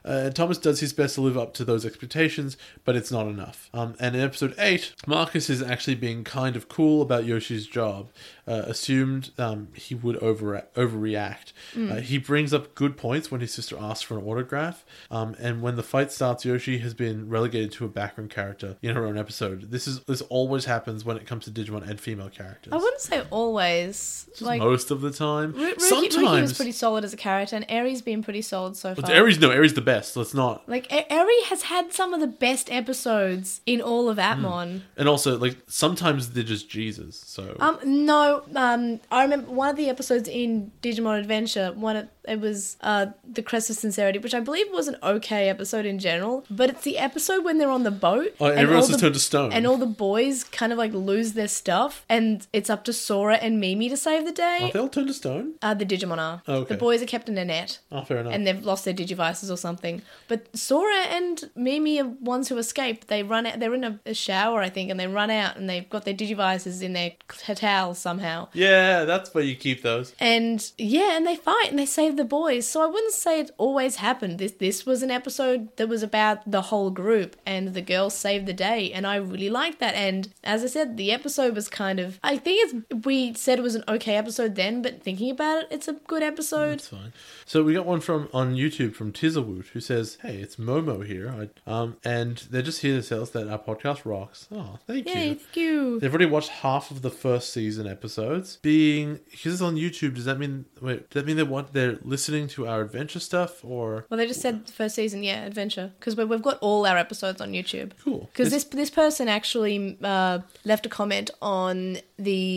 Uh, Thomas does his best to live up to those expectations, but it's not enough. Um, and in episode eight, Marcus is actually being kind of cool about Yoshi's job. Uh, assumed um, he would over overreact.
Hmm.
Uh, he brings up good points when his sister asks for an autograph, um, and when the fight starts, Yoshi has been relegated to a background character in her own episode. This is this always happens when it comes to Digimon and female characters.
I wouldn't say always.
Just
Like
most of the time,
Ru- Ruki,
sometimes.
Ruki was pretty solid as a character, and Eri's been pretty solid so far.
But Aries, no, Aries the best. Let's not.
Like E- Eri has had some of the best episodes in all of Atmon.
And also, like sometimes they're just Jesus. So
Um, no, um, I remember one of the episodes in Digimon Adventure. One, of, it was uh, the Crest of Sincerity, which I believe was an okay episode in general. But it's the episode when they're on the boat.
Oh, everyone else
all
is
the-
turned to stone.
And all the boys kind of like lose their stuff, and it's up to Sora and Mimi to save the day.
aren't they all turned to stone?
Uh, the Digimon are.
Okay.
The boys are kept in a net.
Oh, fair enough.
and they've lost their digivices or something. But Sora and Mimi are ones who escape. They run out. They're in a, a shower, I think, and they run out, and they've got their digivices in their t- towel somehow.
yeah, that's where you keep those.
And yeah, and they fight and they save the boys. So I wouldn't say it always happened. This this was an episode that was about the whole group and the girls saved the day, and I really liked that. And as I said, the episode was kind of I think it's we said it was an okay episode then, but thinking about it, it's a good episode.
That's fine. So we got one from on YouTube from Tizzlewoot who says, "Hey, it's Momo here." I, um, and they're just here to tell us that our podcast rocks. Oh, thank
Yay,
you.
thank you.
They've already watched half of the first season episodes. Being because it's on YouTube, does that mean wait? Does that mean they want they're listening to our adventure stuff or
Well, they just said the first season, yeah, adventure, because we've got all our episodes on YouTube.
Cool.
Because
This-
this this person actually uh, left a comment on the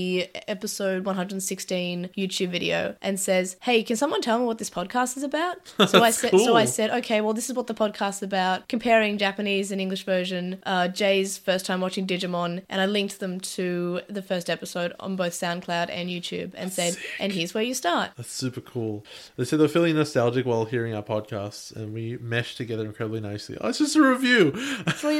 episode 116 YouTube video and says, "Hey, can someone tell me what this podcast is about?" So I
That's
said,
cool.
so I said, "Okay, well, this is what the podcast is about: comparing Japanese and English version." Uh, Jay's first time watching Digimon, and I linked them to the first episode on both SoundCloud and YouTube, and said, "And here's where you start."
That's super cool. They said they're feeling nostalgic while hearing our podcasts, and we meshed together incredibly nicely. Oh, it's just a review.
It's really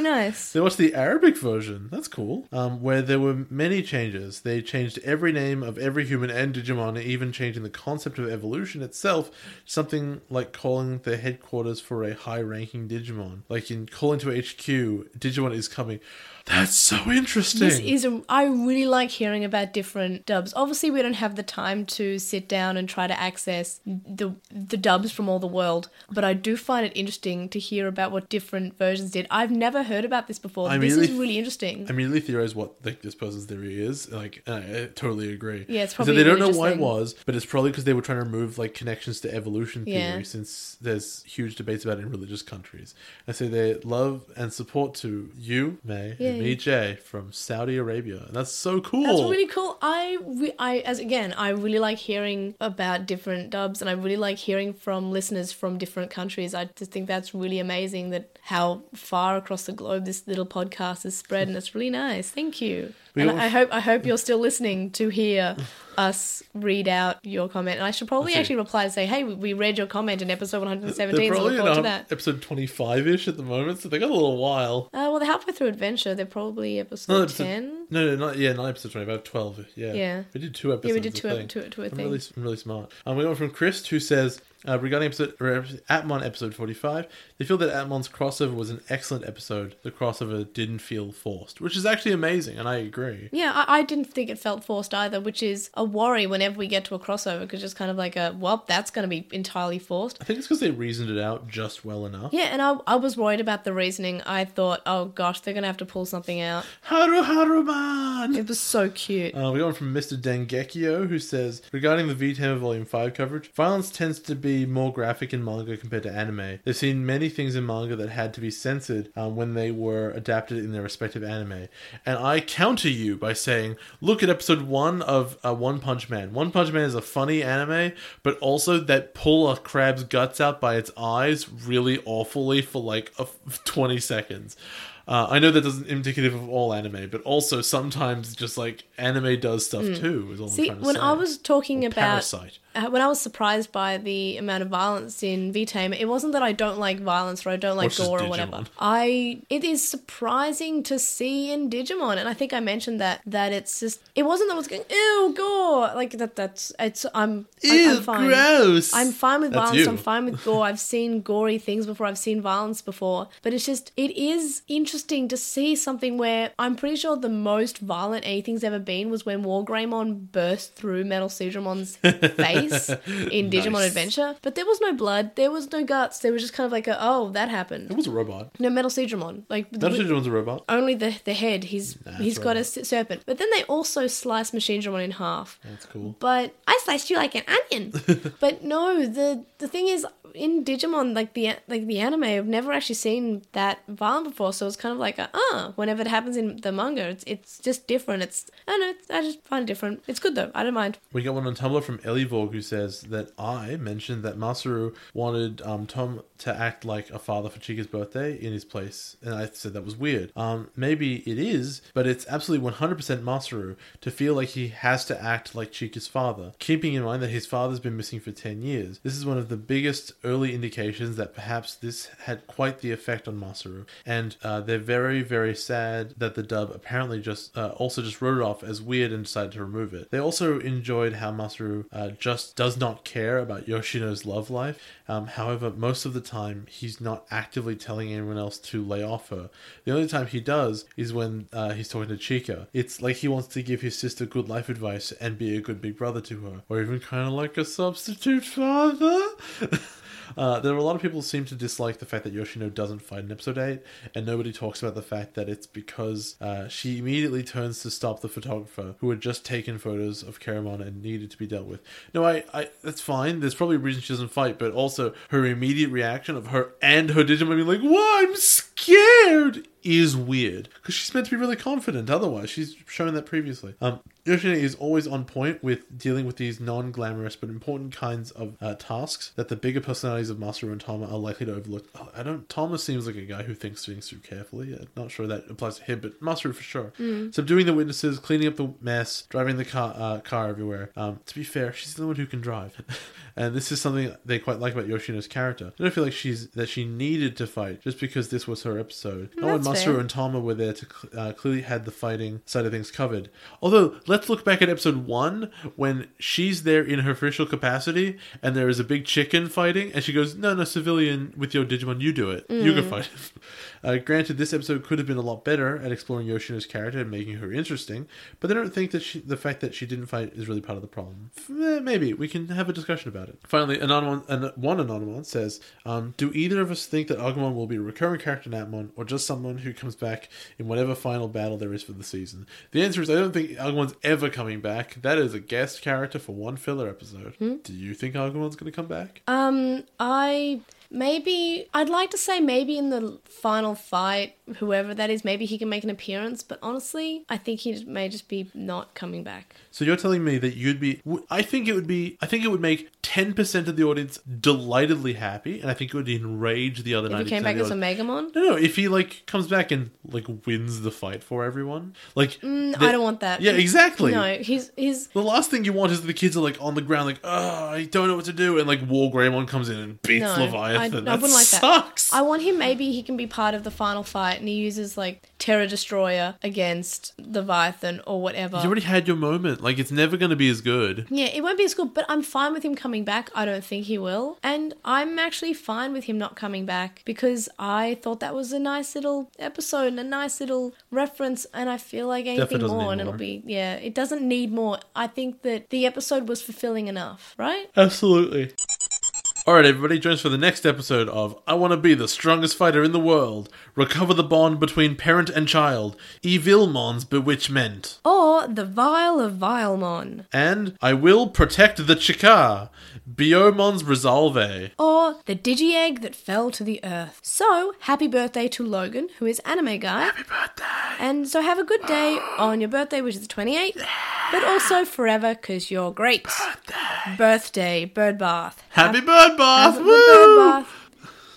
nice.
They watched the Arabic version. That's cool. Um, where there were many changes. They changed every name of every human and Digimon, even changing the concept of evolution itself. Something like calling the headquarters for a high-ranking Digimon, like in calling to HQ, Digimon is coming. That's so interesting.
This is a, I really like hearing about different dubs. Obviously, we don't have the time to sit down and try to access the the dubs from all the world, but I do find it interesting to hear about what different versions did. I've never heard about this before.
I
this
really
is
th-
really interesting.
I immediately theorize what like this person's theory is. Like, and I, I totally agree.
Yeah, it's
Is that
probably
they don't
a
know why it
religious
was, but it's probably because they were trying to remove like connections to evolution theory,
Yeah.
since there's huge debates about it in religious countries. And so they love and support to you, May, and
Yay.
me, Jay, from Saudi Arabia, and that's so cool.
That's really cool. I, re- I as again, I really like hearing about different dubs, and I really like hearing from listeners from different countries. I just think that's really amazing that how far across the globe this little podcast is spread, and it's really nice. Thank you.
We
and
al-
I hope I hope you're still listening to hear us read out your comment. And I should probably
I see.
actually reply and say, "Hey, we- we read your comment in episode
They're
117, so look
probably in
forward to
um,
that."
episode twenty-five ish at the moment, so they got a little while.
Uh, well, they're halfway through Adventure. They're probably
Not
episode
episode-
ten.
No, no, not yeah, not episode twenty-five, twelve. Yeah,
Yeah.
We did two episodes.
Yeah, we did
I
two,
think.
ep- two, two, I
I'm
think.
really, I'm really smart. Um, we got one from Chris who says uh, regarding episode or epi- Atmon episode 45, they feel that Atmon's crossover was an excellent episode. The crossover didn't feel forced, which is actually amazing, and I agree.
Yeah, I, I didn't think it felt forced either, which is a worry whenever we get to a crossover because it's kind of like a, well, that's going to be entirely forced.
I think it's because they reasoned it out just well enough.
Yeah, and I, I was worried about the reasoning. I thought, oh gosh, they're going to have to pull something out.
Haru Haruman.
It was so cute.
Uh, we got one from Mr. Dengekio, who says regarding the V10 Volume 5 coverage, violence tends to be more graphic in manga compared to anime. They've seen many things in manga that had to be censored um, when they were adapted in their respective anime. And I counter you by saying, look at episode 1 of uh, One Punch Man. One Punch Man is a funny anime, but also that pull a crab's guts out by its eyes really awfully for like a f- 20 seconds. Uh, I know that doesn't indicative of all anime, but also sometimes just like anime does stuff too. Is all
Hmm. See,
I'm trying to
when
say.
I was talking about
Parasite.
uh, when I was surprised by the amount of violence in VTame, it wasn't that I don't like violence or I don't like
it's just
gore or
Digimon.
whatever. I it is surprising to see in Digimon, and I think I mentioned that that it's just it wasn't that I was going ew gore like that. That's it's I'm I,
Ew,
am fine.
gross.
I'm fine with
That's
violence.
you.
I'm fine with gore. I've seen gory things before. I've seen violence before. But it's just, it is interesting to see something where I'm pretty sure the most violent anything's ever been was when Wargreymon burst through Metal Sejumon's face in Digimon
Nice.
Adventure. But there was no blood. There was no guts. There was just kind of like a, oh, that
It
happened.
was a robot.
No, Metal Sejumon. Like,
Not sure one's a robot.
only the the head. He's
Nah,
he's
that's
got a
right.
s- serpent. But then they also slice Machine Drummond in half.
That's cool.
But I sliced you like an onion. but no, the the thing is in Digimon, like the like the anime, I've never actually seen that violent before. So it's kind of like a ah. whenever it happens in the manga, it's it's just different. It's I don't know. It's, I just find it different. It's good though. I don't mind.
We got one on Tumblr from Ellie Vorg who says that I mentioned that Masaru wanted um, Tom to act like a father for Chica's birthday in his place, and I said that was weird. Um, maybe it is, but it's absolutely 100% Masaru to feel like he has to act like Chica's father, keeping in mind that his father's been missing for 10 years. This is one of the biggest early indications that perhaps this had quite the effect on Masaru, and uh, they're very, very sad that the dub apparently just uh, also just wrote it off as weird and decided to remove it. They also enjoyed how Masaru uh, just does not care about Yoshino's love life. Um, however, most of the time he's not actively telling anyone else to lay off her. The only time he does is when uh, he's talking to Chika. It's like he wants to give his sister good life advice and be a good big brother to her, or even kind of like a substitute father. Uh, there are a lot of people who seem to dislike the fact that Yoshino doesn't fight in episode 8, and nobody talks about the fact that it's because uh, she immediately turns to stop the photographer who had just taken photos of Karamon and needed to be dealt with. No, I, I that's fine. There's probably a reason she doesn't fight, but also her immediate reaction of her and her Digimon being like, Whoa, I'm scared! is weird because she's meant to be really confident. Otherwise, she's shown that previously. Um, Yoshine is always on point with dealing with these non-glamorous but important kinds of uh, tasks that the bigger personalities of Masaru and Tama are likely to overlook. Oh, I don't. Tama seems like a guy who thinks things through carefully. I'm not sure that applies to him, but Masaru for sure. Subduing the witnesses, cleaning up the mess, driving the car uh, car everywhere. Um, to be fair, she's the one who can drive, and this is something they quite like about Yoshino's character. I don't feel like she's that she needed to fight just because this was her episode. No one
that's
Masaru
fair.
and Tama were there to cl- uh, clearly had the fighting side of things covered. Although, let's look back at episode one when she's there in her official capacity and there is a big chicken fighting, and she goes, "No, no, civilian with your Digimon, you do it. You
Mm.
can fight." it." uh, granted, this episode could have been a lot better at exploring Yoshino's character and making her interesting, but I don't think that she, the fact that she didn't fight is really part of the problem. F- eh, Maybe we can have a discussion about it. Finally, Anonymon, an, one Anonymon says, um, "Do either of us think that Agumon will be a recurring character in Atmon, or just someone who comes back in whatever final battle there is for the season?" The answer is, I don't think Agumon's ever coming back. That is a guest character for one filler episode.
Hmm?
Do you think Agumon's going to come back?
Um, I maybe I'd like to say maybe in the final fight, whoever that is, maybe he can make an appearance. But honestly, I think he may just be not coming back.
So you're telling me that you'd be? w- I think it would be. I think it would make ten percent of the audience delightedly happy, and I think it would enrage the other.
If he
90%
came
of
back
the
as a
audience.
Megamon,
No, no. If he like comes back and like wins the fight for everyone, like
Mm,
the-
I don't want that.
Yeah, exactly.
No, he's he's
The last thing you want is that the kids are like on the ground, like, oh, I don't know what to do, and like War Greymon comes in and beats
no.
Leviathan.
I,
that
I wouldn't like
sucks.
that. I want him. Maybe he can be part of the final fight, and he uses like Terror Destroyer against Leviathan or whatever.
You already had your moment. Like, it's never going to be as good.
Yeah, it won't be as good, but I'm fine with him coming back. I don't think he will. And I'm actually fine with him not coming back because I thought that was a nice little episode and a nice little reference. And I feel like anything
doesn't
more,
need
and it'll
more.
be, yeah, it doesn't need more. I think that the episode was fulfilling enough, right?
Absolutely. All right, everybody, join us for the next episode of I Want to Be the Strongest Fighter in the World. Recover the bond between parent and child. Evilmon's bewitchment.
Or the Vial of Vialmon.
And I will protect the Chikar. Biomon's resolve.
Or the Digi Egg that fell to the earth. So, happy birthday to Logan, who is anime guy.
Happy birthday.
And so have a good day on your birthday, which is the 28th, but also forever because you're great. Birthday. Birthday, bird bath.
Happy bird
Have
bath.
a good
Woo!
bird bath.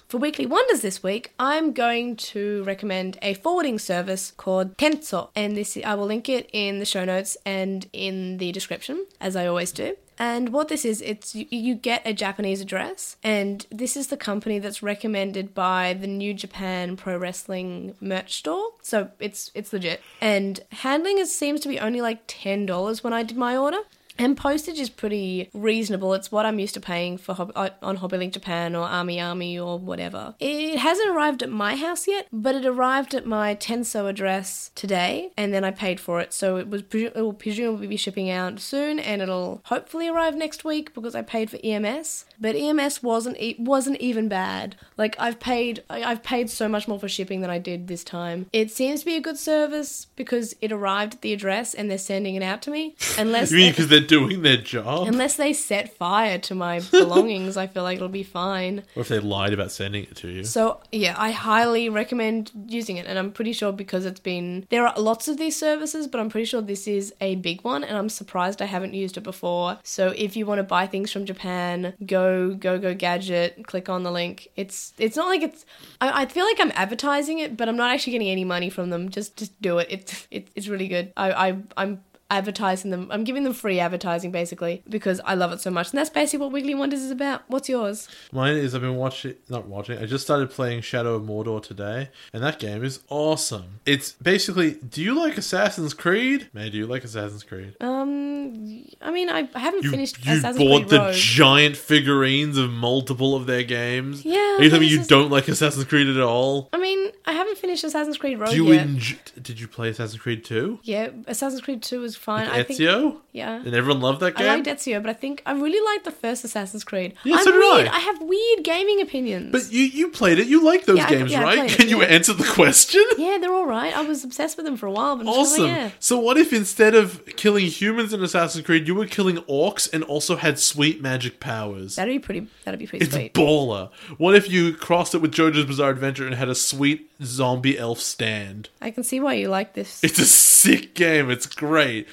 For Weekly Wonders this week, I'm going to recommend a forwarding service called Tenso. And this I will link it in the show notes and in the description, as I always do. And what this is, it's you, you get a Japanese address, and this is the company that's recommended by the New Japan Pro Wrestling merch store. So it's it's legit. And handling is, seems to be only like ten dollars when I did my order. And postage is pretty reasonable. It's what I'm used to paying for Hob- uh, on Hobbylink Japan or Army Army or whatever. It hasn't arrived at my house yet, but it arrived at my Tenso address today, and then I paid for it. So it was presu- it will presumably be shipping out soon, and it'll hopefully arrive next week because I paid for EMS. But EMS wasn't e- wasn't even bad. Like I've paid I- I've paid so much more for shipping than I did this time. It seems to be a good service because it arrived at the address and they're sending it out to me. Unless
You mean because they're doing their job?
Unless they set fire to my belongings, I feel like it'll be fine.
Or if they lied about sending it to you.
So, yeah, I highly recommend using it. And I'm pretty sure because it's been. There are lots of these services, but I'm pretty sure this is a big one. And I'm surprised I haven't used it before. So, if you want to buy things from Japan, go, go, go gadget, click on the link. It's it's not like it's. I, I feel like I'm advertising it, but I'm not actually getting any money from them. Just just do it. It's, it's, it's really good. I, I, I'm advertising them. I'm giving them free advertising basically because I love it so much. And that's basically what Wiggly Wonders is about. What's yours?
Mine is I've been watching, not watching, I just started playing Shadow of Mordor today, and that game is awesome. It's basically, do you like Assassin's Creed? Man, do you like Assassin's Creed?
Um, I mean, I, I haven't
you
finished
you
Assassin's
bought
Creed
the
Rogue.
giant figurines of multiple of their games?
Yeah,
Are you telling me
this
you
is-
don't like Assassin's Creed at all?
I mean, I haven't finished Assassin's Creed Rogue
Do you
yet.
enj- Did you play Assassin's Creed 2?
yeah, Assassin's Creed 2 was fine. I think
Ezio?
yeah.
And everyone loved that
I
game?
liked Ezio, but I think I really liked the first Assassin's Creed.
Yeah,
I'm
so did I.
weird. I. have weird gaming opinions.
But you, you played it. You like those
Yeah, I-
games,
yeah, I
right?
played it,
Can you answer the question?
yeah, they're all right. I was obsessed with them for a while, but I'm just kinda
Awesome.
like, yeah.
So what if instead of killing humans in Assassin's Assassin's Creed, you were killing orcs and also had sweet magic powers.
That'd be pretty. That'd be pretty
it's
sweet.
baller. What if you crossed it with JoJo's Bizarre Adventure and had a sweet zombie elf stand?
I can see why you like this.
It's a sick game. It's great.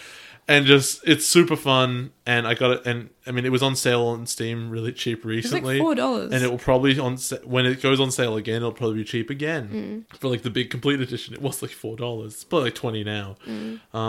And just it's super fun, and I got it. And I mean, it was on sale on Steam really cheap
It's like
recently.
four dollars.
and it will probably on sa- when it goes on sale again, it'll probably be cheap again
Mm.
for like the big complete edition. It was like four dollars. It's probably like twenty now.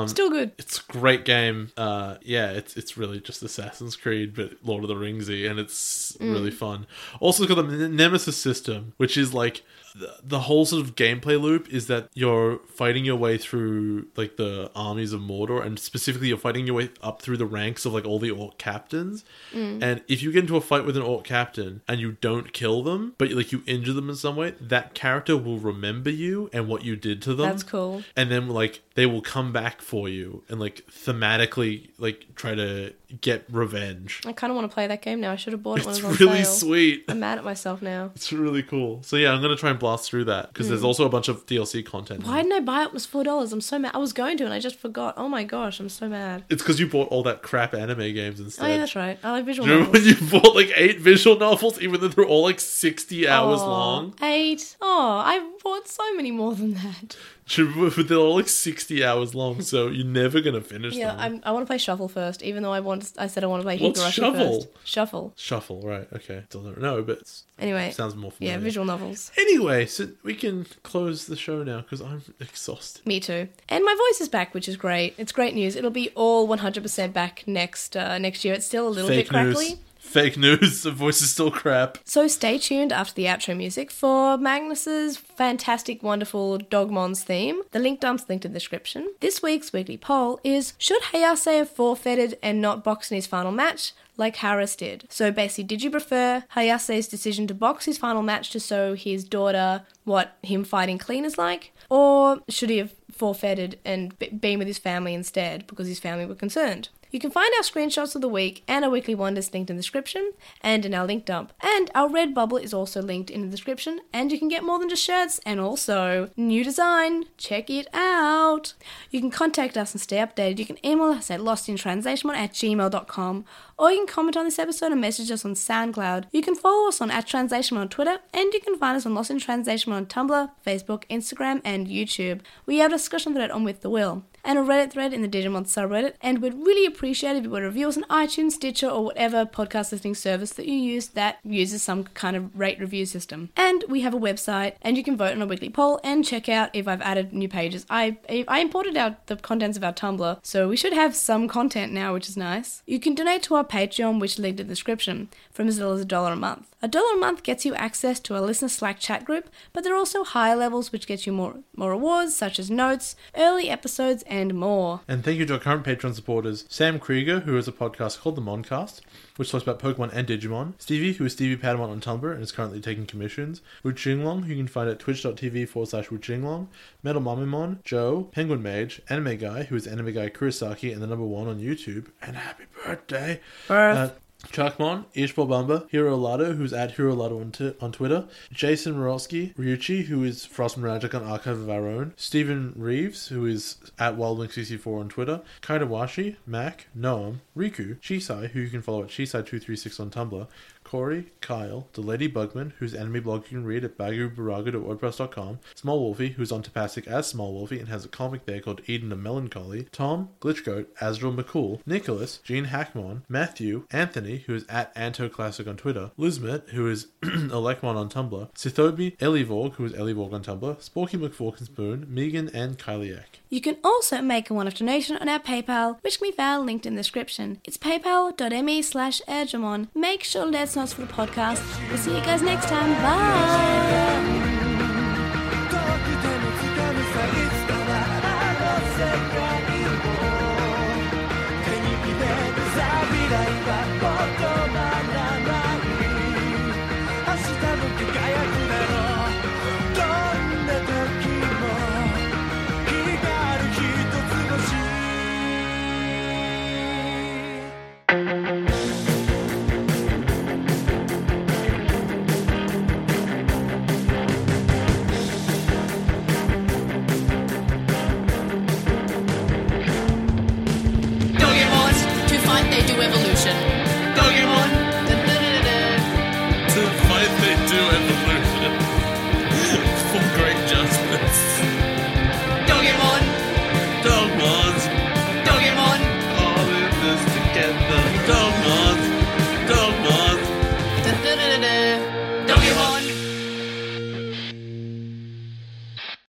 still good.
It's a great game. Uh, yeah, it's it's really just Assassin's Creed, but Lord of the Ringsy, and it's really
Mm.
fun. Also, it's got the N- Nemesis system, which is like the, the whole sort of gameplay loop is that you're fighting your way through like the armies of Mordor, and specifically you're fighting your way up through the ranks of like all the orc captains.
Mm.
And if you get into a fight with an orc captain and you don't kill them, but like you injure them in some way, that character will remember you and what you did to them
That's cool.
and then like they will come back for you and like thematically like try to get revenge
I kind of want to play that game now. I should have bought it when
it's
it was on
really
sale.
sweet
I'm mad at myself now.
it's really cool so yeah i'm gonna try and blast through that because there's also a bunch of dlc content
Hmm. Why didn't I buy it? It was four dollars. I'm so mad. I was going to, and I just forgot. Oh my gosh, I'm so mad.
it's because you bought all that crap anime games instead
Oh yeah, that's right. I like visual
Do you remember
novels.
when you bought like eight visual novels, even though they're all like 60 hours
Aw,
long?
Eight. Oh, I bought so many more than that.
Do you remember- But they're all like 60 hours long, so you're never going to finish
Yeah,
them.
I'm, I want to play Shuffle first, even though I want. I said I want to play
What's
Higurashi
Shovel?
first. Shuffle.
Shuffle, right, okay. Still don't know, but it's-
Anyway.
sounds more
yeah,
familiar.
visual novels.
Anyway, so we can close the show now because I'm exhausted.
Me too. And my voice is back, which is great. It's great news. It'll be all 100% back next uh, next year. It's still a little bit crackly.
news. Fake news. The voice is still crap.
So stay tuned after the outro music for Magnus's fantastic, wonderful Dogmon's theme. The link dump's linked in the description. This week's weekly poll is Should Hayase have forfeited and not boxed in his final match? Like Harris did. So basically, did you prefer Hayase's decision to box his final match to show his daughter what him fighting clean is like? Or should he have forfeited and b- been with his family instead because his family were concerned? You can find our screenshots of the week and our weekly wonders linked in the description and in our link dump. And our Redbubble is also linked in the description, and you can get more than just shirts and also new design. Check it out. You can contact us and stay updated. You can email us at lostintranslation at gmail.com or you can comment on this episode and message us on SoundCloud. You can follow us on at Translation on Twitter, and you can find us on Lost in Translation on Tumblr, Facebook, Instagram, and YouTube. We have a discussion thread on With the Will and a Reddit thread in the Digimon subreddit, and we'd really appreciate if you would review us on iTunes, Stitcher, or whatever podcast listening service that you use that uses some kind of rate review system. And we have a website, and you can vote on a weekly poll and check out if I've added new pages. I I imported out the contents of our Tumblr, so we should have some content now, which is nice. You can donate to our Patreon, which is linked in the description, from as little as a dollar a month. A dollar a month gets you access to our listener Slack chat group, but there are also higher levels which get you more more rewards such as notes, early episodes, and more.
And thank you to our current Patreon supporters Sam Krieger, who has a podcast called The Moncast, which talks about Pokemon and Digimon, Stevie, who is Stevie Padamon on Tumblr and is currently taking commissions, Wu Jinglong, who you can find at twitch.tv forward slash Wu Jinglong, Metal Mamimon, Joe, Penguin Mage, Anime Guy, who is Anime Guy Kurosaki and the number one on YouTube, and happy birthday!
Birth.
Uh, Chakmon, Ishbal Bamba, Hiro Lado, who's at Hiro Lado on, t- on Twitter, Jason Morosky, Ryuchi, who is Frost Magic on Archive of Our Own, Stephen Reeves, who is at WildLink64 on Twitter, Kaidawashi, Mac, Noam, Riku, Shisai, who you can follow at Shisai236 on Tumblr, Corey, Kyle, the Lady Bugman, whose anime blog you can read at bagubaraga.wordpress.com, Small Wolfie, who's on Tapastic as Small Wolfie and has a comic there called Eden of Melancholy, Tom, Glitchgoat, Azrael McCool, Nicholas, Gene Hackmon, Matthew, Anthony, who is at AntoClassic on Twitter, Lizmet, who is Elecmon on Tumblr, Sithobi, Elivorg, who is Elivorg on Tumblr, Sporky McFork and Spoon, Megan, and Kyliak.
You can also make a one-off donation on our PayPal, which can be found linked in the description. It's paypal.me slash Ergemon. Make sure to let us know it's for the podcast. We'll see you guys next time. Bye!